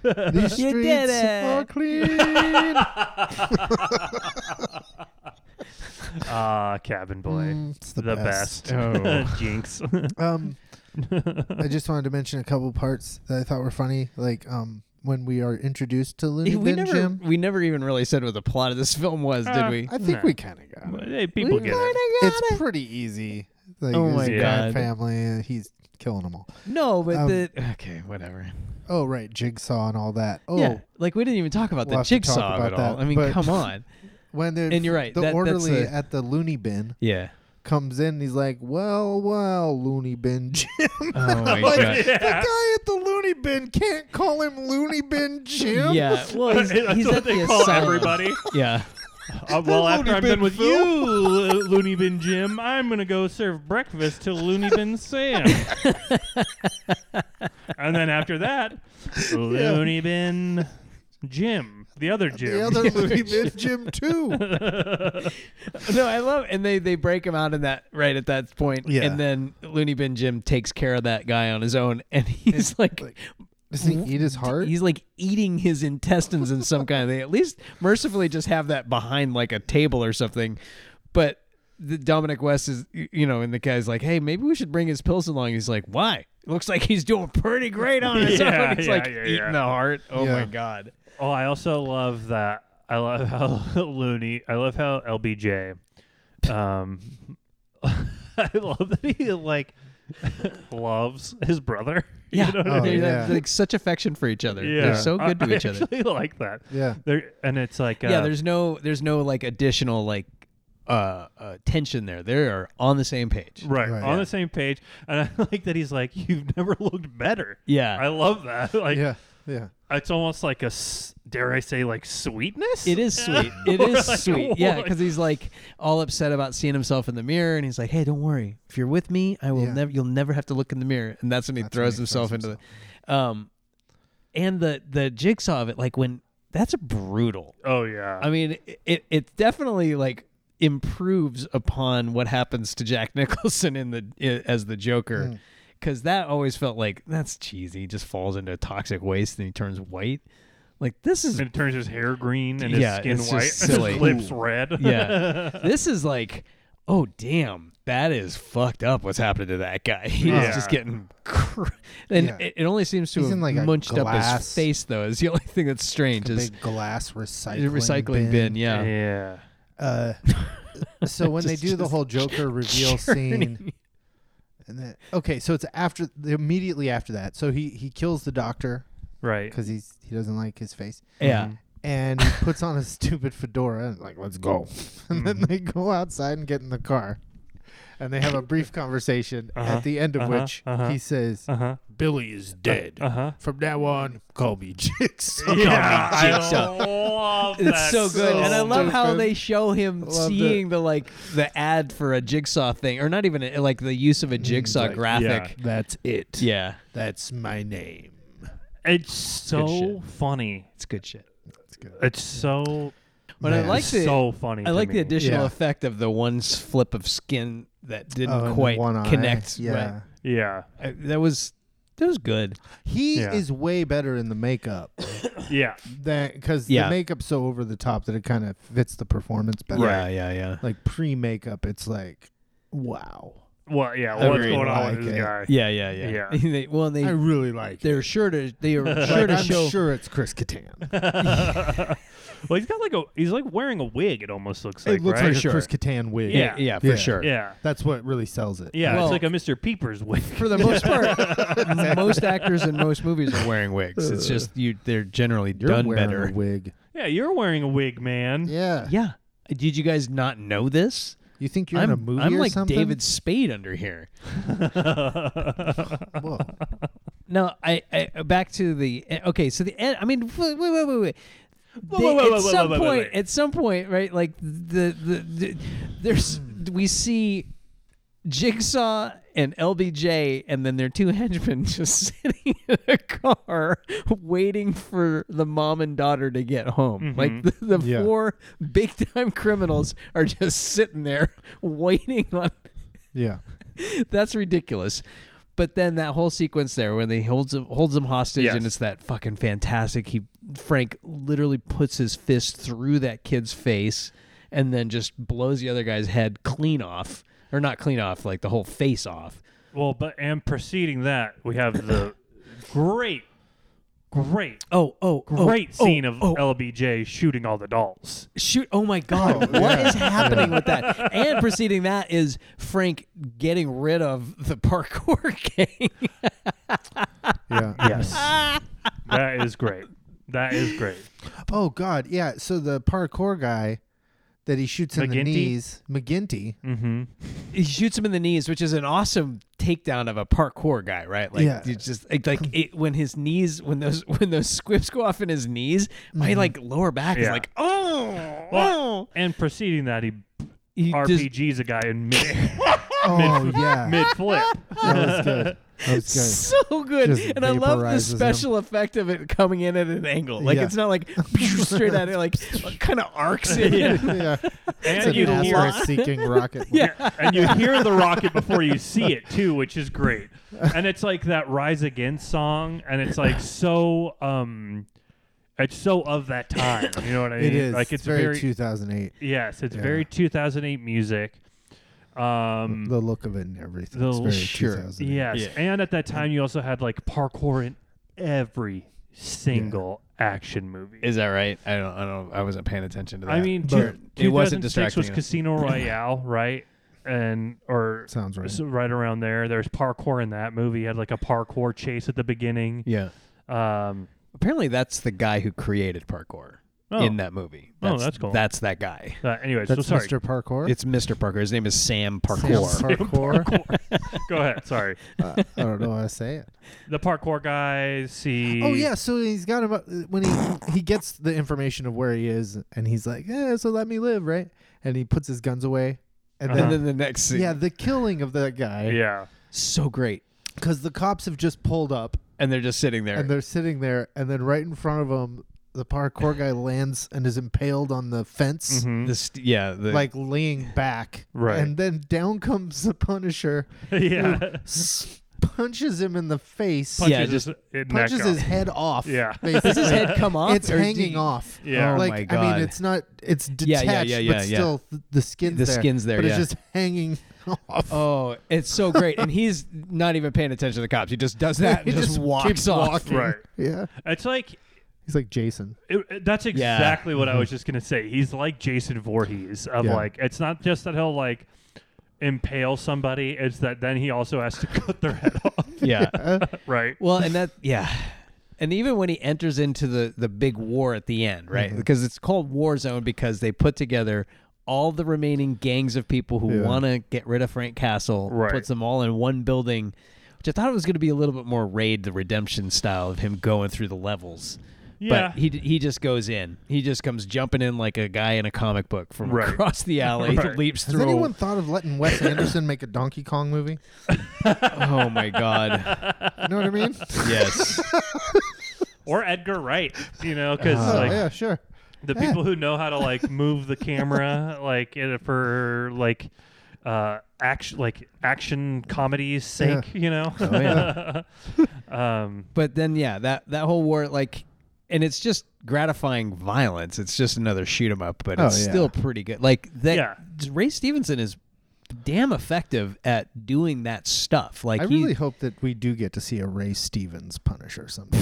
[SPEAKER 4] These
[SPEAKER 3] You
[SPEAKER 4] streets
[SPEAKER 3] did
[SPEAKER 4] are
[SPEAKER 3] it.
[SPEAKER 4] clean.
[SPEAKER 2] Ah, cabin boy.
[SPEAKER 4] Mm, it's the,
[SPEAKER 2] the
[SPEAKER 4] best.
[SPEAKER 2] best.
[SPEAKER 3] Oh,
[SPEAKER 2] Jinx.
[SPEAKER 4] Um, I just wanted to mention a couple parts that I thought were funny, like um, when we are introduced to Looney
[SPEAKER 3] we
[SPEAKER 4] Bin
[SPEAKER 3] never
[SPEAKER 4] Jim.
[SPEAKER 3] we never even really said what the plot of this film was, did
[SPEAKER 2] Uh,
[SPEAKER 3] we?
[SPEAKER 4] I think
[SPEAKER 2] No.
[SPEAKER 4] we kind of got it.
[SPEAKER 2] Hey, people get it.
[SPEAKER 4] It's pretty easy. Like,
[SPEAKER 3] Oh my
[SPEAKER 4] his
[SPEAKER 3] God.
[SPEAKER 4] god, family, and he's killing them all.
[SPEAKER 3] no, but
[SPEAKER 4] Um,
[SPEAKER 3] the okay, whatever.
[SPEAKER 4] Oh right, Jigsaw and all that. Oh,
[SPEAKER 3] yeah, like we didn't even talk about
[SPEAKER 4] We'll
[SPEAKER 3] the
[SPEAKER 4] have to talk
[SPEAKER 3] jigsaw of
[SPEAKER 4] about
[SPEAKER 3] it all.
[SPEAKER 4] that,
[SPEAKER 3] I mean,
[SPEAKER 4] but-
[SPEAKER 3] come on.
[SPEAKER 4] when the
[SPEAKER 3] And you're right,
[SPEAKER 4] the
[SPEAKER 3] that- that's
[SPEAKER 4] orderly
[SPEAKER 3] a-
[SPEAKER 4] at the Looney Bin
[SPEAKER 3] Yeah.
[SPEAKER 4] comes in. and He's like, "Well, well, Looney Bin Jim."
[SPEAKER 3] Oh my
[SPEAKER 4] Like,
[SPEAKER 3] god.
[SPEAKER 4] The guy at the Looney Bin can't call him Looney Bin Jim.
[SPEAKER 3] Yeah, well, he's,
[SPEAKER 2] That's
[SPEAKER 3] he's
[SPEAKER 2] what
[SPEAKER 3] at
[SPEAKER 2] they
[SPEAKER 3] the
[SPEAKER 2] call
[SPEAKER 3] asylum.
[SPEAKER 2] everybody.
[SPEAKER 3] Yeah,
[SPEAKER 2] Uh, well, after
[SPEAKER 4] Looney
[SPEAKER 2] I'm
[SPEAKER 4] Bin
[SPEAKER 2] done with
[SPEAKER 4] Phil.
[SPEAKER 2] you, Lo- Looney Bin Jim, I'm gonna go serve breakfast to Looney Bin Sam. and then after that, Looney Bin Jim, the other Jim.
[SPEAKER 4] The other Looney Bin Jim too.
[SPEAKER 3] no, I love, and they they break him out in that right at that point,
[SPEAKER 4] Yeah.
[SPEAKER 3] and then Looney Bin Jim takes care of that guy on his own, and he's like,
[SPEAKER 4] Does he eat his heart?
[SPEAKER 3] he's like eating his intestines in some kind of thing. At least mercifully, just have that behind like a table or something, but. The Dominic West is, y- you know, and the guy's like, "Hey, maybe we should bring his pills along." He's like, "Why? Looks like he's doing pretty great on his
[SPEAKER 2] Yeah,
[SPEAKER 3] own." He's
[SPEAKER 2] yeah,
[SPEAKER 3] like
[SPEAKER 2] yeah,
[SPEAKER 3] eating
[SPEAKER 2] yeah.
[SPEAKER 3] the heart. Oh
[SPEAKER 4] Yeah.
[SPEAKER 3] my god!
[SPEAKER 2] Oh, I also love that. I love how Looney. I love how LBJ. Um, I love that he like loves his brother.
[SPEAKER 3] Yeah,
[SPEAKER 2] you know what I
[SPEAKER 4] Oh,
[SPEAKER 2] mean?
[SPEAKER 3] they have
[SPEAKER 4] yeah.
[SPEAKER 3] like such affection for each other.
[SPEAKER 2] Yeah,
[SPEAKER 3] They're so good
[SPEAKER 2] I,
[SPEAKER 3] to each
[SPEAKER 2] I
[SPEAKER 3] other.
[SPEAKER 2] Actually, like that.
[SPEAKER 4] yeah.
[SPEAKER 2] There and it's like uh,
[SPEAKER 3] yeah, there's no there's no like additional like uh, uh tension there. They are on the same page.
[SPEAKER 2] Right,
[SPEAKER 4] Right.
[SPEAKER 2] on
[SPEAKER 4] Yeah.
[SPEAKER 2] the same page, and I like that he's like, "You've never looked better."
[SPEAKER 3] Yeah.
[SPEAKER 2] I love that. Like,
[SPEAKER 4] Yeah. Yeah.
[SPEAKER 2] it's almost like a s- dare I say, like sweetness.
[SPEAKER 3] It is sweet. It is
[SPEAKER 2] Like,
[SPEAKER 3] sweet. Yeah,
[SPEAKER 2] what?
[SPEAKER 3] because he's like all upset about seeing himself in the mirror, and he's like, "Hey, don't worry. If you're with me, I will
[SPEAKER 4] Yeah.
[SPEAKER 3] never. You'll never have to look in the mirror." And that's when he
[SPEAKER 4] That's when
[SPEAKER 3] throws
[SPEAKER 4] he
[SPEAKER 3] himself
[SPEAKER 4] throws
[SPEAKER 3] into the, um, and the the jigsaw of it. Like when that's brutal.
[SPEAKER 2] Oh yeah.
[SPEAKER 3] I mean, it it definitely like improves upon what happens to Jack Nicholson in the i- as the Joker,
[SPEAKER 4] Hmm.
[SPEAKER 3] because that always felt like that's cheesy. He just falls into toxic waste and he turns white. Like this is
[SPEAKER 2] and it turns his hair green and
[SPEAKER 3] Yeah,
[SPEAKER 2] his skin
[SPEAKER 3] it's just
[SPEAKER 2] white,
[SPEAKER 3] silly.
[SPEAKER 2] and his lips red.
[SPEAKER 3] yeah, this is like oh damn, that is fucked up. What's happened to that guy? He's
[SPEAKER 2] Yeah.
[SPEAKER 3] just getting. Cr- and
[SPEAKER 4] Yeah.
[SPEAKER 3] it, it only seems to
[SPEAKER 4] He's
[SPEAKER 3] have
[SPEAKER 4] in, like, a
[SPEAKER 3] munched up his
[SPEAKER 4] glass-
[SPEAKER 3] face though. Is the only thing that's strange
[SPEAKER 4] A
[SPEAKER 3] is
[SPEAKER 4] big glass recycling
[SPEAKER 3] the recycling bin. yeah.
[SPEAKER 2] yeah.
[SPEAKER 4] Uh, so when they
[SPEAKER 3] Just-
[SPEAKER 4] do the
[SPEAKER 3] just
[SPEAKER 4] whole Joker reveal scene, and then okay, so it's after immediately after that. So he he kills the doctor
[SPEAKER 2] Right.
[SPEAKER 4] because he's he doesn't like his face,
[SPEAKER 3] Yeah.
[SPEAKER 4] and he puts
[SPEAKER 2] Mm-hmm.
[SPEAKER 4] on a stupid fedora and like let's go, and then they go outside and get in the car, and they have a brief conversation
[SPEAKER 2] Uh-huh,
[SPEAKER 4] at the end of
[SPEAKER 2] uh-huh,
[SPEAKER 4] which
[SPEAKER 2] uh-huh.
[SPEAKER 4] he says,
[SPEAKER 2] Uh huh.
[SPEAKER 4] "Billy is dead.
[SPEAKER 2] Uh huh.
[SPEAKER 4] From now on, call me Jigsaw."
[SPEAKER 2] Yeah, I
[SPEAKER 3] Jigsaw.
[SPEAKER 2] love
[SPEAKER 3] It's
[SPEAKER 2] that
[SPEAKER 3] so good, and I
[SPEAKER 4] so
[SPEAKER 3] love how
[SPEAKER 4] stupid.
[SPEAKER 3] they show him
[SPEAKER 4] Loved
[SPEAKER 3] seeing the like the ad for a jigsaw thing, or not even like the use of a jigsaw
[SPEAKER 4] Mm, like,
[SPEAKER 3] graphic.
[SPEAKER 4] That's it.
[SPEAKER 3] Yeah.
[SPEAKER 4] That's my name.
[SPEAKER 2] It's
[SPEAKER 3] good
[SPEAKER 2] so
[SPEAKER 3] shit.
[SPEAKER 2] funny.
[SPEAKER 3] it's good shit.
[SPEAKER 4] That's good.
[SPEAKER 3] Uh,
[SPEAKER 2] It's so.
[SPEAKER 3] But I
[SPEAKER 4] Man.
[SPEAKER 3] like the
[SPEAKER 2] so funny.
[SPEAKER 3] I
[SPEAKER 2] to
[SPEAKER 3] like the
[SPEAKER 2] me.
[SPEAKER 3] additional
[SPEAKER 4] Yeah.
[SPEAKER 3] effect of the one s- flip of skin that
[SPEAKER 4] Oh, and
[SPEAKER 3] didn't
[SPEAKER 4] the
[SPEAKER 3] quite
[SPEAKER 4] one eye.
[SPEAKER 3] connect.
[SPEAKER 4] Yeah.
[SPEAKER 3] right.
[SPEAKER 2] Yeah,
[SPEAKER 3] I- that was that was good.
[SPEAKER 4] He
[SPEAKER 2] Yeah.
[SPEAKER 4] is way better in the makeup
[SPEAKER 2] yeah.
[SPEAKER 4] that because
[SPEAKER 3] Yeah.
[SPEAKER 4] the makeup's so over the top that it kind of fits the performance better.
[SPEAKER 3] Yeah, yeah, yeah.
[SPEAKER 4] Like pre makeup, it's like, wow.
[SPEAKER 2] Well, yeah.
[SPEAKER 3] I
[SPEAKER 2] What's
[SPEAKER 3] really
[SPEAKER 2] going on with
[SPEAKER 4] like
[SPEAKER 2] this
[SPEAKER 4] it.
[SPEAKER 2] guy?
[SPEAKER 3] Yeah, yeah, yeah.
[SPEAKER 2] Yeah.
[SPEAKER 3] they, well, they
[SPEAKER 4] I really like.
[SPEAKER 3] they're sure to they are
[SPEAKER 4] it.
[SPEAKER 3] sure
[SPEAKER 4] Like,
[SPEAKER 3] to
[SPEAKER 4] I'm
[SPEAKER 3] show.
[SPEAKER 4] sure it's Chris Kattan.
[SPEAKER 2] well, he's got like a. He's like wearing a wig. It almost looks like.
[SPEAKER 4] it looks
[SPEAKER 2] right?
[SPEAKER 4] like a
[SPEAKER 3] Sure.
[SPEAKER 4] Chris Kattan wig.
[SPEAKER 2] Yeah.
[SPEAKER 3] Yeah, yeah, for
[SPEAKER 4] Yeah.
[SPEAKER 3] sure.
[SPEAKER 2] Yeah.
[SPEAKER 4] That's what really sells it.
[SPEAKER 2] Yeah,
[SPEAKER 3] Well-
[SPEAKER 2] it's like a Mr. Peepers wig.
[SPEAKER 3] For the most part, most actors in most movies are wearing wigs. It's just you they're generally
[SPEAKER 4] Uh. You're
[SPEAKER 3] done
[SPEAKER 4] wearing
[SPEAKER 3] better.
[SPEAKER 4] a wig.
[SPEAKER 2] yeah, you're wearing a wig, man.
[SPEAKER 4] Yeah.
[SPEAKER 3] Yeah. Did you guys not know this?
[SPEAKER 4] You think you're
[SPEAKER 3] I'm,
[SPEAKER 4] in a movie
[SPEAKER 3] I'm
[SPEAKER 4] or
[SPEAKER 3] like
[SPEAKER 4] something?
[SPEAKER 3] David Spade under here.
[SPEAKER 4] Whoa.
[SPEAKER 3] No, I, I back to the eh, okay. So the end. I mean, wait, wait, wait, wait. wait.
[SPEAKER 2] Whoa,
[SPEAKER 3] They-
[SPEAKER 2] whoa, whoa,
[SPEAKER 3] at
[SPEAKER 2] whoa, whoa,
[SPEAKER 3] some
[SPEAKER 2] whoa, whoa,
[SPEAKER 3] point,
[SPEAKER 2] wait.
[SPEAKER 3] at some point, right? Like the the, the there's
[SPEAKER 2] Hmm.
[SPEAKER 3] we see Jigsaw and LBJ, and then their two henchmen just sitting in a car waiting for the mom and daughter to get
[SPEAKER 2] Mm-hmm.
[SPEAKER 3] home. Like the, the
[SPEAKER 4] Yeah.
[SPEAKER 3] four big time criminals are just sitting there waiting on
[SPEAKER 4] Yeah.
[SPEAKER 3] that's ridiculous. But then that whole sequence there, when they holds him, holds him hostage,
[SPEAKER 2] Yes.
[SPEAKER 3] and it's that fucking fantastic. He Frank literally puts his fist through that kid's face, and then just blows the other guy's head clean off, or not clean off, like the whole face off.
[SPEAKER 2] Well, but and preceding that, we have the great, great,
[SPEAKER 3] Oh, oh, oh,
[SPEAKER 2] great
[SPEAKER 3] oh,
[SPEAKER 2] scene of
[SPEAKER 3] oh,
[SPEAKER 2] LBJ shooting all the dolls.
[SPEAKER 3] shoot! Oh my god, What is
[SPEAKER 4] yeah.
[SPEAKER 3] happening with that? And preceding that is Frank getting rid of the parkour gang.
[SPEAKER 4] Yeah.
[SPEAKER 2] Yes, that is great. That is great.
[SPEAKER 4] Oh God, yeah. So the parkour guy that he shoots in
[SPEAKER 2] McGinty?
[SPEAKER 4] the knees, McGinty.
[SPEAKER 2] Mm-hmm.
[SPEAKER 3] he shoots him in the knees, which is an awesome takedown of a parkour guy, right? Like,
[SPEAKER 4] Yeah.
[SPEAKER 3] it's just like, like it, when his knees, when those when those squibs go off in his knees,
[SPEAKER 4] Mm-hmm.
[SPEAKER 3] my like lower back is
[SPEAKER 2] Yeah.
[SPEAKER 3] like, oh,
[SPEAKER 2] Well,
[SPEAKER 3] oh.
[SPEAKER 2] and preceding that, he,
[SPEAKER 3] He just-
[SPEAKER 2] RPGs a guy in mid
[SPEAKER 4] Oh yeah,
[SPEAKER 2] mid flip.
[SPEAKER 4] that was good. That was
[SPEAKER 3] so good,
[SPEAKER 4] Just
[SPEAKER 3] and I love the
[SPEAKER 4] vaporizes him.
[SPEAKER 3] special effect of it coming in at an angle. Like
[SPEAKER 4] Yeah.
[SPEAKER 3] it's not like straight at it, like kind of arcs it.
[SPEAKER 4] good. Yeah, it's
[SPEAKER 2] And
[SPEAKER 4] an
[SPEAKER 2] you hear
[SPEAKER 4] asshole seeking rocket.
[SPEAKER 2] Yeah. And you hear the rocket before you see it too, which is great. And it's like that Rise Again song and it's like so um it's so of that time. You know what I mean?
[SPEAKER 4] It is.
[SPEAKER 2] Like it's
[SPEAKER 4] very, 2008.
[SPEAKER 2] Yes, it's
[SPEAKER 4] Yeah.
[SPEAKER 2] very 2008 music. Um
[SPEAKER 4] The look of it and everything.
[SPEAKER 2] The-
[SPEAKER 4] it's very
[SPEAKER 3] sure.
[SPEAKER 4] 2008.
[SPEAKER 2] yes.
[SPEAKER 3] Yeah.
[SPEAKER 2] And at that time you also had like parkour in every single action movie.
[SPEAKER 3] Is that right? I don't, I don't, I wasn't paying attention to that.
[SPEAKER 2] I mean,
[SPEAKER 4] But
[SPEAKER 2] two,
[SPEAKER 3] it wasn't
[SPEAKER 2] 2006 was
[SPEAKER 3] distracting.
[SPEAKER 2] Casino Royale, right? And or
[SPEAKER 4] Sounds right.
[SPEAKER 2] s- right around there. There's parkour in that movie. It had like a parkour chase at the beginning.
[SPEAKER 3] yeah.
[SPEAKER 2] Um,
[SPEAKER 3] Apparently, that's the guy who created parkour
[SPEAKER 2] Oh.
[SPEAKER 3] in that movie.
[SPEAKER 2] Oh, that's cool.
[SPEAKER 3] That's that guy.
[SPEAKER 2] uh, anyway, so
[SPEAKER 4] That's
[SPEAKER 2] sorry.
[SPEAKER 4] Mr. Parkour.
[SPEAKER 3] It's Mr. Parker. His name is Sam
[SPEAKER 4] Sam
[SPEAKER 3] Parkour.
[SPEAKER 4] Parkour.
[SPEAKER 2] Go ahead. Sorry.
[SPEAKER 4] Uh, I don't know how to say it.
[SPEAKER 2] The parkour guy. See.
[SPEAKER 4] Oh yeah, so he's got him up- uh, when he he gets the information of where he is, and he's like, "Yeah, so let me live, right?" And he puts his guns away, and
[SPEAKER 2] Uh-huh.
[SPEAKER 4] then
[SPEAKER 3] And then the next scene.
[SPEAKER 4] yeah, the killing of that guy.
[SPEAKER 2] Yeah.
[SPEAKER 3] So great.
[SPEAKER 4] because the cops have just pulled up
[SPEAKER 3] And they're just sitting there.
[SPEAKER 4] and they're sitting there, and then right in front of them, the parkour guy lands and is impaled on the fence,
[SPEAKER 2] Mhm.
[SPEAKER 3] the st- yeah. The,
[SPEAKER 4] like laying back.
[SPEAKER 2] Right.
[SPEAKER 4] and then down comes the Punisher,
[SPEAKER 2] yeah.
[SPEAKER 4] s- punches him in the face,
[SPEAKER 2] punches
[SPEAKER 3] Yeah,
[SPEAKER 2] his
[SPEAKER 3] just
[SPEAKER 2] neck
[SPEAKER 4] punches
[SPEAKER 2] off.
[SPEAKER 4] his head off.
[SPEAKER 2] Yeah.
[SPEAKER 4] basically.
[SPEAKER 3] does his head come off?
[SPEAKER 4] It's
[SPEAKER 3] or do
[SPEAKER 4] hanging
[SPEAKER 3] you-
[SPEAKER 4] off.
[SPEAKER 2] Yeah.
[SPEAKER 3] Oh
[SPEAKER 4] like
[SPEAKER 3] my
[SPEAKER 4] I
[SPEAKER 3] God.
[SPEAKER 4] mean, it's not. It's
[SPEAKER 3] Yeah, yeah,
[SPEAKER 4] detached,
[SPEAKER 3] yeah, yeah,
[SPEAKER 4] but
[SPEAKER 3] yeah.
[SPEAKER 4] still th- the skin's
[SPEAKER 3] The
[SPEAKER 4] there.
[SPEAKER 3] skin's there,
[SPEAKER 4] but
[SPEAKER 3] yeah.
[SPEAKER 4] it's just hanging off.
[SPEAKER 3] Oh, it's so great. and he's not even paying attention to the cops. He just does that and
[SPEAKER 4] He
[SPEAKER 3] just,
[SPEAKER 4] just
[SPEAKER 3] walks
[SPEAKER 4] keeps
[SPEAKER 3] off.
[SPEAKER 4] walking.
[SPEAKER 2] Right.
[SPEAKER 4] Yeah,
[SPEAKER 2] It's like
[SPEAKER 4] he's like Jason.
[SPEAKER 2] It, it- that's
[SPEAKER 3] Yeah. Mm-hmm.
[SPEAKER 2] exactly what I was just gonna say. He's like Jason Voorhees of
[SPEAKER 4] Yeah.
[SPEAKER 2] like it's not just that he'll like impale somebody, it's that then he also has to cut their head off.
[SPEAKER 3] Yeah.
[SPEAKER 2] Right.
[SPEAKER 3] Well, and that yeah, and even when he
[SPEAKER 2] Mm-hmm.
[SPEAKER 3] enters into the the big war at the end, right? Because it's called War Zone because they put together all the remaining gangs of people who
[SPEAKER 4] Yeah.
[SPEAKER 3] want to get rid of Frank Castle,
[SPEAKER 2] Right.
[SPEAKER 3] puts them all in one building, which I thought it was going to be a little bit more raid the redemption style of him going through the levels.
[SPEAKER 2] Yeah.
[SPEAKER 3] But he he just goes in. He just comes jumping in like a guy in a comic book from
[SPEAKER 2] Right.
[SPEAKER 3] across the alley,
[SPEAKER 2] Right.
[SPEAKER 3] leaps
[SPEAKER 4] Has
[SPEAKER 3] through. a-
[SPEAKER 4] anyone thought of letting Wes Anderson make a Donkey Kong movie?
[SPEAKER 3] oh my god!
[SPEAKER 4] You know what I mean?
[SPEAKER 3] Uh, Yes.
[SPEAKER 2] or Edgar Wright, you know, because
[SPEAKER 3] Uh-huh.
[SPEAKER 4] Oh,
[SPEAKER 2] like
[SPEAKER 4] yeah, sure.
[SPEAKER 2] the people who know how to like move the camera, like in- for like uh action, like action comedies' sake, you know.
[SPEAKER 3] Oh,
[SPEAKER 2] um,
[SPEAKER 3] but then yeah, that that whole war like and it's just gratifying violence. It's just another shoot 'em up, but
[SPEAKER 4] Oh,
[SPEAKER 3] it's
[SPEAKER 4] yeah.
[SPEAKER 3] still pretty good. Like that
[SPEAKER 2] Yeah.
[SPEAKER 3] Ray Stevenson is damn effective at doing that stuff. Like
[SPEAKER 4] I
[SPEAKER 3] he-
[SPEAKER 4] really hope that we do get to see a Ray Stevens Punisher someday.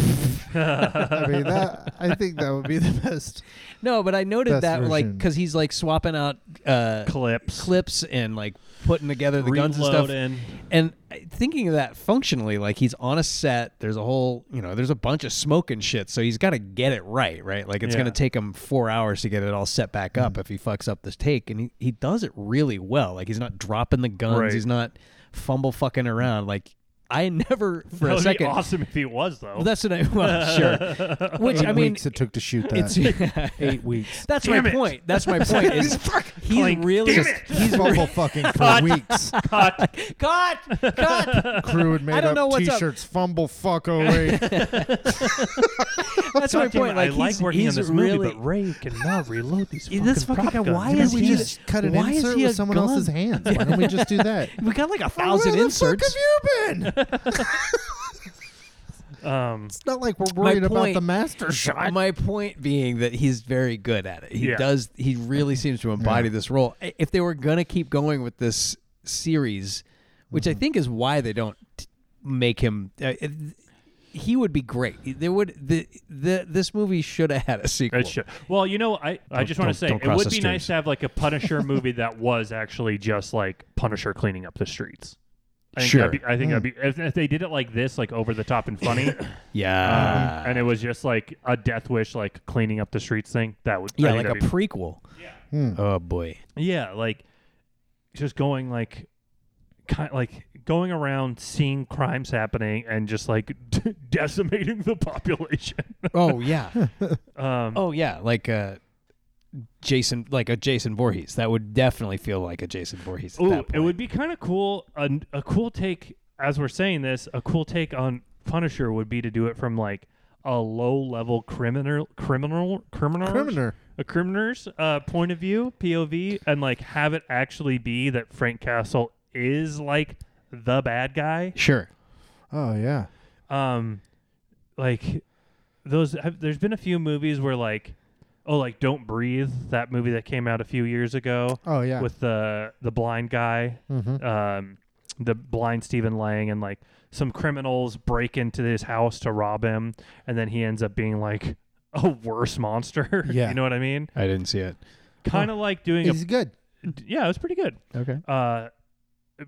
[SPEAKER 4] I mean, that I think that would be the best.
[SPEAKER 3] No, but I noted
[SPEAKER 4] Best
[SPEAKER 3] that like
[SPEAKER 4] version.
[SPEAKER 3] cuz he's like swapping out uh
[SPEAKER 2] clips,
[SPEAKER 3] clips and like putting together the guns and stuff.
[SPEAKER 2] reloading.
[SPEAKER 3] And I- thinking of that functionally, like he's on a set. There's a whole, you know, there's a bunch of smoke and shit. So he's got to get it right, right? Like it's
[SPEAKER 2] Yeah. Hmm.
[SPEAKER 3] gonna take him four hours to get it all set back up if he fucks up this take. And he, he does it really well. Like he's not dropping the guns.
[SPEAKER 2] Right.
[SPEAKER 3] He's not fumble fucking around. Like I never for
[SPEAKER 2] that
[SPEAKER 3] a
[SPEAKER 2] would
[SPEAKER 3] second.
[SPEAKER 2] be awesome if he was though.
[SPEAKER 3] Well, that's what I. Well, sure. Which I mean,
[SPEAKER 4] weeks it took to shoot that.
[SPEAKER 3] it's
[SPEAKER 4] eight weeks.
[SPEAKER 3] that's
[SPEAKER 2] Damn
[SPEAKER 3] my
[SPEAKER 2] it.
[SPEAKER 3] point. That's my point. Is he's
[SPEAKER 2] Clink.
[SPEAKER 3] really
[SPEAKER 2] Damn
[SPEAKER 3] just
[SPEAKER 2] it.
[SPEAKER 4] He's bubble fucking for weeks.
[SPEAKER 3] cut, cut.
[SPEAKER 4] Crew had made
[SPEAKER 3] don't
[SPEAKER 4] up
[SPEAKER 3] know what's up.
[SPEAKER 4] t-shirts. Fumble fuck away.
[SPEAKER 3] That's my
[SPEAKER 2] God damn it,
[SPEAKER 3] point.
[SPEAKER 2] I
[SPEAKER 3] Like
[SPEAKER 2] like
[SPEAKER 3] he's,
[SPEAKER 2] working
[SPEAKER 3] he's
[SPEAKER 2] on this
[SPEAKER 3] really,
[SPEAKER 2] movie, but Ray cannot reload these.
[SPEAKER 3] Yeah,
[SPEAKER 2] Fucking
[SPEAKER 3] this fucking
[SPEAKER 2] prop
[SPEAKER 3] guy, why
[SPEAKER 2] guns.
[SPEAKER 3] is
[SPEAKER 4] we
[SPEAKER 3] he-
[SPEAKER 4] just cut an
[SPEAKER 3] why is
[SPEAKER 4] insert
[SPEAKER 3] he a
[SPEAKER 4] with someone else's
[SPEAKER 3] gun?
[SPEAKER 4] hands? Why don't we just do that?
[SPEAKER 3] We got like a
[SPEAKER 4] Where
[SPEAKER 3] thousand
[SPEAKER 4] the
[SPEAKER 3] inserts.
[SPEAKER 4] Fuck have you been?
[SPEAKER 2] Um,
[SPEAKER 4] It's not like we're worried about
[SPEAKER 3] point-
[SPEAKER 4] the master shot.
[SPEAKER 3] My point being that he's very good at it. He
[SPEAKER 2] Yeah.
[SPEAKER 3] does. He really seems to embody this role. I- If they were gonna keep going with this series, which I think is why they don't t- make him. Uh, it- he would be great. There would the, the this movie should have had a sequel.
[SPEAKER 2] It should. Well, you know, I, I just want to
[SPEAKER 3] don't-
[SPEAKER 2] say
[SPEAKER 3] don't
[SPEAKER 2] it
[SPEAKER 3] cross
[SPEAKER 2] would be
[SPEAKER 3] the
[SPEAKER 2] nice
[SPEAKER 3] streams.
[SPEAKER 2] to have like a Punisher movie that was actually just like Punisher cleaning up the streets. I think
[SPEAKER 3] Sure. Hmm.
[SPEAKER 2] That'd be, I think that'd be if, if they did it like this, like over the top and funny, um,
[SPEAKER 3] Yeah.
[SPEAKER 2] and it was just like a Death Wish, like cleaning up the streets thing. That would I
[SPEAKER 3] yeah,
[SPEAKER 2] think
[SPEAKER 3] like a
[SPEAKER 2] that'd be-
[SPEAKER 3] prequel.
[SPEAKER 4] Hmm.
[SPEAKER 3] Oh boy.
[SPEAKER 2] yeah, like just going like kind like going around seeing crimes happening and just like decimating the population.
[SPEAKER 3] Oh yeah.
[SPEAKER 2] Um,
[SPEAKER 3] Oh yeah, like uh Jason, like a Jason Voorhees. That would definitely feel like a Jason Voorhees. At
[SPEAKER 2] Ooh,
[SPEAKER 3] that point.
[SPEAKER 2] it would be kind of cool. A, a cool take, as we're saying this, a cool take on Punisher would be to do it from like a low level criminal, criminal, criminal,
[SPEAKER 4] Criminal.
[SPEAKER 2] a criminer's uh, point of view, POV, and like have it actually be that Frank Castle is like the bad guy.
[SPEAKER 3] Sure.
[SPEAKER 4] Oh yeah.
[SPEAKER 2] Um, like those. Have, there's been a few movies where like, oh, like Don't Breathe, that movie that came out a few years ago
[SPEAKER 4] Oh yeah. Mm-hmm.
[SPEAKER 2] with the the blind guy,
[SPEAKER 4] uh,
[SPEAKER 2] um, the blind Stephen Lang, and like some criminals break into his house to rob him, and then he ends up being like a worse monster.
[SPEAKER 4] Yeah.
[SPEAKER 2] you know what I mean?
[SPEAKER 3] I didn't see it.
[SPEAKER 2] Kind of like doing
[SPEAKER 4] He's good.
[SPEAKER 2] a yeah, it was pretty good.
[SPEAKER 3] Okay.
[SPEAKER 2] Uh,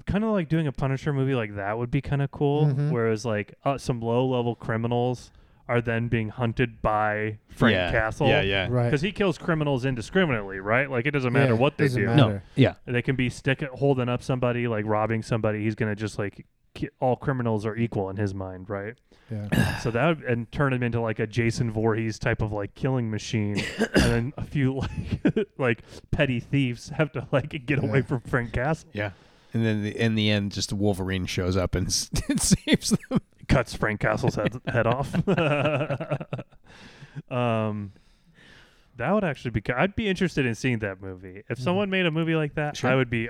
[SPEAKER 2] kind of like doing a Punisher movie like that would be kind of cool.
[SPEAKER 4] Mm-hmm.
[SPEAKER 2] Whereas like uh, some low level criminals are then being hunted by Frank
[SPEAKER 3] yeah.
[SPEAKER 2] Castle.
[SPEAKER 3] Yeah, yeah.
[SPEAKER 4] Right.
[SPEAKER 2] Because he kills criminals indiscriminately, right? Like it doesn't matter
[SPEAKER 4] Yeah,
[SPEAKER 2] what they
[SPEAKER 4] doesn't
[SPEAKER 2] do.
[SPEAKER 4] matter.
[SPEAKER 3] No. Yeah.
[SPEAKER 2] They can be stick holding up somebody, like robbing somebody. He's gonna just like ki- all criminals are equal in his mind, right?
[SPEAKER 4] Yeah.
[SPEAKER 2] So that would- and turn him into like a Jason Voorhees type of like killing machine, and then a few like like petty thieves have to like get away from Frank Castle.
[SPEAKER 3] Yeah. And then the, in the end, just Wolverine shows up and, s- and saves them.
[SPEAKER 2] Cuts Frank Castle's head, head off. um, that would actually be. ki- I'd be interested in seeing that movie. If someone made a movie like that,
[SPEAKER 3] Mm-hmm. Sure.
[SPEAKER 2] I would be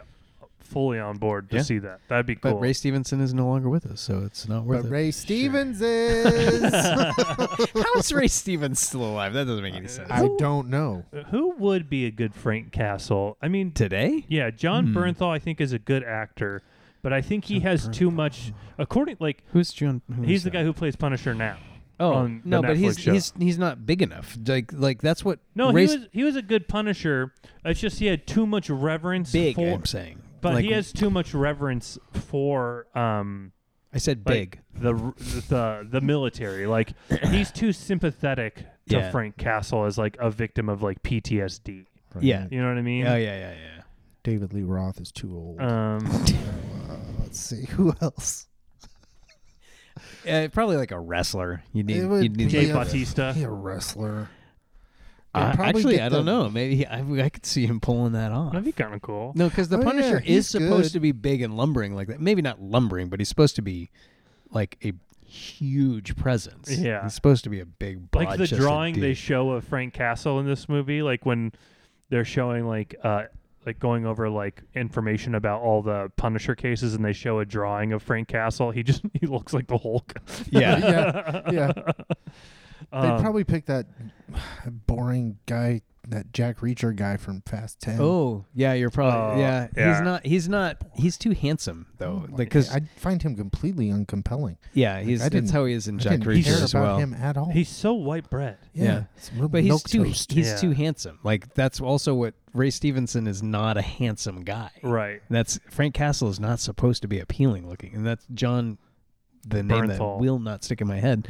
[SPEAKER 2] fully on board to
[SPEAKER 3] Yeah.
[SPEAKER 2] see that. That'd be
[SPEAKER 3] But
[SPEAKER 2] cool.
[SPEAKER 3] Ray Stevenson is no longer with us, so it's not worth
[SPEAKER 4] But
[SPEAKER 3] it.
[SPEAKER 4] Ray Stevens is.
[SPEAKER 3] How is Ray Stevens still alive? That doesn't make any sense.
[SPEAKER 4] I don't know.
[SPEAKER 2] Uh, Who would be a good Frank Castle? I mean,
[SPEAKER 3] Today?
[SPEAKER 2] yeah, John
[SPEAKER 3] Hmm.
[SPEAKER 2] Bernthal I think is a good actor, but I think he has too much. According, like
[SPEAKER 3] Who's John? who
[SPEAKER 2] he's
[SPEAKER 3] is
[SPEAKER 2] the
[SPEAKER 3] that?
[SPEAKER 2] guy who plays Punisher now.
[SPEAKER 3] Oh
[SPEAKER 2] on the
[SPEAKER 3] no, but he's
[SPEAKER 2] Netflix show.
[SPEAKER 3] he's he's not big enough. Like like that's what.
[SPEAKER 2] No,
[SPEAKER 3] Ray
[SPEAKER 2] he was he was a good Punisher. It's just he had too much reverence
[SPEAKER 3] big. eh?
[SPEAKER 2] for.
[SPEAKER 3] I'm saying,
[SPEAKER 2] But
[SPEAKER 3] Like,
[SPEAKER 2] he has too much reverence for um
[SPEAKER 3] I said
[SPEAKER 2] like,
[SPEAKER 3] big.
[SPEAKER 2] the the the military. Like he's too sympathetic to
[SPEAKER 3] Yeah.
[SPEAKER 2] Frank Castle as like a victim of like PTSD.
[SPEAKER 6] Right.
[SPEAKER 3] Yeah.
[SPEAKER 2] You know what I mean?
[SPEAKER 3] Oh yeah, yeah, yeah.
[SPEAKER 6] David Lee Roth is too old.
[SPEAKER 4] Uh-huh.
[SPEAKER 2] Um,
[SPEAKER 4] Let's see who else.
[SPEAKER 3] Uh, probably like a wrestler. You need.
[SPEAKER 4] It would
[SPEAKER 3] You need
[SPEAKER 4] be
[SPEAKER 2] Dave
[SPEAKER 4] Yeah.
[SPEAKER 2] Bautista.
[SPEAKER 4] He a wrestler.
[SPEAKER 3] Uh,
[SPEAKER 4] They'd probably
[SPEAKER 3] actually,
[SPEAKER 4] get
[SPEAKER 3] I don't
[SPEAKER 4] the-
[SPEAKER 3] know. Maybe I, I could see him pulling that off.
[SPEAKER 2] That'd be kind of cool.
[SPEAKER 3] No, because the
[SPEAKER 4] Oh, yeah,
[SPEAKER 3] Punisher is
[SPEAKER 4] he's
[SPEAKER 3] supposed
[SPEAKER 4] good.
[SPEAKER 3] to be big and lumbering like that. Maybe not lumbering, but he's supposed to be like a huge presence.
[SPEAKER 2] Yeah.
[SPEAKER 3] he's supposed to be a big,
[SPEAKER 2] like the
[SPEAKER 3] broad-chested
[SPEAKER 2] drawing they
[SPEAKER 3] dude.
[SPEAKER 2] show of Frank Castle in this movie, like when they're showing like uh like going over like information about all the Punisher cases, and they show a drawing of Frank Castle. He just he looks like the Hulk.
[SPEAKER 3] yeah,
[SPEAKER 4] yeah, yeah.
[SPEAKER 2] Um,
[SPEAKER 4] They'd probably pick that boring guy, that Jack Reacher guy from Fast Ten.
[SPEAKER 3] Oh, yeah, you're probably
[SPEAKER 2] Oh,
[SPEAKER 3] yeah.
[SPEAKER 2] yeah.
[SPEAKER 3] He's not he's not he's too handsome though. Like 'cause
[SPEAKER 4] I find him completely uncompelling.
[SPEAKER 3] yeah, he's
[SPEAKER 4] Oh I didn't-
[SPEAKER 3] that's how he is in
[SPEAKER 4] I
[SPEAKER 3] Jack
[SPEAKER 4] didn't
[SPEAKER 3] Reacher
[SPEAKER 4] care
[SPEAKER 3] as
[SPEAKER 4] about
[SPEAKER 3] well.
[SPEAKER 4] him at all.
[SPEAKER 2] he's so white bread.
[SPEAKER 4] yeah,
[SPEAKER 3] yeah.
[SPEAKER 4] it's real
[SPEAKER 3] But he's
[SPEAKER 4] milk
[SPEAKER 3] too
[SPEAKER 4] toast.
[SPEAKER 3] he's
[SPEAKER 2] Yeah.
[SPEAKER 3] too handsome. Like that's also what Ray Stevenson is not a handsome guy.
[SPEAKER 2] Right.
[SPEAKER 3] That's Frank Castle is not supposed to be appealing looking, and that's John, the name
[SPEAKER 2] Bernthal.
[SPEAKER 3] that will not stick in my head.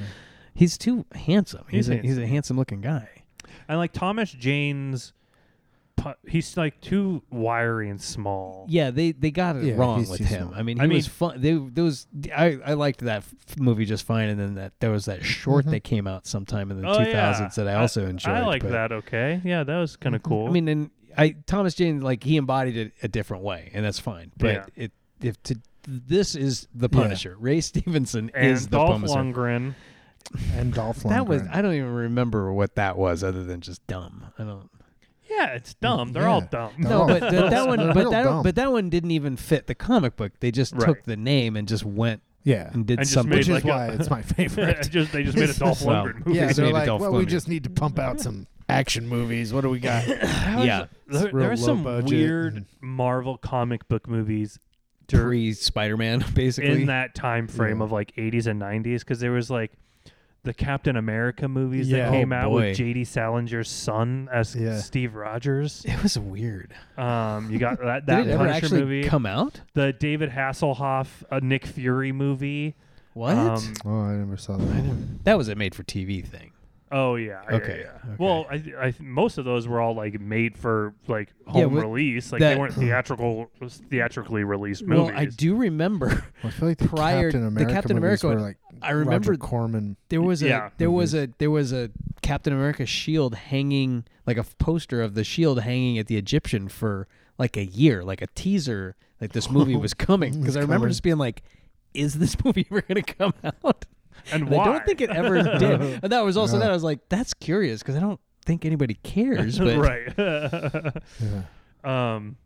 [SPEAKER 3] He's too handsome. He's,
[SPEAKER 2] He's
[SPEAKER 3] a, he's a handsome looking guy.
[SPEAKER 2] And like Thomas Jane's, pu- he's like too wiry and small.
[SPEAKER 3] Yeah, they they got it
[SPEAKER 4] Yeah,
[SPEAKER 3] wrong
[SPEAKER 4] he's
[SPEAKER 3] with
[SPEAKER 4] too
[SPEAKER 3] him.
[SPEAKER 4] small.
[SPEAKER 3] I mean, he
[SPEAKER 2] I
[SPEAKER 3] was
[SPEAKER 2] mean-
[SPEAKER 3] fun. They those I I liked that f- movie just fine, and then that there was that short that came out sometime in the
[SPEAKER 2] Oh,
[SPEAKER 3] 2000s
[SPEAKER 2] yeah.
[SPEAKER 3] that I also enjoyed.
[SPEAKER 2] I like
[SPEAKER 3] but-
[SPEAKER 2] that. Okay. Yeah, that was kind of cool.
[SPEAKER 3] I mean, and I Thomas Jane like he embodied it a different way, and that's fine. But
[SPEAKER 2] Yeah.
[SPEAKER 3] it if to this is the Punisher. Ray Stevenson
[SPEAKER 2] and
[SPEAKER 3] is the
[SPEAKER 2] Dolph
[SPEAKER 3] Punisher.
[SPEAKER 2] Lundgren.
[SPEAKER 4] and Dolph Lundgren.
[SPEAKER 3] That was I don't even remember what that was other than just dumb. I don't.
[SPEAKER 2] Yeah, it's dumb. They're all
[SPEAKER 4] Yeah.
[SPEAKER 2] dumb.
[SPEAKER 4] No,
[SPEAKER 3] No,
[SPEAKER 4] Oh,
[SPEAKER 3] but th- that
[SPEAKER 4] that's
[SPEAKER 3] one,
[SPEAKER 4] real
[SPEAKER 3] but that,
[SPEAKER 4] dumb.
[SPEAKER 3] but that one didn't even fit the comic book. They just took
[SPEAKER 2] Right.
[SPEAKER 3] the name and just went
[SPEAKER 4] yeah,
[SPEAKER 3] and did
[SPEAKER 2] And just
[SPEAKER 3] something.
[SPEAKER 2] made
[SPEAKER 4] which is
[SPEAKER 2] like a-
[SPEAKER 4] why it's my favorite.
[SPEAKER 2] just, they just made a Dolph
[SPEAKER 3] Wow.
[SPEAKER 2] Lundgren movie.
[SPEAKER 3] Yeah,
[SPEAKER 4] yeah,
[SPEAKER 3] just
[SPEAKER 4] they're
[SPEAKER 3] made a
[SPEAKER 4] like,
[SPEAKER 3] Dolph
[SPEAKER 4] well, we
[SPEAKER 3] Lundgren.
[SPEAKER 4] just need to pump out some action movies. What do we got?
[SPEAKER 3] yeah,
[SPEAKER 2] There,
[SPEAKER 4] real
[SPEAKER 2] there are
[SPEAKER 4] low
[SPEAKER 2] some
[SPEAKER 4] budget
[SPEAKER 2] weird Marvel comic book movies dur-
[SPEAKER 3] pre Spider-Man, basically.
[SPEAKER 2] in that time frame
[SPEAKER 4] Yeah.
[SPEAKER 2] of like 80s and 90s because there was like the Captain America movies
[SPEAKER 4] Yeah.
[SPEAKER 2] that came
[SPEAKER 3] Oh,
[SPEAKER 2] out
[SPEAKER 3] boy.
[SPEAKER 2] with J.D. Salinger's son as
[SPEAKER 4] Yeah.
[SPEAKER 2] Steve Rogers.
[SPEAKER 3] it was weird.
[SPEAKER 2] Um, you got that
[SPEAKER 3] Did
[SPEAKER 2] that
[SPEAKER 3] it ever
[SPEAKER 2] Punisher
[SPEAKER 3] actually
[SPEAKER 2] movie,
[SPEAKER 3] come out?
[SPEAKER 2] the David Hasselhoff uh, Nick Fury movie.
[SPEAKER 3] What?
[SPEAKER 2] Um,
[SPEAKER 4] oh, I never saw that.
[SPEAKER 3] that was a made-for-TV thing.
[SPEAKER 2] oh yeah. yeah,
[SPEAKER 3] Okay,
[SPEAKER 2] yeah.
[SPEAKER 3] okay.
[SPEAKER 2] Well, I, I th- most of those were all like made for like home
[SPEAKER 3] but
[SPEAKER 2] release. Like
[SPEAKER 3] that-
[SPEAKER 2] they weren't theatrical theatrically released
[SPEAKER 3] Well,
[SPEAKER 2] movies.
[SPEAKER 3] I do remember
[SPEAKER 4] I feel like the
[SPEAKER 3] Prior-
[SPEAKER 4] Captain
[SPEAKER 3] the
[SPEAKER 4] America
[SPEAKER 3] Captain
[SPEAKER 4] movies
[SPEAKER 3] America
[SPEAKER 4] were
[SPEAKER 3] one-
[SPEAKER 4] like
[SPEAKER 3] I remember-
[SPEAKER 4] Roger Corman.
[SPEAKER 3] there was a
[SPEAKER 2] Yeah.
[SPEAKER 3] there was
[SPEAKER 4] Mm-hmm.
[SPEAKER 3] a there was a Captain America shield hanging like a f- poster of the shield hanging at the Egyptian for like a year, like a teaser like this movie was coming because I remember
[SPEAKER 4] coming.
[SPEAKER 3] just being like is this movie ever going to come out?
[SPEAKER 2] and
[SPEAKER 3] I
[SPEAKER 2] why?
[SPEAKER 3] don't think it ever did. And that was also that I was like that's curious because I don't think anybody cares, but
[SPEAKER 2] right.
[SPEAKER 4] Yeah.
[SPEAKER 2] Um.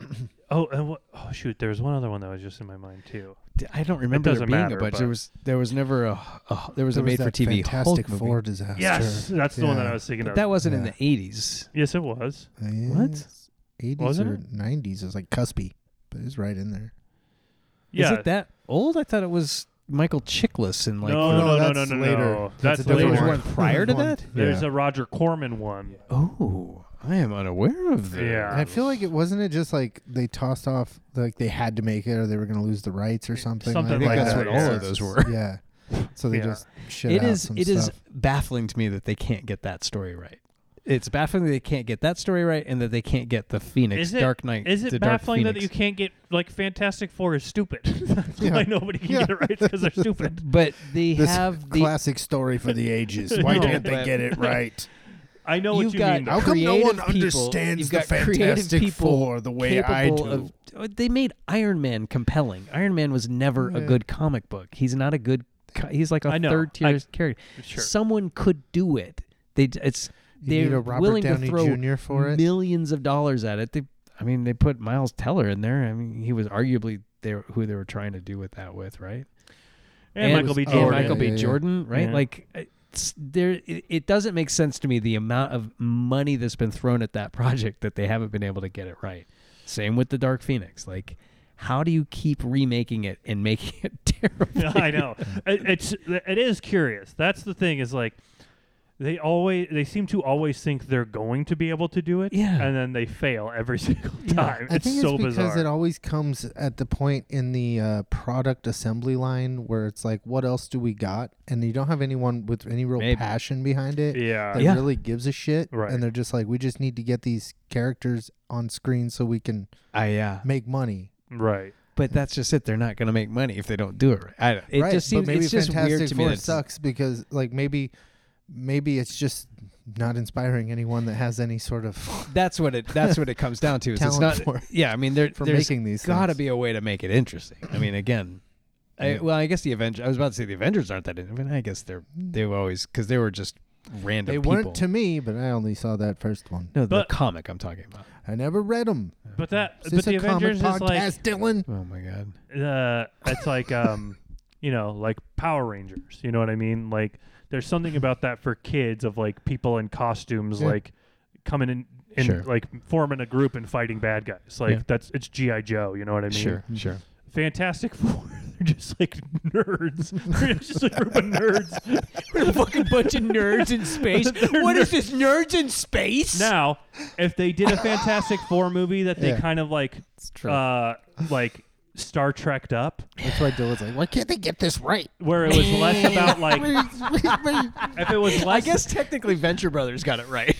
[SPEAKER 2] Oh, and what, oh shoot! There was one other one that was just in my mind too.
[SPEAKER 3] d- I don't remember there
[SPEAKER 2] doesn't
[SPEAKER 3] being
[SPEAKER 2] matter,
[SPEAKER 3] a bunch.
[SPEAKER 2] but-
[SPEAKER 3] There was there was never a, a there was a
[SPEAKER 4] There was
[SPEAKER 3] made for
[SPEAKER 4] that
[SPEAKER 3] TV
[SPEAKER 4] Fantastic
[SPEAKER 3] Hulk movie.
[SPEAKER 4] Four disaster.
[SPEAKER 2] Yes, that's the one that
[SPEAKER 4] Yeah.
[SPEAKER 2] I was thinking
[SPEAKER 3] But
[SPEAKER 2] of.
[SPEAKER 3] that wasn't in
[SPEAKER 4] Yeah.
[SPEAKER 3] the 80s.
[SPEAKER 2] yes, it was.
[SPEAKER 3] What?
[SPEAKER 4] Eighties
[SPEAKER 2] Wasn't
[SPEAKER 4] or nineties? It's like Cuspy, but it's right in there.
[SPEAKER 2] Yeah.
[SPEAKER 3] Is it that old? I thought it was Michael Chiklis and like
[SPEAKER 2] no,
[SPEAKER 4] Oh, no,
[SPEAKER 2] no, no, no,
[SPEAKER 4] that's
[SPEAKER 2] no,
[SPEAKER 4] later.
[SPEAKER 2] no.
[SPEAKER 4] That's
[SPEAKER 2] That's
[SPEAKER 4] a
[SPEAKER 3] there
[SPEAKER 4] different
[SPEAKER 2] later.
[SPEAKER 3] was
[SPEAKER 4] one.
[SPEAKER 3] one prior to
[SPEAKER 4] One.
[SPEAKER 3] that.
[SPEAKER 2] There's
[SPEAKER 6] Yeah.
[SPEAKER 2] a Roger Corman one.
[SPEAKER 3] Oh, I am unaware of that.
[SPEAKER 2] Yeah.
[SPEAKER 4] And I feel like it wasn't it just like they tossed off like they had to make it or they were going to lose the rights or something.
[SPEAKER 2] Something
[SPEAKER 4] like
[SPEAKER 2] like
[SPEAKER 4] that.
[SPEAKER 2] that, I
[SPEAKER 4] yeah.
[SPEAKER 2] guess.
[SPEAKER 3] those were.
[SPEAKER 4] Yeah. So they
[SPEAKER 2] Yeah.
[SPEAKER 4] just shit
[SPEAKER 3] It
[SPEAKER 4] out
[SPEAKER 3] is.
[SPEAKER 4] some
[SPEAKER 3] It is
[SPEAKER 4] stuff.
[SPEAKER 3] baffling to me that they can't get that story right. It's baffling that they can't get that story right, and that they can't get the Phoenix
[SPEAKER 2] Is it-
[SPEAKER 3] Dark Knight.
[SPEAKER 2] Is it
[SPEAKER 3] the Dark
[SPEAKER 2] baffling that
[SPEAKER 3] Phoenix.
[SPEAKER 2] you can't get like Fantastic Four is stupid? That's
[SPEAKER 4] Yeah.
[SPEAKER 2] why nobody can get it right because they're stupid.
[SPEAKER 3] But they
[SPEAKER 4] This
[SPEAKER 3] have the.
[SPEAKER 4] classic story for the ages. Why
[SPEAKER 3] No,
[SPEAKER 4] didn't they
[SPEAKER 3] but-
[SPEAKER 4] get it right?
[SPEAKER 2] I know what
[SPEAKER 3] You've
[SPEAKER 2] you
[SPEAKER 3] got
[SPEAKER 2] mean.
[SPEAKER 4] How
[SPEAKER 2] Though.
[SPEAKER 4] come no one
[SPEAKER 3] creative people-
[SPEAKER 4] understands
[SPEAKER 3] you've
[SPEAKER 4] the
[SPEAKER 3] got creative
[SPEAKER 4] Fantastic
[SPEAKER 3] people
[SPEAKER 4] Four the way I
[SPEAKER 3] capable
[SPEAKER 4] do?
[SPEAKER 3] of- oh, they made Iron Man compelling. Iron Man was never a
[SPEAKER 4] Yeah.
[SPEAKER 3] good comic book. He's not a good. co- He's like
[SPEAKER 2] I
[SPEAKER 3] a
[SPEAKER 2] know.
[SPEAKER 3] third tier
[SPEAKER 2] I-
[SPEAKER 3] character.
[SPEAKER 2] Sure.
[SPEAKER 3] Someone could do it. They d- it's
[SPEAKER 4] You need
[SPEAKER 3] they're
[SPEAKER 4] a Robert
[SPEAKER 3] willing to
[SPEAKER 4] Downey
[SPEAKER 3] throw
[SPEAKER 4] Jr. for it?
[SPEAKER 3] millions of dollars at it. They, I mean, they put Miles Teller in there. I mean, he was arguably they were- who they were trying to do with that with, right?
[SPEAKER 2] And, Michael B.
[SPEAKER 4] oh,
[SPEAKER 2] Jordan.
[SPEAKER 3] And Michael B.
[SPEAKER 4] yeah, yeah.
[SPEAKER 3] Jordan, right?
[SPEAKER 2] Yeah.
[SPEAKER 3] Like it's, there, it, it doesn't make sense to me the amount of money that's been thrown at that project that they haven't been able to get it right. Same with the Dark Phoenix. Like, how do you keep remaking it and making it terrible?
[SPEAKER 2] I know. It, it's it is curious. That's the thing is like they always they seem to always think they're going to be able to do it
[SPEAKER 3] Yeah.
[SPEAKER 2] and then they fail every single time
[SPEAKER 4] I
[SPEAKER 2] it's
[SPEAKER 4] think
[SPEAKER 2] so
[SPEAKER 4] it's because
[SPEAKER 2] bizarre
[SPEAKER 4] it always comes at the point in the uh, product assembly line where it's like, what else do we got? And you don't have anyone with any real
[SPEAKER 3] Maybe.
[SPEAKER 4] passion behind it
[SPEAKER 2] yeah
[SPEAKER 4] that
[SPEAKER 3] Yeah.
[SPEAKER 4] really gives a shit.
[SPEAKER 2] Right.
[SPEAKER 4] And they're just like, we just need to get these characters on screen so we can
[SPEAKER 3] I yeah.
[SPEAKER 4] make money.
[SPEAKER 2] right
[SPEAKER 3] But that's just it. They're not going to make money if they don't do it right. I don't- it
[SPEAKER 4] right.
[SPEAKER 3] just seems
[SPEAKER 4] but maybe
[SPEAKER 3] it's just
[SPEAKER 4] Fantastic
[SPEAKER 3] weird to me.
[SPEAKER 4] Four
[SPEAKER 3] that it's-
[SPEAKER 4] sucks because like maybe maybe it's just not inspiring anyone that has any sort of
[SPEAKER 3] That's what it. That's what it comes down to. Is it's
[SPEAKER 4] Talent
[SPEAKER 3] not.
[SPEAKER 4] for-
[SPEAKER 3] yeah, I mean, there,
[SPEAKER 4] for
[SPEAKER 3] there's
[SPEAKER 4] making these
[SPEAKER 3] got to
[SPEAKER 4] things.
[SPEAKER 3] be a way to make it interesting. I mean, again, I, well, I guess the Avengers. I was about to say the Avengers aren't that. in- I mean, I guess they're they were always because they were just random.
[SPEAKER 4] they
[SPEAKER 3] people.
[SPEAKER 4] weren't to me, but I only saw that first one.
[SPEAKER 3] No,
[SPEAKER 2] But-
[SPEAKER 3] the comic I'm talking about.
[SPEAKER 4] I never read them.
[SPEAKER 2] but that
[SPEAKER 4] Is
[SPEAKER 2] but
[SPEAKER 4] this
[SPEAKER 2] the
[SPEAKER 4] a comic
[SPEAKER 2] avengers is like
[SPEAKER 4] podcast, Dylan?
[SPEAKER 3] Oh my god.
[SPEAKER 2] uh, it's like um, you know, like Power Rangers. You know what I mean? Like there's something about that for kids of like people in costumes
[SPEAKER 4] Yeah.
[SPEAKER 2] like coming in and
[SPEAKER 3] Sure.
[SPEAKER 2] like forming a group and fighting bad guys. Like
[SPEAKER 3] Yeah.
[SPEAKER 2] that's it's GI Joe. You know what I mean?
[SPEAKER 3] Sure, sure.
[SPEAKER 2] Fantastic Four. They're just like nerds. They're just a group of nerds.
[SPEAKER 3] We're a fucking bunch of nerds in space. What is this, nerds in space?
[SPEAKER 2] Now, if they did a Fantastic Four movie that they
[SPEAKER 4] Yeah.
[SPEAKER 2] kind of like,
[SPEAKER 4] true.
[SPEAKER 2] uh, like Star Trek'd up,
[SPEAKER 4] That's why Dylan's like, why can't they get this right?
[SPEAKER 2] where it was less about like, if it was
[SPEAKER 3] I
[SPEAKER 2] less
[SPEAKER 3] guess technically Venture Brothers got it right.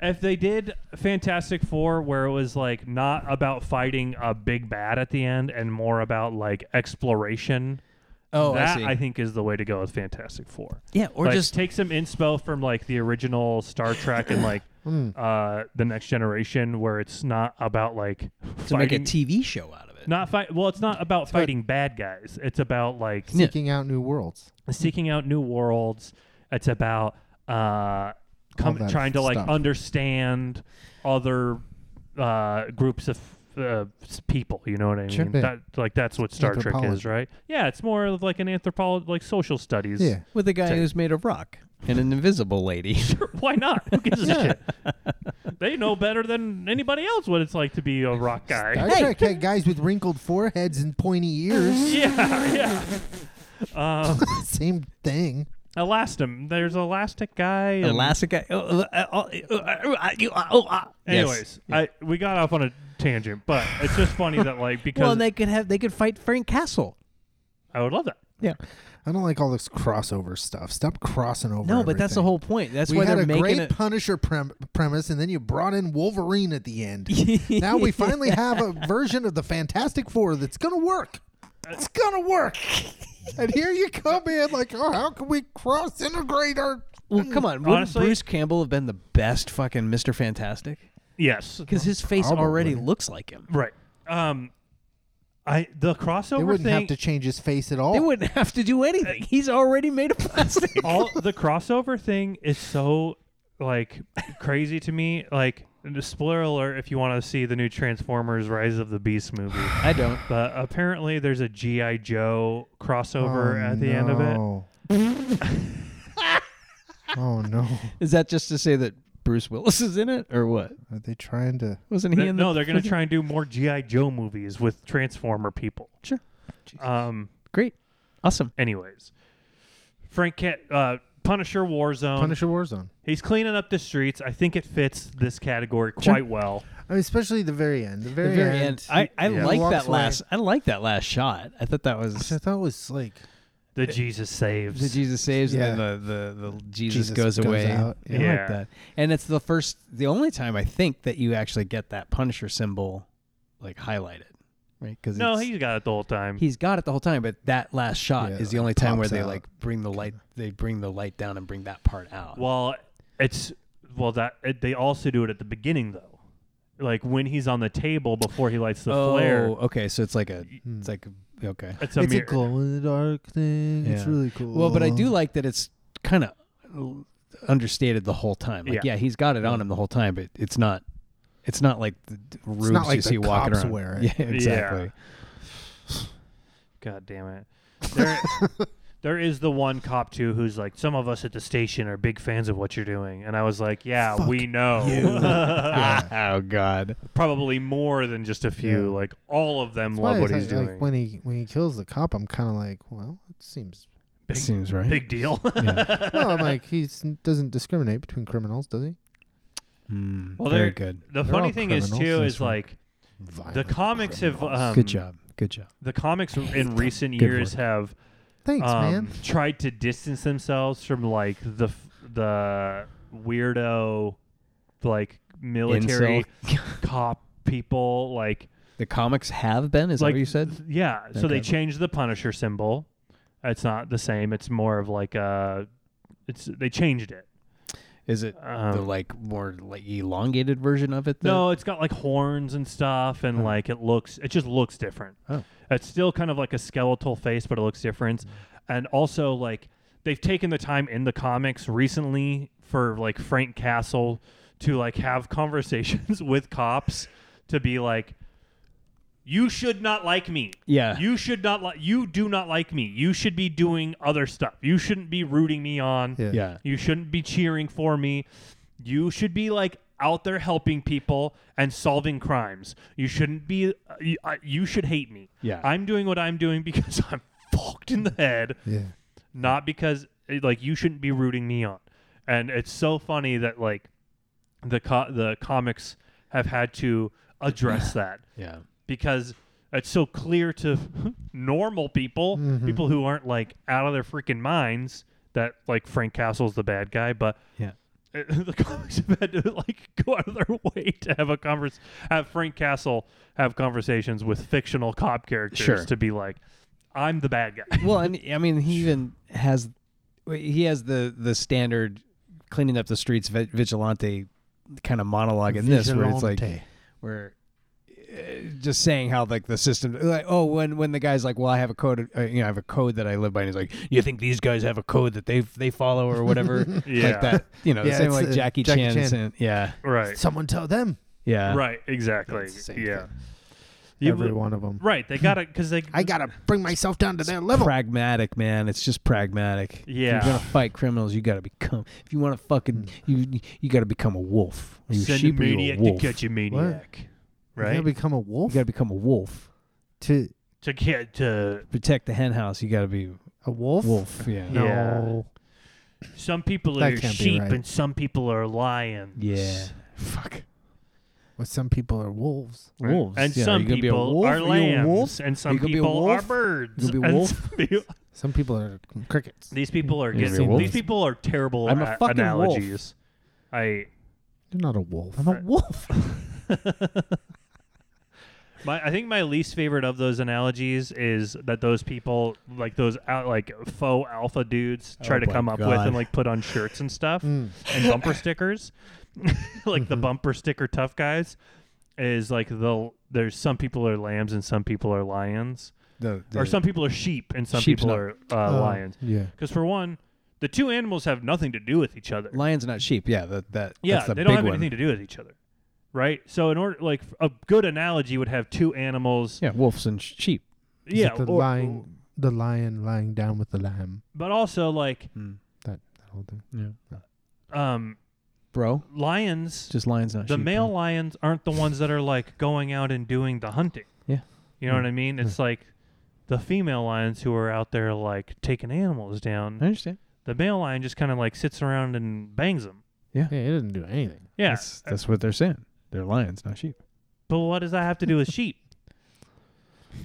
[SPEAKER 2] If they did Fantastic Four, where it was like not about fighting a big bad at the end and more about like exploration,
[SPEAKER 3] Oh,
[SPEAKER 2] that I, think is the way to go with Fantastic Four.
[SPEAKER 3] yeah, or
[SPEAKER 2] Like,
[SPEAKER 3] just
[SPEAKER 2] take some inspo from like the original Star Trek and like
[SPEAKER 3] Hmm.
[SPEAKER 2] uh, the Next Generation, where it's not about like
[SPEAKER 3] to make a
[SPEAKER 2] fighting,
[SPEAKER 3] TV show out of it.
[SPEAKER 2] not fight. Well, it's not about fighting bad guys. It's about like
[SPEAKER 4] Seeking out new worlds.
[SPEAKER 2] Mm-hmm. seeking out new worlds. It's about uh,
[SPEAKER 4] All
[SPEAKER 2] com-
[SPEAKER 4] that
[SPEAKER 2] trying to like
[SPEAKER 4] stuff.
[SPEAKER 2] understand other uh, groups of uh, s- people. You know what I mean?
[SPEAKER 4] Sure, yeah.
[SPEAKER 2] That like that's what Star Trek is,
[SPEAKER 4] Anthropology.
[SPEAKER 2] right? Yeah, it's more of like an anthropology, like social studies.
[SPEAKER 4] Yeah.
[SPEAKER 3] With a guy who's made of rock and an invisible lady.
[SPEAKER 2] Why not? Who gives a shit? They know better than anybody else what it's like to be a rock guy.
[SPEAKER 4] Star Trek had guys with wrinkled foreheads and pointy ears.
[SPEAKER 2] yeah, yeah. Um,
[SPEAKER 3] Oh.
[SPEAKER 4] Same thing.
[SPEAKER 2] Elastim. There's Elastic Guy. and-
[SPEAKER 3] Elastica. Oh, uh, oh, uh, uh, you- uh, oh, uh. Yes.
[SPEAKER 2] Anyways, I we got off on a tangent, but it's just funny that like because
[SPEAKER 3] well, and they could have they could fight Frank Castle.
[SPEAKER 2] I would love that.
[SPEAKER 3] Yeah.
[SPEAKER 4] I don't like all this crossover stuff. Stop crossing over.
[SPEAKER 3] No, but that's the
[SPEAKER 4] everything.
[SPEAKER 3] whole point. That's
[SPEAKER 4] we
[SPEAKER 3] why
[SPEAKER 4] had
[SPEAKER 3] they're
[SPEAKER 4] a
[SPEAKER 3] making
[SPEAKER 4] great
[SPEAKER 3] it.
[SPEAKER 4] Punisher prem- premise, and then you brought in Wolverine at the end. now we finally have a version of the Fantastic Four that's gonna work. It's gonna work. and here you come in, like, oh, how can we cross integrate our?
[SPEAKER 3] Well, come on. Wouldn't
[SPEAKER 2] Honestly-
[SPEAKER 3] Bruce Campbell have been the best fucking Mister Fantastic?
[SPEAKER 2] Yes.
[SPEAKER 3] Because his face already
[SPEAKER 4] Probably.
[SPEAKER 3] looks like him.
[SPEAKER 2] Right. Um I the
[SPEAKER 4] They
[SPEAKER 2] crossover
[SPEAKER 4] wouldn't
[SPEAKER 2] thing
[SPEAKER 4] have to change his face at all.
[SPEAKER 3] They wouldn't have to do anything. He's already made of plastic.
[SPEAKER 2] all the crossover thing is so like crazy to me. Like and a spoiler alert if you want to see the new Transformers Rise of the Beast movie.
[SPEAKER 3] I don't.
[SPEAKER 2] But apparently there's a G.I. Joe
[SPEAKER 4] Oh,
[SPEAKER 2] crossover at the end of it.
[SPEAKER 4] it. oh no!
[SPEAKER 3] Is that just to say that Bruce Willis is in it, or what?
[SPEAKER 4] Are they trying to?
[SPEAKER 3] Wasn't he
[SPEAKER 2] Th-
[SPEAKER 3] in?
[SPEAKER 2] no,
[SPEAKER 3] the,
[SPEAKER 2] they're gonna
[SPEAKER 3] was it-
[SPEAKER 2] try and do more G.I. Joe movies with Transformer people.
[SPEAKER 3] Sure.
[SPEAKER 2] Um
[SPEAKER 3] Great. Awesome.
[SPEAKER 2] Anyways, Frank Cat, uh, Punisher Warzone.
[SPEAKER 4] Punisher Warzone.
[SPEAKER 2] He's cleaning up the streets. I think it fits this category
[SPEAKER 3] Sure.
[SPEAKER 2] quite well.
[SPEAKER 4] I mean, especially the very end. The very,
[SPEAKER 3] The very end. I, I
[SPEAKER 4] Yeah.
[SPEAKER 3] like
[SPEAKER 4] Walks
[SPEAKER 3] that
[SPEAKER 4] away.
[SPEAKER 3] last. I like that last shot. I thought that was
[SPEAKER 4] Which I thought was like
[SPEAKER 2] The Jesus saves.
[SPEAKER 3] the Jesus saves,
[SPEAKER 4] Yeah.
[SPEAKER 3] and then the the, the Jesus,
[SPEAKER 4] Jesus
[SPEAKER 3] goes,
[SPEAKER 4] goes
[SPEAKER 3] away.
[SPEAKER 4] out,
[SPEAKER 3] I
[SPEAKER 2] yeah.
[SPEAKER 3] like that. And it's the first, the only time I think that you actually get that Punisher symbol like highlighted, right? Because
[SPEAKER 2] no, he's got it the whole time.
[SPEAKER 3] he's got it the whole time, but that last shot
[SPEAKER 4] Yeah,
[SPEAKER 3] is the
[SPEAKER 4] like,
[SPEAKER 3] only time where
[SPEAKER 4] pops
[SPEAKER 3] they
[SPEAKER 4] out.
[SPEAKER 3] like bring the light, they bring the light down and bring that part out.
[SPEAKER 2] well, it's well that it, they also do it at the beginning though, like when he's on the table before he lights the
[SPEAKER 3] oh,
[SPEAKER 2] flare.
[SPEAKER 3] okay, so it's like a, it's like a- okay.
[SPEAKER 2] It's a
[SPEAKER 4] it's
[SPEAKER 2] mirror.
[SPEAKER 4] a glow in the dark thing. It's
[SPEAKER 3] Yeah.
[SPEAKER 4] really cool.
[SPEAKER 3] Well, but I do like that it's kind of understated the whole time. Like,
[SPEAKER 2] Yeah.
[SPEAKER 3] yeah, he's got it on him the whole time, but it's not. It's not like the d- rubes
[SPEAKER 4] not
[SPEAKER 3] you
[SPEAKER 4] like the
[SPEAKER 3] see walking
[SPEAKER 4] cops
[SPEAKER 3] around.
[SPEAKER 4] wear it.
[SPEAKER 3] Yeah, exactly.
[SPEAKER 2] God damn it. There, there is the one cop too who's like, some of us at the station are big fans of what you're doing, and I was like, yeah, we know.
[SPEAKER 3] Oh God.
[SPEAKER 2] probably more than just a few.
[SPEAKER 4] Yeah.
[SPEAKER 2] Like all of them
[SPEAKER 4] That's why
[SPEAKER 2] love what
[SPEAKER 4] it's
[SPEAKER 2] he's
[SPEAKER 4] like- like
[SPEAKER 2] doing.
[SPEAKER 4] when he when he kills the cop, I'm kind of like, well, it seems
[SPEAKER 2] Big,
[SPEAKER 6] Seems right.
[SPEAKER 2] big deal.
[SPEAKER 4] no, I'm like he doesn't discriminate between criminals, does he?
[SPEAKER 3] Hmm,
[SPEAKER 6] Mm,
[SPEAKER 2] Well,
[SPEAKER 6] very
[SPEAKER 2] they're-
[SPEAKER 6] good.
[SPEAKER 2] the
[SPEAKER 6] They're
[SPEAKER 2] funny
[SPEAKER 6] all
[SPEAKER 2] thing is
[SPEAKER 6] criminals
[SPEAKER 2] too
[SPEAKER 6] in
[SPEAKER 2] is
[SPEAKER 6] this one.
[SPEAKER 2] like the
[SPEAKER 6] Violent
[SPEAKER 2] comics have
[SPEAKER 6] criminals.
[SPEAKER 2] um,
[SPEAKER 6] good job. Good job.
[SPEAKER 2] The comics in recent
[SPEAKER 6] Good
[SPEAKER 2] years
[SPEAKER 6] work.
[SPEAKER 2] have
[SPEAKER 4] Thanks,
[SPEAKER 2] um,
[SPEAKER 4] man.
[SPEAKER 2] tried to distance themselves from like the f- the weirdo like military cop people like
[SPEAKER 3] The comics have been, is
[SPEAKER 2] like
[SPEAKER 3] that what you said?
[SPEAKER 2] th- yeah so they
[SPEAKER 3] Okay.
[SPEAKER 2] changed the punisher symbol it's not the same it's more of like a it's they changed it
[SPEAKER 3] Is it
[SPEAKER 2] um,
[SPEAKER 3] the like more like elongated version of it? that-
[SPEAKER 2] no it's got like horns and stuff and like it looks it just looks different
[SPEAKER 6] Oh.
[SPEAKER 2] it's still kind of like a skeletal face but it looks different and also like they've taken the time in the comics recently for like frank castle to like have conversations with cops to be like you should not like me
[SPEAKER 3] Yeah.
[SPEAKER 2] you should not like you do not like me you should be doing other stuff you shouldn't be rooting me on
[SPEAKER 4] Yeah.
[SPEAKER 6] Yeah.
[SPEAKER 2] you shouldn't be cheering for me. You should be like out there helping people and solving crimes. You shouldn't be. Uh, you, I you should hate me.
[SPEAKER 6] Yeah.
[SPEAKER 2] I'm doing what I'm doing because I'm fucked in the head,
[SPEAKER 4] Yeah.
[SPEAKER 2] not because eh, like you shouldn't be rooting me on. And it's so funny that like the co- the comics have had to address that
[SPEAKER 6] Yeah.
[SPEAKER 2] because it's so clear to normal people, people who aren't like out of their freaking minds that like Frank Castle's the bad guy, but
[SPEAKER 6] Yeah.
[SPEAKER 2] uh, the comics have had to like go out of their way to have a converse, have Frank Castle have conversations with fictional cop characters
[SPEAKER 6] Sure.
[SPEAKER 2] to be like, I'm the bad guy.
[SPEAKER 3] Well, and I mean, he even has he has the the standard cleaning up the streets vi- vigilante kind of monologue in this, where it's like
[SPEAKER 4] Vigilante.
[SPEAKER 3] where uh, just saying how like the system like oh when when the guy's like well i have a code uh, you know i have a code that i live by and he's like you think these guys have a code that they they follow or whatever
[SPEAKER 2] Yeah.
[SPEAKER 3] like that you know
[SPEAKER 4] Yeah,
[SPEAKER 3] the same
[SPEAKER 4] it's,
[SPEAKER 3] like
[SPEAKER 4] uh,
[SPEAKER 3] jackie,
[SPEAKER 4] Jackie
[SPEAKER 3] chan's
[SPEAKER 4] Chan.
[SPEAKER 3] and- yeah
[SPEAKER 2] right.
[SPEAKER 4] Someone tell them.
[SPEAKER 3] yeah
[SPEAKER 2] Right. Exactly.
[SPEAKER 4] It's the same
[SPEAKER 2] Yeah.
[SPEAKER 4] thing.
[SPEAKER 2] You-
[SPEAKER 4] Every one of them.
[SPEAKER 2] Right. They got to, because they,
[SPEAKER 6] I gotta bring myself down to their level.
[SPEAKER 3] pragmatic man it's just pragmatic if you're
[SPEAKER 2] yeah.
[SPEAKER 3] gonna fight criminals you gotta become if you want to fucking you you gotta become a wolf Are you a
[SPEAKER 2] Send a
[SPEAKER 3] sheep or you a
[SPEAKER 2] maniac to
[SPEAKER 3] wolf?
[SPEAKER 2] catch a maniac.
[SPEAKER 4] You
[SPEAKER 2] Right?
[SPEAKER 4] gotta become a
[SPEAKER 3] you
[SPEAKER 4] wolf.
[SPEAKER 3] gotta become a wolf
[SPEAKER 4] to
[SPEAKER 2] to get to
[SPEAKER 3] protect the hen house you gotta be
[SPEAKER 4] a wolf.
[SPEAKER 3] wolf yeah
[SPEAKER 2] Yeah.
[SPEAKER 4] No.
[SPEAKER 2] Some people
[SPEAKER 4] That
[SPEAKER 2] are
[SPEAKER 4] can't be
[SPEAKER 2] sheep
[SPEAKER 4] right.
[SPEAKER 2] and some people are lions.
[SPEAKER 3] yeah fuck
[SPEAKER 4] Well, some people are wolves.
[SPEAKER 2] Right.
[SPEAKER 3] wolves
[SPEAKER 2] And
[SPEAKER 3] yeah.
[SPEAKER 2] some
[SPEAKER 3] you gonna be a
[SPEAKER 2] people
[SPEAKER 3] wolf?
[SPEAKER 2] are
[SPEAKER 3] you a
[SPEAKER 2] lambs.
[SPEAKER 3] wolf?
[SPEAKER 2] And
[SPEAKER 3] You
[SPEAKER 2] some
[SPEAKER 3] gonna be a
[SPEAKER 2] people are
[SPEAKER 3] wolf?
[SPEAKER 2] birds.
[SPEAKER 3] You gonna be a
[SPEAKER 2] and
[SPEAKER 3] wolf?
[SPEAKER 2] some people-
[SPEAKER 4] Some people are crickets.
[SPEAKER 2] these people are
[SPEAKER 3] You gonna be a
[SPEAKER 2] getting,
[SPEAKER 3] wolf?
[SPEAKER 2] these people are terrible
[SPEAKER 3] I'm a
[SPEAKER 2] at
[SPEAKER 3] fucking wolf.
[SPEAKER 2] analogies. I
[SPEAKER 4] You're not a wolf.
[SPEAKER 3] i'm a wolf
[SPEAKER 2] my I think my least favorite of those analogies is that those people like those out like faux alpha dudes try
[SPEAKER 3] Oh
[SPEAKER 2] to
[SPEAKER 3] my
[SPEAKER 2] come up with
[SPEAKER 3] God.
[SPEAKER 2] and like put on shirts and stuff
[SPEAKER 4] Mm.
[SPEAKER 2] and bumper stickers. like
[SPEAKER 3] Mm-hmm.
[SPEAKER 2] the bumper sticker tough guys is like the there's some people are lambs and some people are lions.
[SPEAKER 3] the,
[SPEAKER 2] or some people are sheep and some
[SPEAKER 3] Sheep's
[SPEAKER 2] people
[SPEAKER 3] not-
[SPEAKER 2] are uh,
[SPEAKER 4] Oh,
[SPEAKER 2] lions.
[SPEAKER 4] Yeah.
[SPEAKER 2] Because for one, the two animals have nothing to do with each other.
[SPEAKER 3] lions not sheep yeah that that
[SPEAKER 2] yeah,
[SPEAKER 3] that's the
[SPEAKER 2] they
[SPEAKER 3] big
[SPEAKER 2] don't have
[SPEAKER 3] one.
[SPEAKER 2] anything to do with each other, right? So in order, like a good analogy would have two animals.
[SPEAKER 3] yeah wolves and sh- sheep
[SPEAKER 4] Is
[SPEAKER 2] yeah,
[SPEAKER 4] it the
[SPEAKER 2] or-
[SPEAKER 4] lion, the lion lying down with the lamb.
[SPEAKER 2] but also like
[SPEAKER 4] That, that whole thing.
[SPEAKER 2] um,
[SPEAKER 3] bro
[SPEAKER 2] lions.
[SPEAKER 3] just lions not
[SPEAKER 2] the
[SPEAKER 3] sheep bro.
[SPEAKER 2] male lions aren't the ones that are like going out and doing the hunting.
[SPEAKER 3] Yeah. Hmm.
[SPEAKER 2] you know what I mean. It's like the female lions who are out there like taking animals
[SPEAKER 3] i
[SPEAKER 2] down.
[SPEAKER 3] understand
[SPEAKER 2] The male lion just kind of like sits around and bangs them.
[SPEAKER 4] Yeah, it doesn't do anything.
[SPEAKER 2] Yeah,
[SPEAKER 6] That's, that's what they're saying. They're lions, not sheep.
[SPEAKER 2] but what does that have to do with sheep?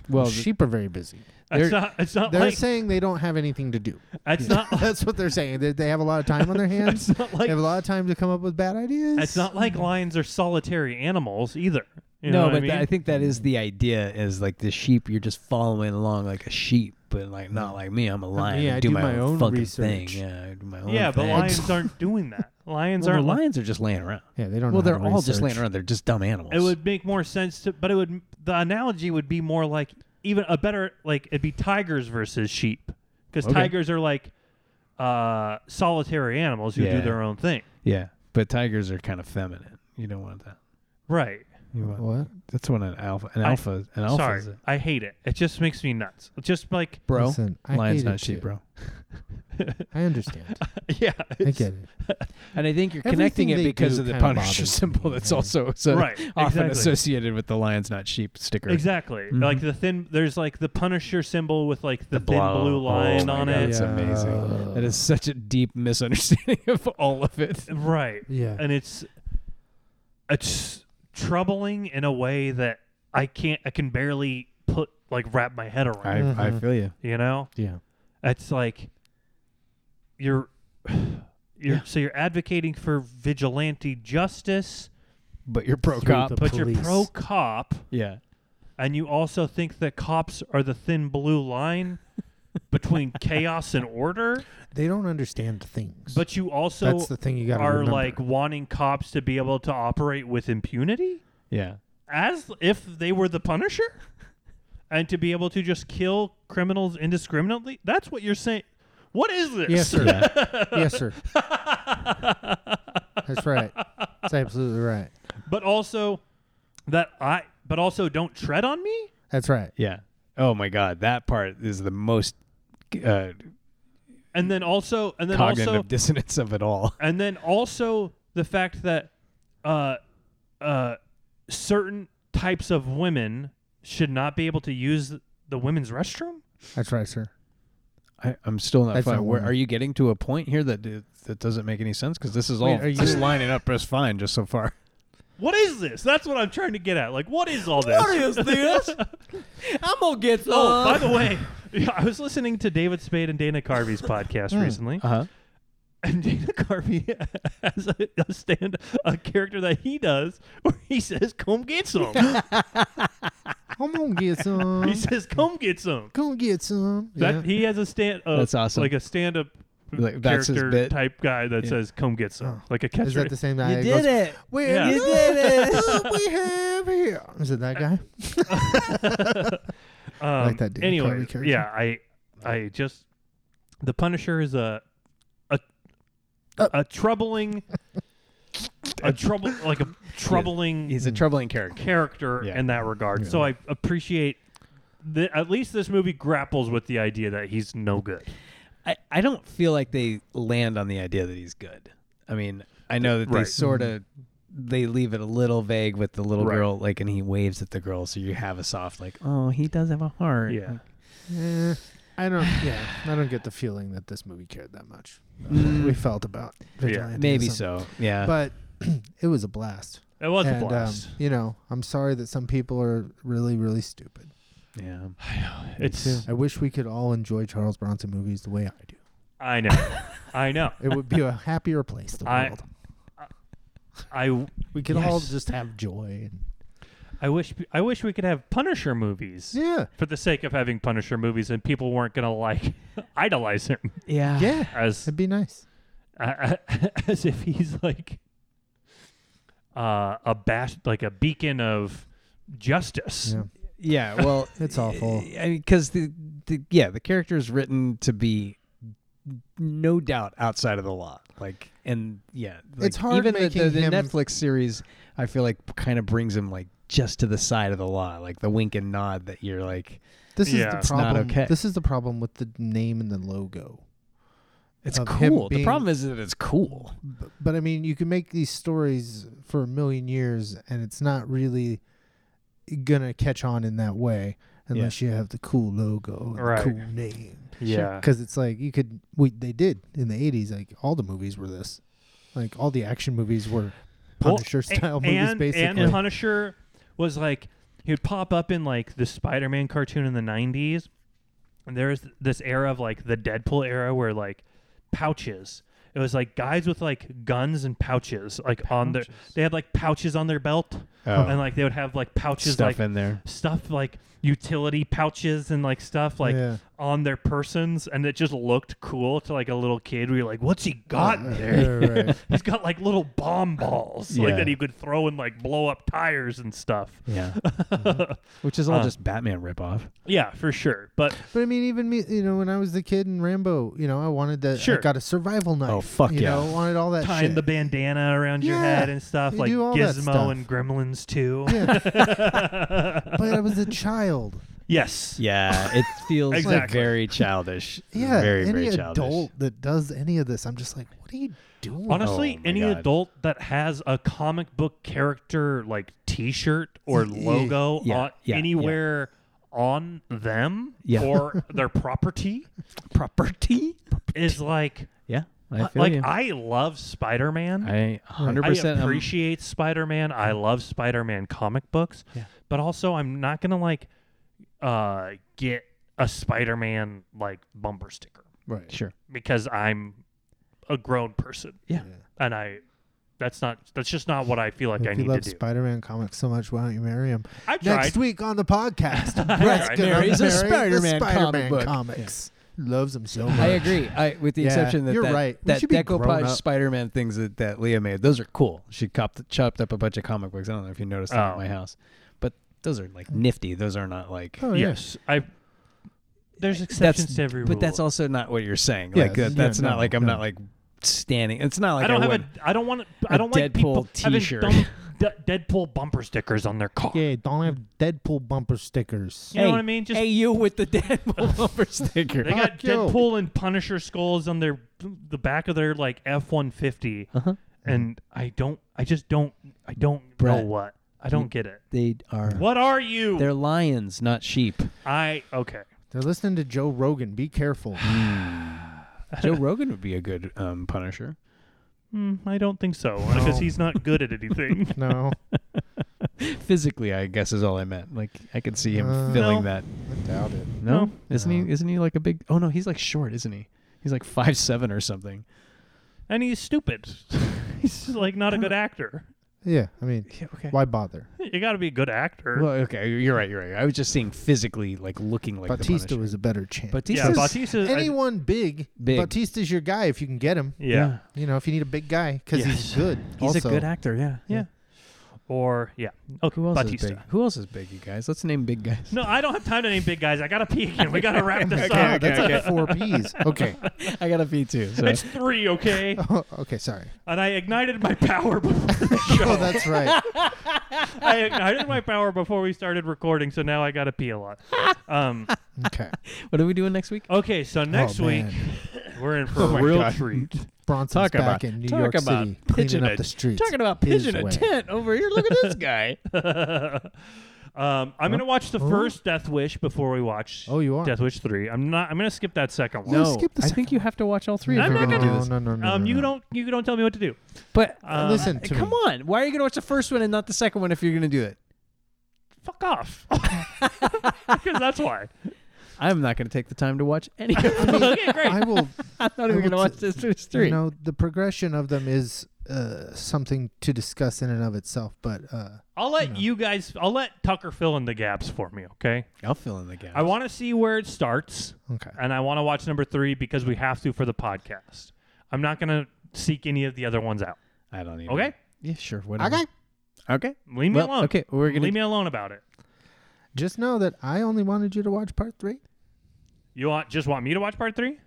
[SPEAKER 3] well the-
[SPEAKER 4] sheep are very busy.
[SPEAKER 2] It's
[SPEAKER 3] They're-
[SPEAKER 2] not. It's not
[SPEAKER 4] They're
[SPEAKER 2] like.
[SPEAKER 4] saying they don't have anything to do.
[SPEAKER 2] It's not. Like,
[SPEAKER 4] That's what they're saying. They, they have a lot of time on their hands.
[SPEAKER 2] it's not
[SPEAKER 4] they have a
[SPEAKER 2] like.
[SPEAKER 4] lot of time to come up with bad ideas.
[SPEAKER 2] It's not like lions are solitary animals either. You know
[SPEAKER 3] no,
[SPEAKER 2] what
[SPEAKER 3] but
[SPEAKER 2] I mean?
[SPEAKER 3] that, I think that is the idea. Is like the sheep, you're just following along like a sheep, but like not like me. I'm a lion.
[SPEAKER 4] yeah, Mm. I
[SPEAKER 3] do,
[SPEAKER 4] do
[SPEAKER 3] my,
[SPEAKER 4] my
[SPEAKER 3] own,
[SPEAKER 4] own
[SPEAKER 3] fucking
[SPEAKER 4] research.
[SPEAKER 3] thing. Yeah, I do my own.
[SPEAKER 2] yeah, but
[SPEAKER 3] thing.
[SPEAKER 2] lions aren't doing that. Lions
[SPEAKER 3] Well, the
[SPEAKER 2] aren't. like-
[SPEAKER 3] lions are just laying around.
[SPEAKER 4] Yeah, they don't.
[SPEAKER 3] Well,
[SPEAKER 4] know
[SPEAKER 3] they're
[SPEAKER 4] how to
[SPEAKER 3] all just laying
[SPEAKER 4] research.
[SPEAKER 3] around. They're just dumb animals.
[SPEAKER 2] It would make more sense to, but it would. The analogy would be more like even a better like it'd be tigers versus sheep because
[SPEAKER 3] Okay.
[SPEAKER 2] tigers are like uh solitary animals who
[SPEAKER 3] Yeah.
[SPEAKER 2] do their own thing.
[SPEAKER 3] yeah, but tigers are kind of feminine. You don't want that.
[SPEAKER 2] Right.
[SPEAKER 3] You want-
[SPEAKER 4] What?
[SPEAKER 3] That's what an alpha. An
[SPEAKER 2] I-
[SPEAKER 3] alpha. An alpha.
[SPEAKER 2] Sorry,
[SPEAKER 3] is a-
[SPEAKER 2] I hate it. It just makes me nuts. Just like,
[SPEAKER 3] bro.
[SPEAKER 4] Listen, I
[SPEAKER 3] Lion's
[SPEAKER 4] hate
[SPEAKER 3] not
[SPEAKER 4] it
[SPEAKER 3] sheep,
[SPEAKER 4] too.
[SPEAKER 3] bro.
[SPEAKER 4] I understand.
[SPEAKER 2] yeah,
[SPEAKER 4] I get it.
[SPEAKER 3] And I think you're
[SPEAKER 4] Everything
[SPEAKER 3] connecting it
[SPEAKER 4] they
[SPEAKER 3] because
[SPEAKER 4] do
[SPEAKER 3] of the
[SPEAKER 4] kinda
[SPEAKER 3] Punisher
[SPEAKER 4] bothers
[SPEAKER 3] symbol.
[SPEAKER 4] me,
[SPEAKER 3] That's
[SPEAKER 4] yeah.
[SPEAKER 3] also so
[SPEAKER 2] Right,
[SPEAKER 3] often
[SPEAKER 2] exactly.
[SPEAKER 3] associated with the Lions Not Sheep sticker.
[SPEAKER 2] exactly. Like the thin, there's like the Punisher symbol with like the, thin
[SPEAKER 3] blob.
[SPEAKER 2] blue
[SPEAKER 3] Oh
[SPEAKER 2] line
[SPEAKER 3] my
[SPEAKER 2] on
[SPEAKER 3] God,
[SPEAKER 2] it.
[SPEAKER 3] It's
[SPEAKER 4] Yeah.
[SPEAKER 3] amazing. That is such a deep misunderstanding of all of it.
[SPEAKER 2] Right.
[SPEAKER 4] Yeah.
[SPEAKER 2] and it's it's troubling in a way that I can't I can barely put like wrap my head around.
[SPEAKER 3] I, I feel you.
[SPEAKER 2] you know,
[SPEAKER 3] Yeah.
[SPEAKER 2] it's like you're you're so you're advocating for vigilante justice,
[SPEAKER 3] But you're pro
[SPEAKER 4] Through
[SPEAKER 3] cop.
[SPEAKER 4] the
[SPEAKER 2] but you're
[SPEAKER 4] police.
[SPEAKER 2] pro cop,
[SPEAKER 3] Yeah.
[SPEAKER 2] and you also think that cops are the thin blue line between chaos and order,
[SPEAKER 4] They don't understand things.
[SPEAKER 2] but you also
[SPEAKER 4] that's the thing you got to
[SPEAKER 2] are
[SPEAKER 4] remember.
[SPEAKER 2] like wanting cops to be able to operate with impunity.
[SPEAKER 3] Yeah.
[SPEAKER 2] as if they were the Punisher, and to be able to just kill criminals indiscriminately. That's what you're saying. What is this?
[SPEAKER 4] yes, sir. yes, sir. That's right. That's absolutely right.
[SPEAKER 2] But also that I. But also don't tread on me.
[SPEAKER 4] That's right.
[SPEAKER 3] Yeah. Oh my God. That part is the most uh,
[SPEAKER 2] And then also, and then
[SPEAKER 3] cognitive
[SPEAKER 2] also,
[SPEAKER 3] dissonance of it all.
[SPEAKER 2] and then also the fact that uh, uh, certain types of women should not be able to use the women's restroom.
[SPEAKER 4] That's right, sir.
[SPEAKER 3] I, I'm still not
[SPEAKER 4] That's
[SPEAKER 3] fine.
[SPEAKER 4] not
[SPEAKER 3] Where,
[SPEAKER 4] woman.
[SPEAKER 3] are you getting to a point here that d- that doesn't make any sense? Because this is all
[SPEAKER 4] Wait, are
[SPEAKER 3] just
[SPEAKER 4] you-
[SPEAKER 3] lining up just fine just so far.
[SPEAKER 2] What is this? That's what I'm trying to get at. Like, what is all this?
[SPEAKER 7] this? I'm gonna get some.
[SPEAKER 2] Oh, by the way, yeah, I was listening to David Spade and Dana Carvey's podcast recently,
[SPEAKER 3] Uh huh.
[SPEAKER 2] and Dana Carvey has a, a stand a character that he does where he says, "Come get some."
[SPEAKER 4] I'm gonna get some.
[SPEAKER 2] he says, "Come get some."
[SPEAKER 4] gonna get some.
[SPEAKER 2] That he has a stand. Uh,
[SPEAKER 3] That's awesome.
[SPEAKER 2] Like a stand-up
[SPEAKER 3] Like, that's his
[SPEAKER 2] character
[SPEAKER 3] bit.
[SPEAKER 2] type guy that
[SPEAKER 3] Yeah.
[SPEAKER 2] says, "Come get some," like a catch.
[SPEAKER 4] Is that the same guy?
[SPEAKER 7] you
[SPEAKER 4] that
[SPEAKER 7] did
[SPEAKER 4] goes,
[SPEAKER 7] it.
[SPEAKER 4] Where
[SPEAKER 2] Yeah.
[SPEAKER 7] You did it.
[SPEAKER 4] what we have here? Is it that guy?
[SPEAKER 2] um,
[SPEAKER 4] like that Dana
[SPEAKER 2] anyway,
[SPEAKER 4] Carvey character.
[SPEAKER 2] yeah, I, I just the Punisher is a, a, a troubling, a trouble like a troubling
[SPEAKER 3] He's a troubling character.
[SPEAKER 2] character
[SPEAKER 3] Yeah.
[SPEAKER 2] in that regard. So I appreciate. that at least this movie grapples with the idea that he's no good.
[SPEAKER 3] I, I don't feel like they land on the idea that he's good. I mean, I know that they
[SPEAKER 2] Right.
[SPEAKER 3] sort of
[SPEAKER 4] Mm-hmm.
[SPEAKER 3] they leave it a little vague with the little
[SPEAKER 2] Right.
[SPEAKER 3] girl, like, and he waves at the girl, so you have a soft like, oh, he does have a heart.
[SPEAKER 2] Yeah.
[SPEAKER 4] Eh, I don't. Yeah, I don't get the feeling that this movie cared that much.
[SPEAKER 2] Mm.
[SPEAKER 4] we felt about vigilante
[SPEAKER 3] maybe
[SPEAKER 4] or something.
[SPEAKER 3] so. Yeah,
[SPEAKER 4] but it was a blast.
[SPEAKER 2] It was
[SPEAKER 4] and
[SPEAKER 2] a blast.
[SPEAKER 4] Um, you know, I'm sorry that some people are really, really stupid.
[SPEAKER 3] yeah.
[SPEAKER 2] it's
[SPEAKER 4] I wish we could all enjoy Charles Bronson movies the way I do.
[SPEAKER 2] I know. I know.
[SPEAKER 4] It would be a happier place. The
[SPEAKER 2] I-
[SPEAKER 4] world.
[SPEAKER 2] I
[SPEAKER 4] We could all
[SPEAKER 2] yes.
[SPEAKER 4] just have joy. And,
[SPEAKER 2] I wish I wish we could have Punisher movies.
[SPEAKER 4] yeah.
[SPEAKER 2] For the sake of having Punisher movies and people weren't going to like idolize him
[SPEAKER 7] Yeah.
[SPEAKER 4] Yeah.
[SPEAKER 2] as
[SPEAKER 4] It'd be nice.
[SPEAKER 2] uh, as if he's like uh, a bas- like a beacon of justice.
[SPEAKER 4] Yeah.
[SPEAKER 3] Yeah, well,
[SPEAKER 4] It's awful.
[SPEAKER 3] I mean, because the, the yeah, the character is written to be no doubt outside of the law. Like, and yeah, like,
[SPEAKER 4] It's hard
[SPEAKER 3] Even the, the,
[SPEAKER 4] making
[SPEAKER 3] the
[SPEAKER 4] him-
[SPEAKER 3] Netflix series, I feel like kind of brings him like just to the side of the law, like the wink and nod that you're like,
[SPEAKER 4] This
[SPEAKER 2] Yeah.
[SPEAKER 4] is
[SPEAKER 2] It's
[SPEAKER 4] the
[SPEAKER 3] not
[SPEAKER 4] problem.
[SPEAKER 3] okay.
[SPEAKER 4] This is the problem with the name and the logo.
[SPEAKER 3] it's
[SPEAKER 4] Of him
[SPEAKER 3] cool. the
[SPEAKER 4] being-
[SPEAKER 3] problem is that it's cool.
[SPEAKER 4] But, but I mean, you can make these stories for a million years, and it's not really gonna catch on in that way unless you have the cool logo and
[SPEAKER 2] Right.
[SPEAKER 4] the cool name.
[SPEAKER 2] Yeah.
[SPEAKER 4] because it's like you could. We they did in the '80s. Like all the movies were this. Like all the action movies were
[SPEAKER 2] Well,
[SPEAKER 4] Punisher style
[SPEAKER 2] a-
[SPEAKER 4] movies,
[SPEAKER 2] and,
[SPEAKER 4] basically.
[SPEAKER 2] And Punisher was like he would pop up in like the Spider-Man cartoon in the '90s, and there's this era of like the Deadpool era where like pouches. It was like guys with like guns and pouches, like on their. They had like pouches on their belt,
[SPEAKER 3] Oh.
[SPEAKER 2] and like they would have like pouches
[SPEAKER 3] Stuff
[SPEAKER 2] like
[SPEAKER 3] in there.
[SPEAKER 2] stuff like utility pouches and like stuff like
[SPEAKER 4] Yeah.
[SPEAKER 2] on their persons, and it just looked cool to like a little kid. We were like, "What's he got in there?"
[SPEAKER 4] Uh, Yeah, right.
[SPEAKER 2] He's got like little bomb balls
[SPEAKER 3] Yeah.
[SPEAKER 2] like that he could throw and like blow up tires and stuff.
[SPEAKER 3] Yeah, Mm-hmm. which is all
[SPEAKER 2] Uh.
[SPEAKER 3] just Batman ripoff.
[SPEAKER 2] Yeah, for sure. But
[SPEAKER 4] But I mean, even me, you know, when I was the kid in Rambo, you know, I wanted that.
[SPEAKER 2] Sure.
[SPEAKER 4] I got a survival knife.
[SPEAKER 3] Oh, fuck
[SPEAKER 4] you
[SPEAKER 3] yeah.
[SPEAKER 4] Know, wanted all that
[SPEAKER 2] tying
[SPEAKER 4] shit.
[SPEAKER 2] the bandana around your
[SPEAKER 4] Yeah,
[SPEAKER 2] head and stuff
[SPEAKER 4] they
[SPEAKER 2] like
[SPEAKER 4] do all that
[SPEAKER 2] Gizmo
[SPEAKER 4] stuff.
[SPEAKER 2] and Gremlins Oceans Two.
[SPEAKER 4] but I was a child.
[SPEAKER 2] yes.
[SPEAKER 3] Yeah, it feels like
[SPEAKER 2] Exactly.
[SPEAKER 3] very childish.
[SPEAKER 4] Yeah,
[SPEAKER 3] very
[SPEAKER 4] any
[SPEAKER 3] very childish.
[SPEAKER 4] adult that does any of this, I'm just like, what are you doing?
[SPEAKER 2] Honestly,
[SPEAKER 3] Oh my
[SPEAKER 2] any
[SPEAKER 3] God.
[SPEAKER 2] adult that has a comic book character like T-shirt or
[SPEAKER 4] Y-
[SPEAKER 2] logo
[SPEAKER 3] yeah,
[SPEAKER 2] on,
[SPEAKER 3] yeah, yeah.
[SPEAKER 2] anywhere on them
[SPEAKER 3] Yeah.
[SPEAKER 2] or their property
[SPEAKER 3] property.
[SPEAKER 2] is like,
[SPEAKER 3] Yeah, I feel
[SPEAKER 2] like
[SPEAKER 3] you.
[SPEAKER 2] I love Spider-Man.
[SPEAKER 3] I hundred
[SPEAKER 2] I
[SPEAKER 3] percent um,
[SPEAKER 2] appreciate Spider Man. I love Spider Man comic books,
[SPEAKER 3] Yeah.
[SPEAKER 2] but also I'm not gonna like uh, get a Spider Man like bumper sticker
[SPEAKER 4] right.
[SPEAKER 3] Sure.
[SPEAKER 2] because I'm a grown person.
[SPEAKER 3] Yeah.
[SPEAKER 2] and I that's not that's just not what I feel like I
[SPEAKER 4] If you
[SPEAKER 2] need to
[SPEAKER 4] love
[SPEAKER 2] do.
[SPEAKER 4] Spider-Man comics so much, why don't you marry him?
[SPEAKER 2] I tried.
[SPEAKER 4] Next week on the podcast, Brett's
[SPEAKER 2] Alright.
[SPEAKER 4] gonna
[SPEAKER 3] Marries a
[SPEAKER 4] marry the
[SPEAKER 3] Spider-Man comic
[SPEAKER 4] Spider-Man
[SPEAKER 3] book.
[SPEAKER 4] comics. Loves him so much.
[SPEAKER 3] I agree. I, with the
[SPEAKER 4] Yeah,
[SPEAKER 3] exception that
[SPEAKER 4] you're
[SPEAKER 3] that,
[SPEAKER 4] right. We
[SPEAKER 3] that
[SPEAKER 4] should be grown
[SPEAKER 3] decoupage
[SPEAKER 4] up.
[SPEAKER 3] Spider-Man things that, that Leah made, those are cool. She copped, chopped up a bunch of comic books. I don't know if you noticed that at
[SPEAKER 2] Oh.
[SPEAKER 3] my house, but those are like nifty. Those are not like
[SPEAKER 4] Oh, yeah.
[SPEAKER 2] yes, I. There's exceptions to every rule.
[SPEAKER 3] But that's also not what you're saying.
[SPEAKER 4] Yeah,
[SPEAKER 3] like that,
[SPEAKER 4] yeah,
[SPEAKER 3] that's
[SPEAKER 4] no,
[SPEAKER 3] not like I'm
[SPEAKER 4] no.
[SPEAKER 3] not like standing. It's not like
[SPEAKER 2] I don't have
[SPEAKER 3] went,
[SPEAKER 2] a. I don't want.
[SPEAKER 3] a
[SPEAKER 2] I don't like people
[SPEAKER 3] Deadpool
[SPEAKER 2] having
[SPEAKER 3] t-shirt.
[SPEAKER 2] dumb De- Deadpool bumper stickers on their car.
[SPEAKER 4] Yeah, don't have Deadpool bumper stickers.
[SPEAKER 2] You know what I mean? Just
[SPEAKER 3] hey, you with the Deadpool bumper sticker.
[SPEAKER 2] They got
[SPEAKER 4] Fuck you.
[SPEAKER 2] Deadpool and Punisher skulls on their the back of their like F one fifty,
[SPEAKER 3] Uh-huh.
[SPEAKER 2] and I don't, I just don't, I don't
[SPEAKER 3] Brett,
[SPEAKER 2] know what I don't get it.
[SPEAKER 3] They are.
[SPEAKER 2] What are you?
[SPEAKER 3] They're lions, not sheep.
[SPEAKER 2] I okay.
[SPEAKER 4] They're listening to Joe Rogan. Be careful.
[SPEAKER 3] Joe Rogan would be a good um, Punisher.
[SPEAKER 2] Hmm, I don't think so because
[SPEAKER 4] No.
[SPEAKER 2] he's not good at anything.
[SPEAKER 4] no,
[SPEAKER 3] Physically, I guess is all I meant. Like I could see him
[SPEAKER 4] Uh,
[SPEAKER 3] filling
[SPEAKER 2] No.
[SPEAKER 3] that.
[SPEAKER 4] I doubt it.
[SPEAKER 3] No,
[SPEAKER 2] No.
[SPEAKER 3] isn't
[SPEAKER 4] No.
[SPEAKER 3] he? Isn't he like a big? Oh no, he's like short, isn't he? He's like five seven or something.
[SPEAKER 2] and he's stupid. he's just, like not a good actor.
[SPEAKER 4] Yeah, I mean,
[SPEAKER 3] Yeah, okay.
[SPEAKER 4] why bother?
[SPEAKER 2] You got to be a good actor.
[SPEAKER 3] Well, okay, you're right. You're right. I was just seeing physically, like looking like
[SPEAKER 4] Batista
[SPEAKER 3] the Punisher.
[SPEAKER 4] was a better chance.
[SPEAKER 2] yeah,
[SPEAKER 3] Batista's-
[SPEAKER 2] Batista.
[SPEAKER 4] Anyone big,
[SPEAKER 3] Big.
[SPEAKER 4] Batista's your guy if you can get him.
[SPEAKER 2] yeah. yeah,
[SPEAKER 4] You know, if you need a big guy because he's
[SPEAKER 2] Yes.
[SPEAKER 4] good.
[SPEAKER 3] He's
[SPEAKER 4] also.
[SPEAKER 3] a good actor. Yeah, yeah.
[SPEAKER 2] or yeah. Okay,
[SPEAKER 3] Who else
[SPEAKER 2] Batista.
[SPEAKER 3] is big? Who else is big? You guys, let's name big guys.
[SPEAKER 2] No, I don't have time to name big guys. I gotta pee again. We gotta wrap this
[SPEAKER 4] God,
[SPEAKER 2] up.
[SPEAKER 4] that's like four P's. Okay.
[SPEAKER 3] I got a P too. So.
[SPEAKER 2] It's three, okay?
[SPEAKER 4] Oh, okay, sorry.
[SPEAKER 2] and I ignited my power before the
[SPEAKER 4] Oh,
[SPEAKER 2] show.
[SPEAKER 4] that's right.
[SPEAKER 2] I ignited my power before we started recording, so now I gotta pee a lot. Um,
[SPEAKER 4] Okay.
[SPEAKER 3] What are we doing next week?
[SPEAKER 2] okay, so next
[SPEAKER 4] Oh,
[SPEAKER 2] week
[SPEAKER 4] man.
[SPEAKER 2] we're in for
[SPEAKER 3] my
[SPEAKER 2] a real
[SPEAKER 3] God.
[SPEAKER 2] treat.
[SPEAKER 4] Bronson's
[SPEAKER 3] Talk
[SPEAKER 4] back
[SPEAKER 3] about-
[SPEAKER 4] in New
[SPEAKER 3] talk
[SPEAKER 4] York
[SPEAKER 3] about
[SPEAKER 4] City, cleaning
[SPEAKER 3] pitching
[SPEAKER 4] up
[SPEAKER 3] a-
[SPEAKER 4] the streets.
[SPEAKER 3] Talking about
[SPEAKER 4] his
[SPEAKER 3] pigeon a
[SPEAKER 4] way.
[SPEAKER 3] tent over here. Look at this guy.
[SPEAKER 2] um, I'm gonna watch the first Death Wish before we watch.
[SPEAKER 4] Oh, you are?
[SPEAKER 2] Death Wish three. I'm not. I'm gonna skip that second one.
[SPEAKER 4] No, skip the
[SPEAKER 3] I
[SPEAKER 4] second
[SPEAKER 3] think you have to watch all three.
[SPEAKER 2] I'm
[SPEAKER 3] if you're
[SPEAKER 2] not
[SPEAKER 3] gonna
[SPEAKER 2] gonna-
[SPEAKER 3] do this.
[SPEAKER 4] No, no, no.
[SPEAKER 2] Um,
[SPEAKER 4] no,
[SPEAKER 2] you
[SPEAKER 4] no.
[SPEAKER 2] don't. You don't tell me what to do.
[SPEAKER 3] But
[SPEAKER 2] Uh,
[SPEAKER 4] Listen to
[SPEAKER 3] come
[SPEAKER 4] me.
[SPEAKER 3] on, why are you gonna watch the first one and not the second one if you're gonna do it?
[SPEAKER 2] Fuck off. Because that's why.
[SPEAKER 3] I'm not gonna take the time to watch any. of them.
[SPEAKER 2] okay, great.
[SPEAKER 4] I will.
[SPEAKER 3] I'm not even
[SPEAKER 4] will
[SPEAKER 3] gonna
[SPEAKER 4] t-
[SPEAKER 3] watch this first three.
[SPEAKER 4] You know, the progression of them is uh, something to discuss in and of itself, but uh,
[SPEAKER 2] I'll let you guys. I'll let Tucker fill in the gaps for me. Okay.
[SPEAKER 3] I'll fill in the gap.
[SPEAKER 2] I want to see where it starts.
[SPEAKER 4] okay.
[SPEAKER 2] and I want to watch number three because we have to for the podcast. I'm not going to seek any of the other ones out.
[SPEAKER 3] I don't even.
[SPEAKER 2] Okay,
[SPEAKER 3] Yeah, sure. Whatever.
[SPEAKER 4] Okay.
[SPEAKER 3] Okay.
[SPEAKER 2] leave me
[SPEAKER 3] Well,
[SPEAKER 2] alone.
[SPEAKER 3] okay, we're gonna-
[SPEAKER 2] leave me alone about it.
[SPEAKER 4] Just know that I only wanted you to watch part three.
[SPEAKER 2] You want just want me to watch part three?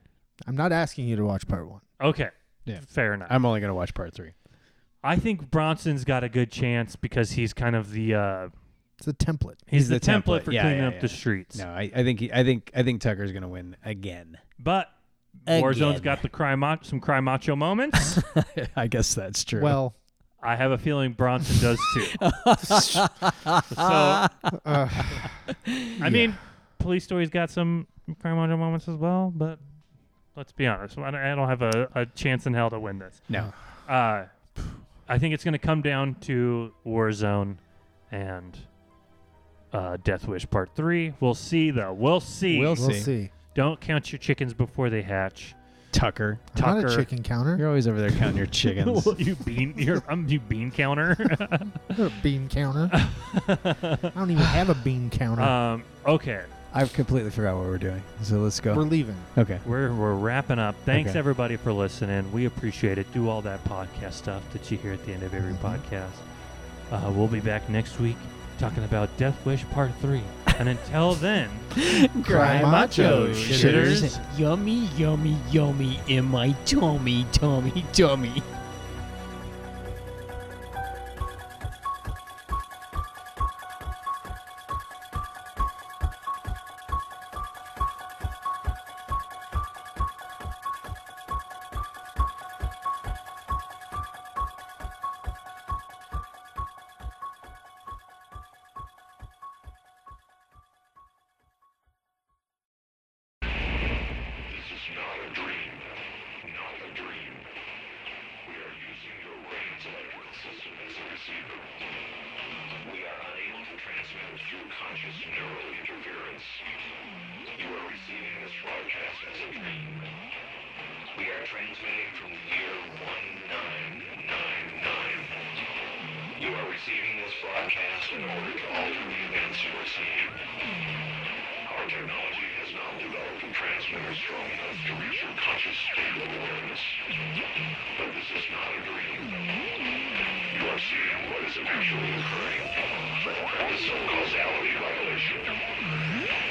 [SPEAKER 4] I'm not asking you to watch part one.
[SPEAKER 2] Okay,
[SPEAKER 3] Yeah.
[SPEAKER 2] fair enough.
[SPEAKER 3] I'm only gonna watch part three.
[SPEAKER 2] I think Bronson's got a good chance because he's kind of the uh,
[SPEAKER 4] It's a template.
[SPEAKER 2] he's,
[SPEAKER 3] He's
[SPEAKER 2] the,
[SPEAKER 3] the
[SPEAKER 2] template,
[SPEAKER 3] template.
[SPEAKER 2] for
[SPEAKER 3] Yeah,
[SPEAKER 2] cleaning
[SPEAKER 3] yeah,
[SPEAKER 2] up
[SPEAKER 3] yeah.
[SPEAKER 2] the streets.
[SPEAKER 3] No, I, I think he, I think I think Tucker's gonna win again.
[SPEAKER 2] But Warzone's got the cry mach- some cry macho moments.
[SPEAKER 3] I guess that's true.
[SPEAKER 4] Well,
[SPEAKER 2] I have a feeling Bronson does too. so,
[SPEAKER 4] uh,
[SPEAKER 2] I mean, Police Story's got some crime macho moments as well, but let's be honest. I don't, I don't have a, a chance in hell to win this.
[SPEAKER 3] no.
[SPEAKER 2] Uh, I think it's going to come down to Warzone and uh, Death Wish Part 3. We'll see, though. We'll see.
[SPEAKER 3] We'll
[SPEAKER 4] we'll
[SPEAKER 3] see.
[SPEAKER 4] see.
[SPEAKER 2] Don't count your chickens before they hatch.
[SPEAKER 3] Tucker,
[SPEAKER 4] I'm Not a
[SPEAKER 2] Tucker.
[SPEAKER 4] chicken counter.
[SPEAKER 3] you're always over there counting your chickens.
[SPEAKER 2] you bean, you're, I'm you bean counter.
[SPEAKER 4] You're a bean counter. I don't even have a bean counter.
[SPEAKER 2] um, okay.
[SPEAKER 3] I've completely forgot what we're doing. So let's
[SPEAKER 4] We're
[SPEAKER 3] go.
[SPEAKER 4] leaving.
[SPEAKER 3] Okay.
[SPEAKER 2] We're, we're wrapping up. Thanks
[SPEAKER 3] Okay.
[SPEAKER 2] everybody for listening. We appreciate it. Do all that podcast stuff that you hear at the end of every podcast. Uh, we'll be back next week talking about Death Wish Part Three. and until then,
[SPEAKER 4] Cry macho,
[SPEAKER 2] shitters.
[SPEAKER 3] Yummy, yummy, yummy in my tummy, tummy, tummy.
[SPEAKER 8] We are unable to transmit through conscious neural interference. You are receiving this broadcast as a dream. We are transmitting from year 1999. You are receiving this broadcast in order to alter the events you are seeing. Our technology has not developed a transmitter strong enough to reach your conscious state of awareness. But this is not a dream. You are seeing what is actually occurring. This is causality violation.